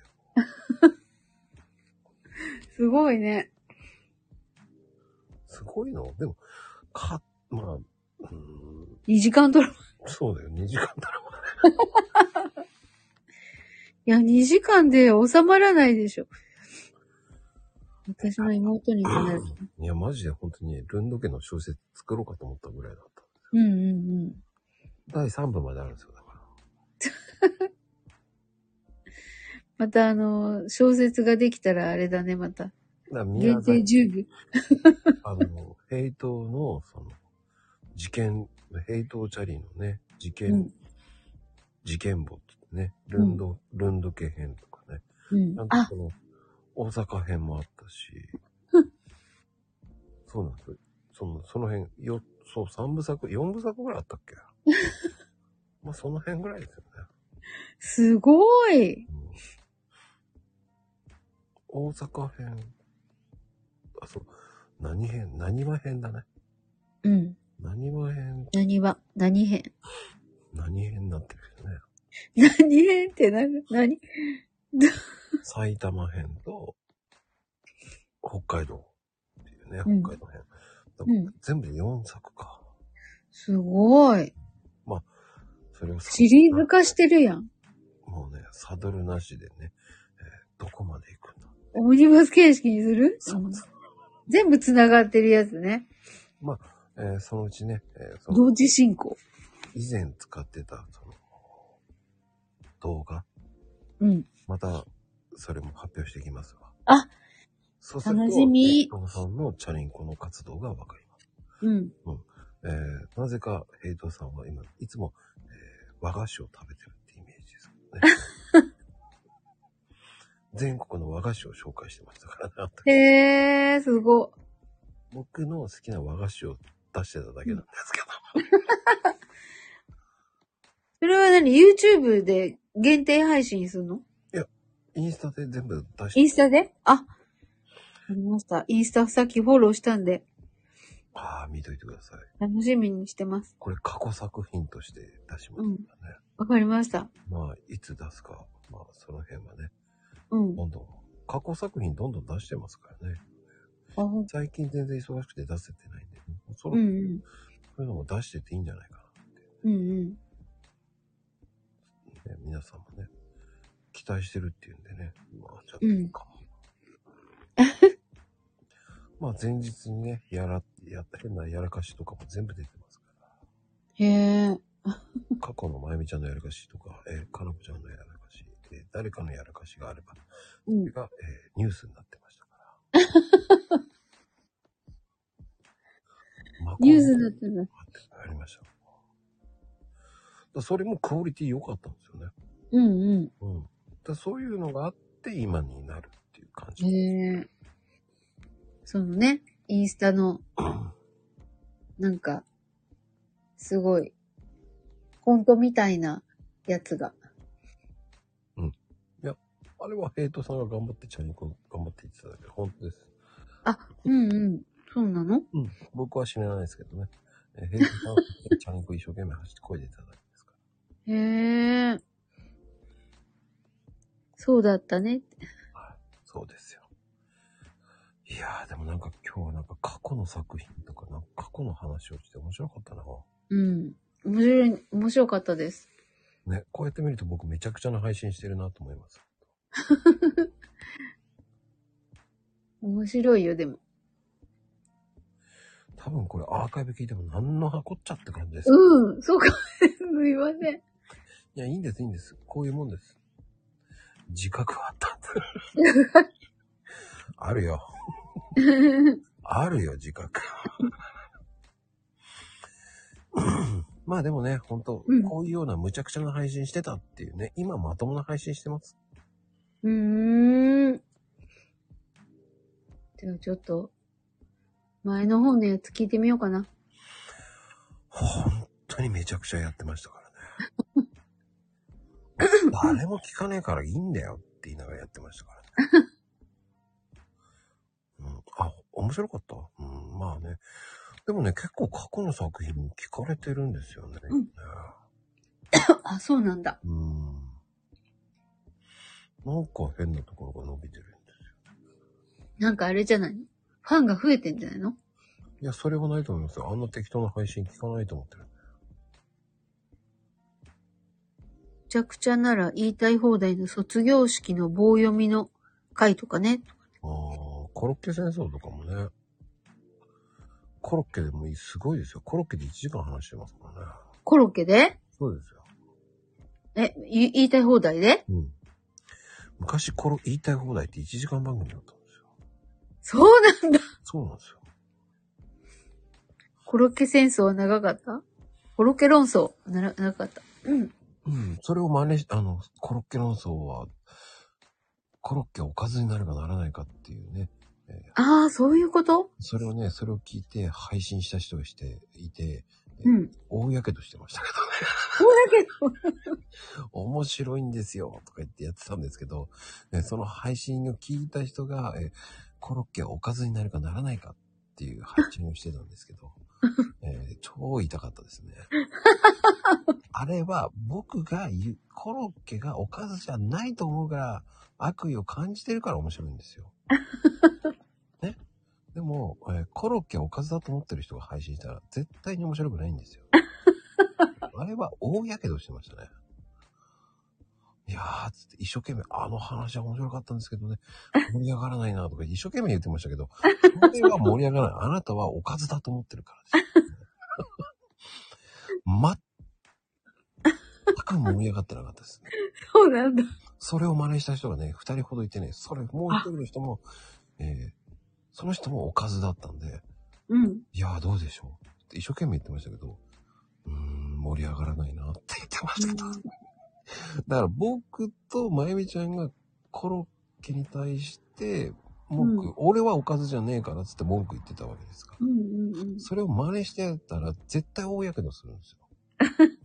Speaker 3: すごいね。
Speaker 2: すごいのでも、か、まあ、うーん、
Speaker 3: 2時間ドラマ。
Speaker 2: そうだよ、2時間だろ。
Speaker 3: いや、2時間で収まらないでしょ。私の妹になる。
Speaker 2: いや、マジで本当に、ルンド家の小説作ろうかと思ったぐらいだった。
Speaker 3: うんうんうん。
Speaker 2: 第3部まであるんですよ、だから。
Speaker 3: またあの、小説ができたらあれだね、また。
Speaker 2: だから宮
Speaker 3: 限定
Speaker 2: 崎、
Speaker 3: 10部。
Speaker 2: あの、ヘイトの、その、事件、ヘイトチャリーのね、事件、
Speaker 3: うん
Speaker 2: 事件簿ってね、ルンド、ルンド家編とかね、
Speaker 3: うん
Speaker 2: なん。か
Speaker 3: あ、
Speaker 2: その、大阪編もあったし、そうなんですよ。その、その辺、よ、そう、3部作、4部作ぐらいあった っけまあ、その辺ぐらいですよね。
Speaker 3: すごい。
Speaker 2: うん大阪編、あ、そう、何編、何話編だね。
Speaker 3: うん。
Speaker 2: 何話編、
Speaker 3: 何は、何編。
Speaker 2: 何編になってるけどね。
Speaker 3: 何編って何何
Speaker 2: 埼玉編と、北海道っていうね、
Speaker 3: うん
Speaker 2: 北海道編。
Speaker 3: うん
Speaker 2: 全部で4作か。
Speaker 3: すごい。
Speaker 2: それをさ
Speaker 3: シリーズ化してるやん。
Speaker 2: もうね、サドルなしでね、えーどこまで行くんだ
Speaker 3: オムニバス形式にする
Speaker 2: そうそ
Speaker 3: 全部繋がってるやつね。
Speaker 2: えーそのうちね、えーその
Speaker 3: 同時進行。
Speaker 2: 以前使ってた、その、動画、
Speaker 3: うん。
Speaker 2: また、それも発表していきますわ。
Speaker 3: あ
Speaker 2: そうすると
Speaker 3: 楽しみ
Speaker 2: えートムさんのチャリンコの活動がわかります。
Speaker 3: うん。
Speaker 2: えーなぜか、ヘイトさんは今、いつも、えー和菓子を食べてるってイメージです ね。全国の和菓子を紹介してましたからねあの時
Speaker 3: へー、すご。
Speaker 2: 僕の好きな和菓子を出してただけなんですけど。
Speaker 3: それは何 ?YouTube で限定配信するの
Speaker 2: インスタで全部出して。
Speaker 3: インスタであ、わかりました。インスタさっきフォローしたんで、
Speaker 2: ああ、見といてください。
Speaker 3: 楽しみにしてます。
Speaker 2: これ過去作品として出しますからね。
Speaker 3: わかりました。
Speaker 2: まあ、いつ出すか、まあ、その辺はね、
Speaker 3: うん。あ
Speaker 2: どんどん、過去作品どんどん出してますからね。、
Speaker 3: ほん
Speaker 2: 最近全然忙しくて出せてないんで、そろそ
Speaker 3: うん
Speaker 2: ろ
Speaker 3: うん。
Speaker 2: そういうのも出してっていいんじゃないか
Speaker 3: うんうん。
Speaker 2: な。ね、皆さんもね、期待してるっていうんでね。まあ、ちょっと
Speaker 3: うん
Speaker 2: かも。まあ、前日にね、やら、やった変なやらかしとかも全部出てますから。
Speaker 3: へー。
Speaker 2: 過去のまゆみちゃんのやらかしとか、えー、かのこちゃんのやらかし、えー誰かのやらかしがあれば、
Speaker 3: うん
Speaker 2: それが、えーニュースになってましたか ら。まあ
Speaker 3: ニュースになってる。
Speaker 2: こういうのがありました。だからそれもクオリティ良かったんですよね。
Speaker 3: うん
Speaker 2: うん。だからそういうのがあって今になるっていう感
Speaker 3: うん。
Speaker 2: じ。
Speaker 3: へー。そのね、インスタの、なんか、すごい、コントみたいなやつが。
Speaker 2: あれはヘイトさんが頑張ってチャリンコ頑張って言ってただけど、本当です。
Speaker 3: うんうん。そうなの
Speaker 2: うん。僕は知らないですけどね。 えーヘイトさんはチャリンコ一生懸命走ってこいでただけですから。
Speaker 3: へえ。そうだったね。
Speaker 2: そうですよ。いやー、でもなんか今日はなんか過去の作品とか、なんか過去の話をして面白かったな。
Speaker 3: うん。面白い、面白かったです。
Speaker 2: ね、こうやって見ると僕めちゃくちゃな配信してるなと思います。
Speaker 3: 面白いよ、でも。
Speaker 2: 多分これアーカイブ聞いても何の箱っちゃって感じです。
Speaker 3: うん、そうか。 すみません。
Speaker 2: いや、いいんです、いいんです。こういうもんです。自覚はあったんだ。 あるよ。あるよ、自 覚。まあでもね、本当
Speaker 3: うん
Speaker 2: こういうような無茶苦茶な配信してたっていうね、今まともな配信してます。
Speaker 3: うーん。ではちょっと、前の方のやつ聞いてみようかな。
Speaker 2: 本当にめちゃくちゃやってましたからね。 誰も聞かねえからいいんだよって言いながらやってましたからね。うん、あ、面白かった。うん、まあね。でもね、結構過去の作品も聞かれてるんですよね。
Speaker 3: うんあ、そうなんだ。
Speaker 2: うん。なんか変なところが伸びてるんですよ。
Speaker 3: なんかあれじゃないファンが増えてんじゃないの
Speaker 2: いや、それはないと思いますよ。あんな適当な配信聞かないと思ってる。
Speaker 3: めちゃくちゃなら言いたい放題の卒業式の棒読みの回とかね。
Speaker 2: ああ、コロッケ戦争とかもね。コロッケでもいい、すごいですよ。コロッケで1時間話してますからね。
Speaker 3: コロッケで
Speaker 2: そうですよ。
Speaker 3: え、い言いたい放題で
Speaker 2: うん。昔コロ、言いたい放題って1時間番組だったんですよ。
Speaker 3: そうなんだ。
Speaker 2: そうなんですよ。
Speaker 3: コロッケ戦争は長かったコロッケ論争なら、長かった。うん。
Speaker 2: うん。それを真似し、あの、コロッケ論争は、コロッケおかずになるかならないかっていうね。
Speaker 3: ああ、そういうこと
Speaker 2: それをね、それを聞いて配信した人がしていて、
Speaker 3: うん。
Speaker 2: 大やけどしてましたけどね。
Speaker 3: そうだけど。
Speaker 2: 面白いんですよとか言ってやってたんですけど、ね、その配信を聞いた人が、えコロッケはおかずになるかならないかっていう配信をしてたんですけど、えー超痛かったですね。あれは僕が言う、コロッケがおかずじゃないと思うから、悪意を感じてるから面白いんですよ。ね。でも、えーコロッケはおかずだと思ってる人が配信したら絶対に面白くないんですよ。あれは大やけどしてましたね。いやー、つって一生懸命、あの話は面白かったんですけどね、盛り上がらないなとか一生懸命言ってましたけど、それは盛り上がらない。あなたはおかずだと思ってるからです。全く盛り上がってなかったですね。
Speaker 3: そうなんだ。
Speaker 2: それを真似した人がね、二人ほどいてね、それもう一人の人も、えーその人もおかずだったんで、
Speaker 3: うん。
Speaker 2: いやーどうでしょうって一生懸命言ってましたけど、うーん、盛り上がらないなって言ってましたけど。だから僕とまゆみちゃんがコロッケに対して文句、
Speaker 3: うん
Speaker 2: 俺はおかずじゃねえからっつって文句言ってたわけですから。
Speaker 3: うんうんうん。
Speaker 2: それを真似してやったら絶対大やけどするんですよ。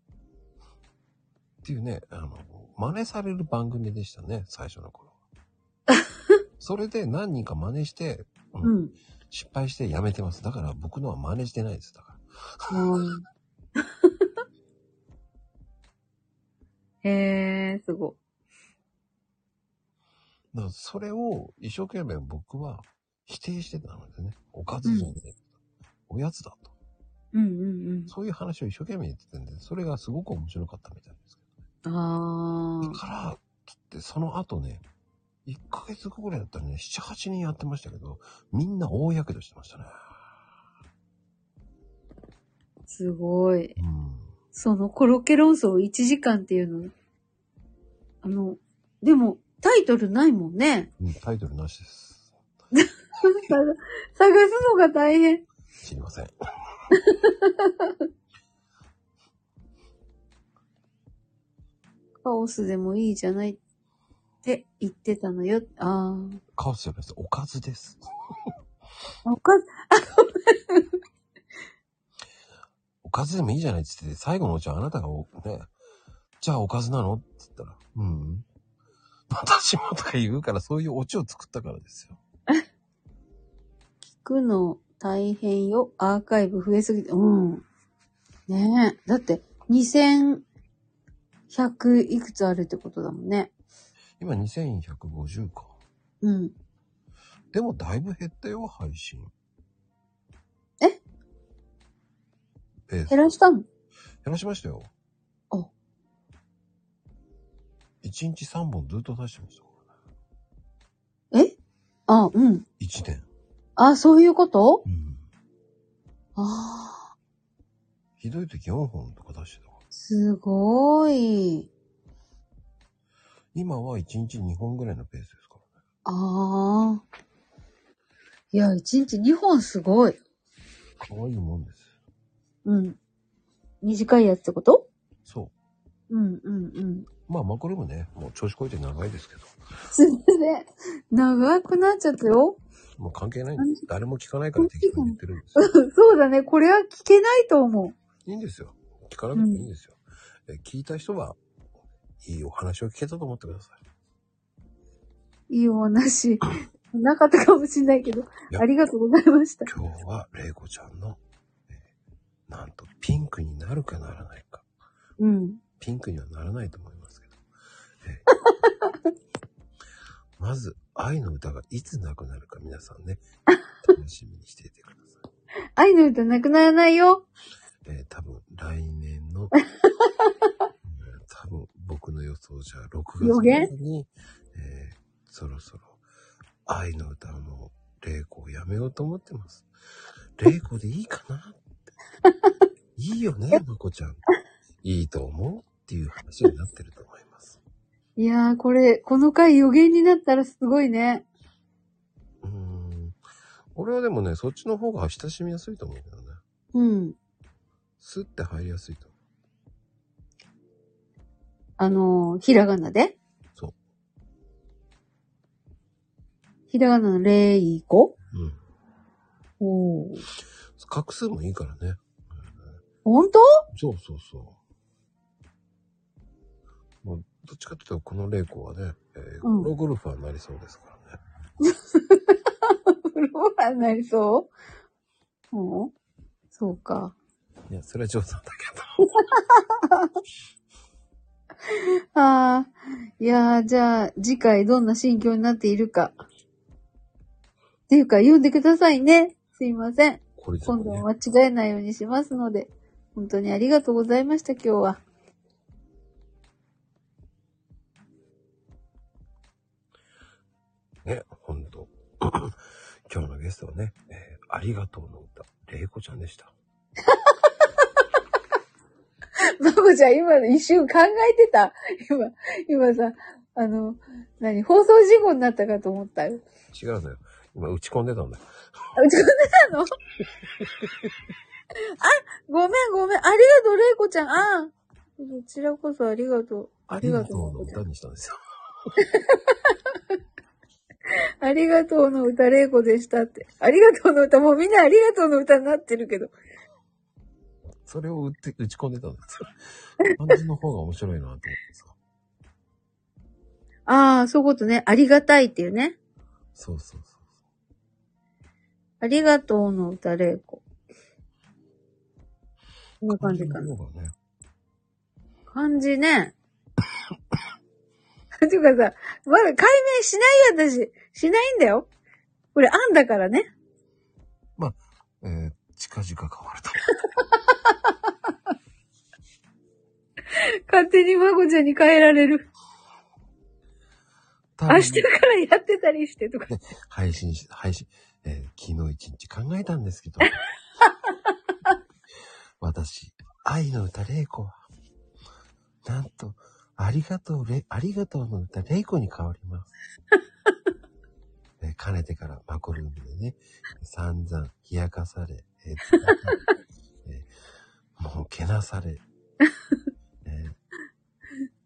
Speaker 2: っていうね、あの、真似される番組でしたね、最初の頃。 それで何人か真似して、うん
Speaker 3: うん。
Speaker 2: 失敗してやめてます。だから僕のは真似してないです。だから。
Speaker 3: うん。へえ、すご
Speaker 2: だからそれを一生懸命僕は否定してたのでね。おかずじゃねえ、おやつだと。
Speaker 3: い。うんうん
Speaker 2: そういう話を一生懸命言ってたんで、それがすごく面白かったみたいですけ
Speaker 3: うん。あ
Speaker 2: ど。
Speaker 3: あ
Speaker 2: だ。から、つってその後ね、1ヶ月後ぐらいだったらね、7、8人やってましたけど、みんな大やけどしてましたね。
Speaker 3: すごい。
Speaker 2: うん。
Speaker 3: そのコロッケ論争1時間っていうの。あの、でも、タイトルないもんね。
Speaker 2: うんタイトルなしです。
Speaker 3: 探探すのが大変。
Speaker 2: 知りません。
Speaker 3: カオスでもいいじゃないって言ってたのよ。あ
Speaker 2: カオスじゃないです。おかずです。
Speaker 3: あ。おかず、
Speaker 2: おかずでもいいじゃないっつってて、最後のうちはあなたがお、ね、じゃあおかずなのって言ったら、うん。私もとか言うから、そういうオチを作ったからですよ。
Speaker 3: 聞くの大変よ。アーカイブ増えすぎて。うん。ねえ。だって、2100いくつあるってことだもんね。
Speaker 2: 今2150か。
Speaker 3: うん。
Speaker 2: でもだいぶ減ったよ、配信。
Speaker 3: え
Speaker 2: えー
Speaker 3: 減らしたの
Speaker 2: 減らしましたよ。
Speaker 3: お
Speaker 2: 一日3本ずっと出してましたからね。
Speaker 3: あ、うん。
Speaker 2: 1年。
Speaker 3: あ、そういうこと
Speaker 2: うん。
Speaker 3: ああ、
Speaker 2: ひどい時4本とか出してたから。
Speaker 3: すごい。
Speaker 2: 今は1日2本ぐらいのペースですからね。
Speaker 3: ああ。いや、一日2本すごい。
Speaker 2: 可愛いもんです。
Speaker 3: うん。短いやつってこと
Speaker 2: そ
Speaker 3: うんうんうん。
Speaker 2: う。まあ、マコルームね、もう調子こいて長いですけど、
Speaker 3: すいません。長くなっちゃったよ。
Speaker 2: もう関係ないんです。誰も聞かないから適当に言ってるんですよ。
Speaker 3: そうだね。これは聞けないと思
Speaker 2: いいんですよ。聞かなくてもいいんですよ。え聞いた人は、いいお話を聞けたと思ってください。
Speaker 3: う。いいお話。 なかったかもしれないけど
Speaker 2: い。や
Speaker 3: ありがとうございました。
Speaker 2: 今日は、レイコちゃんの、えーなんと、ピンクになるかならないか。
Speaker 3: うん。
Speaker 2: ピンクにはならないと思いますけど。え ーまず、愛の歌がいつなくなるか皆さん ね、楽しみにしていてください。
Speaker 3: 愛の歌なくならないよ。
Speaker 2: えー多分、来年 の、えー多分、僕の予想じゃ、6月
Speaker 3: 予言
Speaker 2: 頃に、えーそろそろ、愛の歌の霊子をやめようと思ってます。霊子でいいかなって。いいよね、まこちゃん。いいと思うっていう話になってると思います。
Speaker 3: いやー、これ、この回予言になったらすごいね。
Speaker 2: うーん。俺はでもね、そっちの方が親しみやすいと思うけどね。
Speaker 3: うん。
Speaker 2: スッて入りやすいと思
Speaker 3: あのー、ひらがなで
Speaker 2: う。そ
Speaker 3: ひらがなのレイコ
Speaker 2: う。うん。
Speaker 3: おー。
Speaker 2: 画数もいいからね。
Speaker 3: ほんと
Speaker 2: そうそうそう。もう、どっちかっていうと、この玲子はね、えー
Speaker 3: うん
Speaker 2: プロゴルファーになりそうですからね。
Speaker 3: フロアになりそううんそうか。
Speaker 2: いや、それは冗談だけ
Speaker 3: ああ、いやー、じゃあ、次回どんな心境になっているか。っていうか、読んでくださいね。すいません。
Speaker 2: ど。これでも
Speaker 3: 今度
Speaker 2: ね、
Speaker 3: は間違えないようにしますので。本当にありがとうございました、今日は。
Speaker 2: ね、ほんと。 今日のゲストはね、えーありがとうの歌、玲子ちゃんでした。
Speaker 3: まこちゃん、今の一瞬考えてた。今、今さ、あの、何、放送事故になったかと思ったよ。
Speaker 2: 違うのよ。今、打ち込んでたんだよ。
Speaker 3: あ、自分でなのあ、ごめんごめん。ありがとう、れいこちゃん。あん。こちらこそありがとう。
Speaker 2: ありがとうの
Speaker 3: まこちゃ
Speaker 2: 歌
Speaker 3: ん
Speaker 2: にしたんですよ。
Speaker 3: ありがとうの歌、れいこでしたって。ありがとうの歌、もうみんなありがとうの歌になってるけど。
Speaker 2: それを打って、打ち込んでたんですよ。感じの方が面白いなと思ってさ。
Speaker 3: ああ、そういうことね。ありがたいっていうね。
Speaker 2: そうそうそう。
Speaker 3: ありがとうの歌、れいこ。こんな感じかな。
Speaker 2: の方がね、
Speaker 3: 感じね。 ていうかさ、まだ解明しないよ、私。しないんだよ。これ、あんだからね。
Speaker 2: えー近々変わると思う。
Speaker 3: 勝手にまこちゃんに変えられる。
Speaker 2: 多分
Speaker 3: 明日からやってたりしてとか。
Speaker 2: 配信し、配信、えー昨日一日考えたんですけど。私、愛の歌玲子は、なんと、ありがとうれ、ありがとうの歌玲子に変わります。えーかねてからマコルームでね、散々冷やかされ、えーえーもうけなされ、えー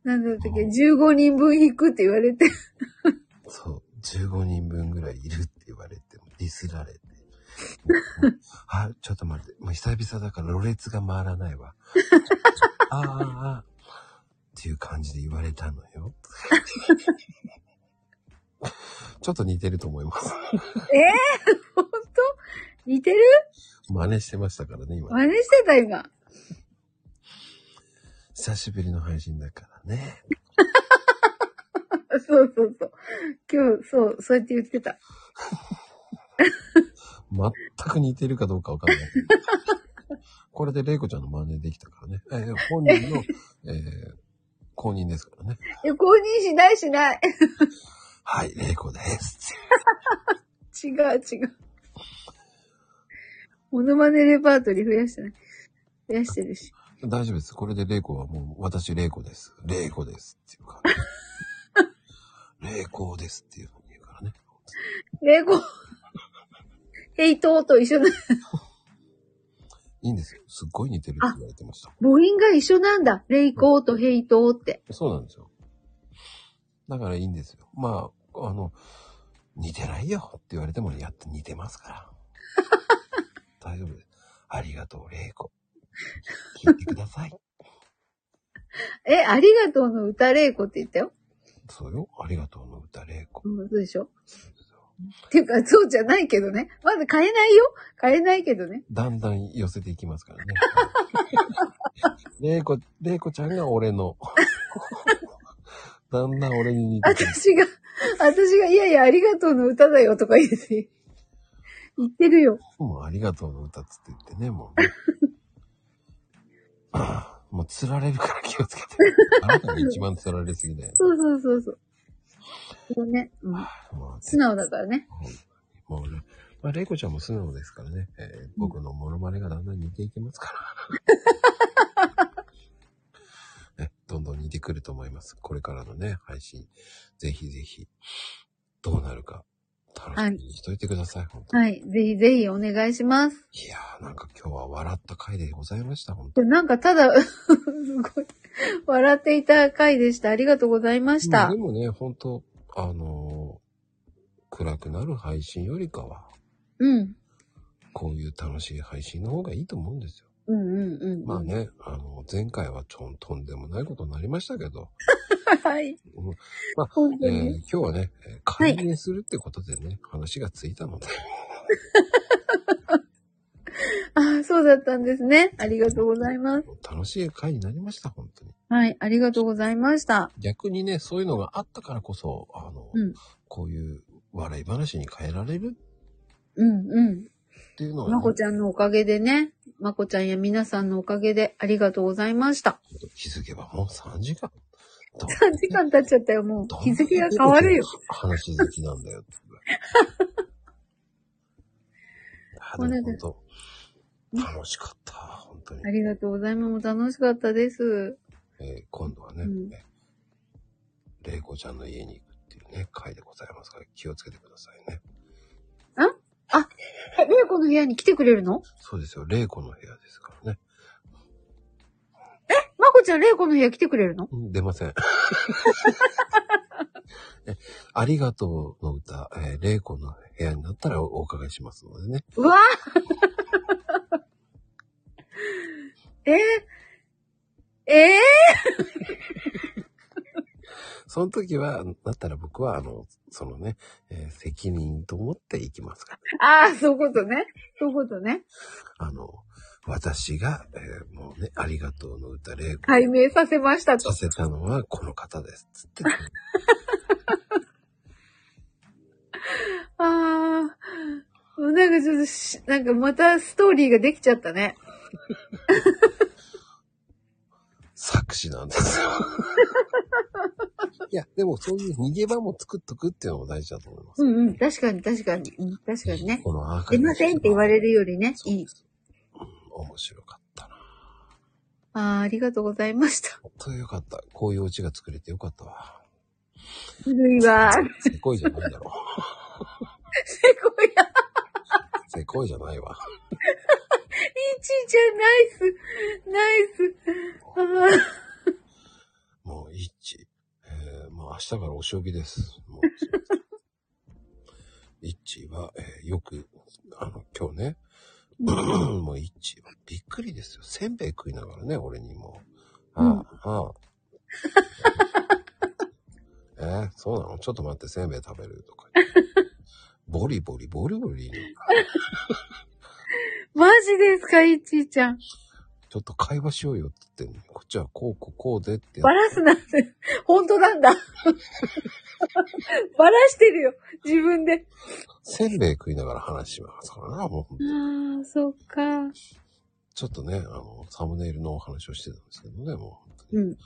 Speaker 3: なんだったっけ、15人分引くって言われて。
Speaker 2: そう、15人分ぐらいいるって言われて、ディスられて。あ、ちょっと待って、もう久々だからろれつが回らないわ。あーあー、あーっていう感じで言われたのよ。ちょっと似てると思います。
Speaker 3: ほんと似てる
Speaker 2: 真似してましたからね、今。
Speaker 3: 真似してた、今。
Speaker 2: 久しぶりの配信だからね。
Speaker 3: そうそうそう。今日、そう、そうやって言ってた。
Speaker 2: 全く似てるかどうかわかんないけど。これでレイコちゃんの真似できたからね。えー本人の、えー公認ですからね。
Speaker 3: え、公認しないしない。
Speaker 2: はい、レイコです。
Speaker 3: 違う違う。モノマネレパートリー増やしてない。増やしてるし。
Speaker 2: 大丈夫です。これでレイコはもう、私レイコです。レイコです。っていうから。レイコですっていうふうに言うからね。
Speaker 3: 英語。ヘイトーと一緒な、
Speaker 2: いいんですよ。すっごい似てるって言われてました。
Speaker 3: 母音が一緒なんだ。レイコーとヘイトーって。
Speaker 2: そうなんですよ。だからいいんですよ。まあ、あの、似てないよって言われても、やっと似てますから。大丈夫です。ありがとう、レイコ。聞いてください。
Speaker 3: え、ありがとうの歌レイコって言ったよ。
Speaker 2: そうよ。ありがとうの歌、レイコ。
Speaker 3: うん、そうでしょっていうか、そうじゃないけどね。まだ買えないよ。買えないけどね。
Speaker 2: だんだん寄せていきますからね。 レイコ、レイコちゃんが俺の。 だんだん俺に似てくる。
Speaker 3: 私が、私が、いやいや、ありがとうの歌だよとか言って、言ってるよ。
Speaker 2: もうありがとうの歌っつって言ってね、もうね、 ああもう釣られるから気をつけて。あなたが一番釣られすぎだよ。
Speaker 3: そうそうそうそう。そうね、うん。
Speaker 2: もう
Speaker 3: 素直だからね。
Speaker 2: もうね。まあ、レイコちゃんも素直ですからね。えー僕のモノマネがだんだん似ていきます から。ね、どんどん似てくると思います。これからのね、配信。ぜひぜひ、どうなるか、楽しみにしといてください、本当に。
Speaker 3: はい。ぜひぜひお願いします。
Speaker 2: いやー、なんか今日は笑った回でございました、本当
Speaker 3: でもなんかただ、 すごい、笑っていた回でした。ありがとうございました
Speaker 2: で。もね、本当あのー暗くなる配信よりかは、
Speaker 3: うん。
Speaker 2: こういう楽しい配信の方がいいと思うんですよ。
Speaker 3: うんうんうんうん。
Speaker 2: まあね、あの、前回はちょんとんでもないことになりましたけど、
Speaker 3: はい。
Speaker 2: うんまあ
Speaker 3: 本
Speaker 2: え
Speaker 3: 当
Speaker 2: ー
Speaker 3: に。
Speaker 2: 今日はね、えー
Speaker 3: い
Speaker 2: 解明するってことでね、話がついたので、
Speaker 3: ああ、そうだったんですね。ありがとうございます。
Speaker 2: 楽しい回になりました、本当に。
Speaker 3: はい。ありがとうございました。
Speaker 2: 逆にね、そういうのがあったからこそ、あの、
Speaker 3: うん
Speaker 2: こういう笑い話に変えられる
Speaker 3: うんうん。
Speaker 2: っていうのは、
Speaker 3: まこちゃんのおかげでね。まこちゃんや皆さんのおかげでありがとうございました。
Speaker 2: 気づけばもう3時間。どんだけ
Speaker 3: 3時間経っちゃったよ、もう。日付が変わるよ。。
Speaker 2: 話好きなん だよ って。あでも本当楽しかった、本当に
Speaker 3: あ。りがとうございます。もう楽しかっ たです。
Speaker 2: えー今度はね、
Speaker 3: うん
Speaker 2: レイコちゃんの家に行くっていうね、回でございますから気をつけてくださいね。
Speaker 3: え、みやこの部屋に来てくれるの
Speaker 2: そうですよ、レイコの部屋ですからね。
Speaker 3: まこちゃん、れいこの部屋来てくれるの
Speaker 2: うん出ません。 えありがとうの歌、えー、レイコの部屋になったらお伺いしますのでね。
Speaker 3: うわ えー、えー、
Speaker 2: その時は、だったら僕は、あの、そのね、えー責任と思っていきますから。
Speaker 3: ああ、そういうことね。そういうことね。
Speaker 2: あの、私が、えーもうね、ありがとうの歌で、
Speaker 3: 解明させましたと
Speaker 2: さ。せたのはこの方です。つって。
Speaker 3: ああ。もうなんかちょっとし、なんかまたストーリーができちゃったね。
Speaker 2: 作詞なんですよ。 いや、でもそういう逃げ場も作っとくっていうのも大事だと思います。
Speaker 3: うんうん。確かに確かに。うん、確かにね。
Speaker 2: このアーカイ
Speaker 3: 出
Speaker 2: ブ
Speaker 3: ませんって言われるよりね。
Speaker 2: そう
Speaker 3: いい
Speaker 2: で。すうん面白かったな。
Speaker 3: ああ、ありがとうございました。
Speaker 2: 本当よかった。こういうオチが作れてよかったわ。
Speaker 3: ずるいわ。
Speaker 2: せこいじゃないだろ
Speaker 3: せこいや。
Speaker 2: う。せこいじゃないわ。
Speaker 3: いちいちゃん、ナイス。ナイス。あ
Speaker 2: もう一致。えー、まあ明日からお仕置きです。 もう一致は、えーよく、あの、今日ね、 もう一致はびっくりですよ。せんべい食いながらね、俺にも。ああ、
Speaker 3: うん
Speaker 2: ああ。 えーそうなのちょっと待って、せんべい食べるとか。ボリボリ、ボリボリ言いながら。
Speaker 3: あ。マジですか、いちいちゃん。
Speaker 2: ちょっと会話しようよって言ってんのにこっちはこう、こう、こうでってやっ
Speaker 3: バラすなんて、本当なんだ。 バラしてるよ。自分で。
Speaker 2: せんべい食いながら話しますからな、もう。
Speaker 3: ああ、そっか。
Speaker 2: ちょっとね、あの、サムネイルのお話をしてたんですけどね、もう本当に。
Speaker 3: うん。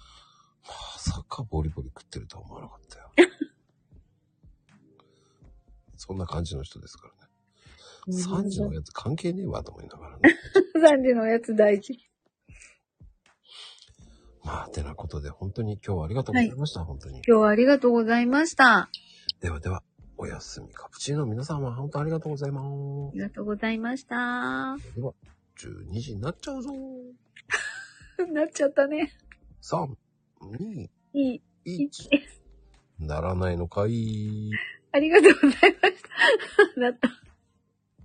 Speaker 2: まさかボリボリ食ってるとは思わなかったよ。そんな感じの人ですからね。3時のやつ関係ねえわと思いながらね。
Speaker 3: 3時のやつ大事。
Speaker 2: まあ、てなことで、本当に今日はありがとうございました、本当に。
Speaker 3: 今日はありがとうございました。あ
Speaker 2: ではでは、おやすみ。カプチーノ皆様、本当ありがとうございます。
Speaker 3: りがとうございました。 な
Speaker 2: では、12時になっちゃうぞ。
Speaker 3: っちゃったね。
Speaker 2: 3、2、
Speaker 3: いい。
Speaker 2: 1。ならないのかい。
Speaker 3: ありがとうございました。なった。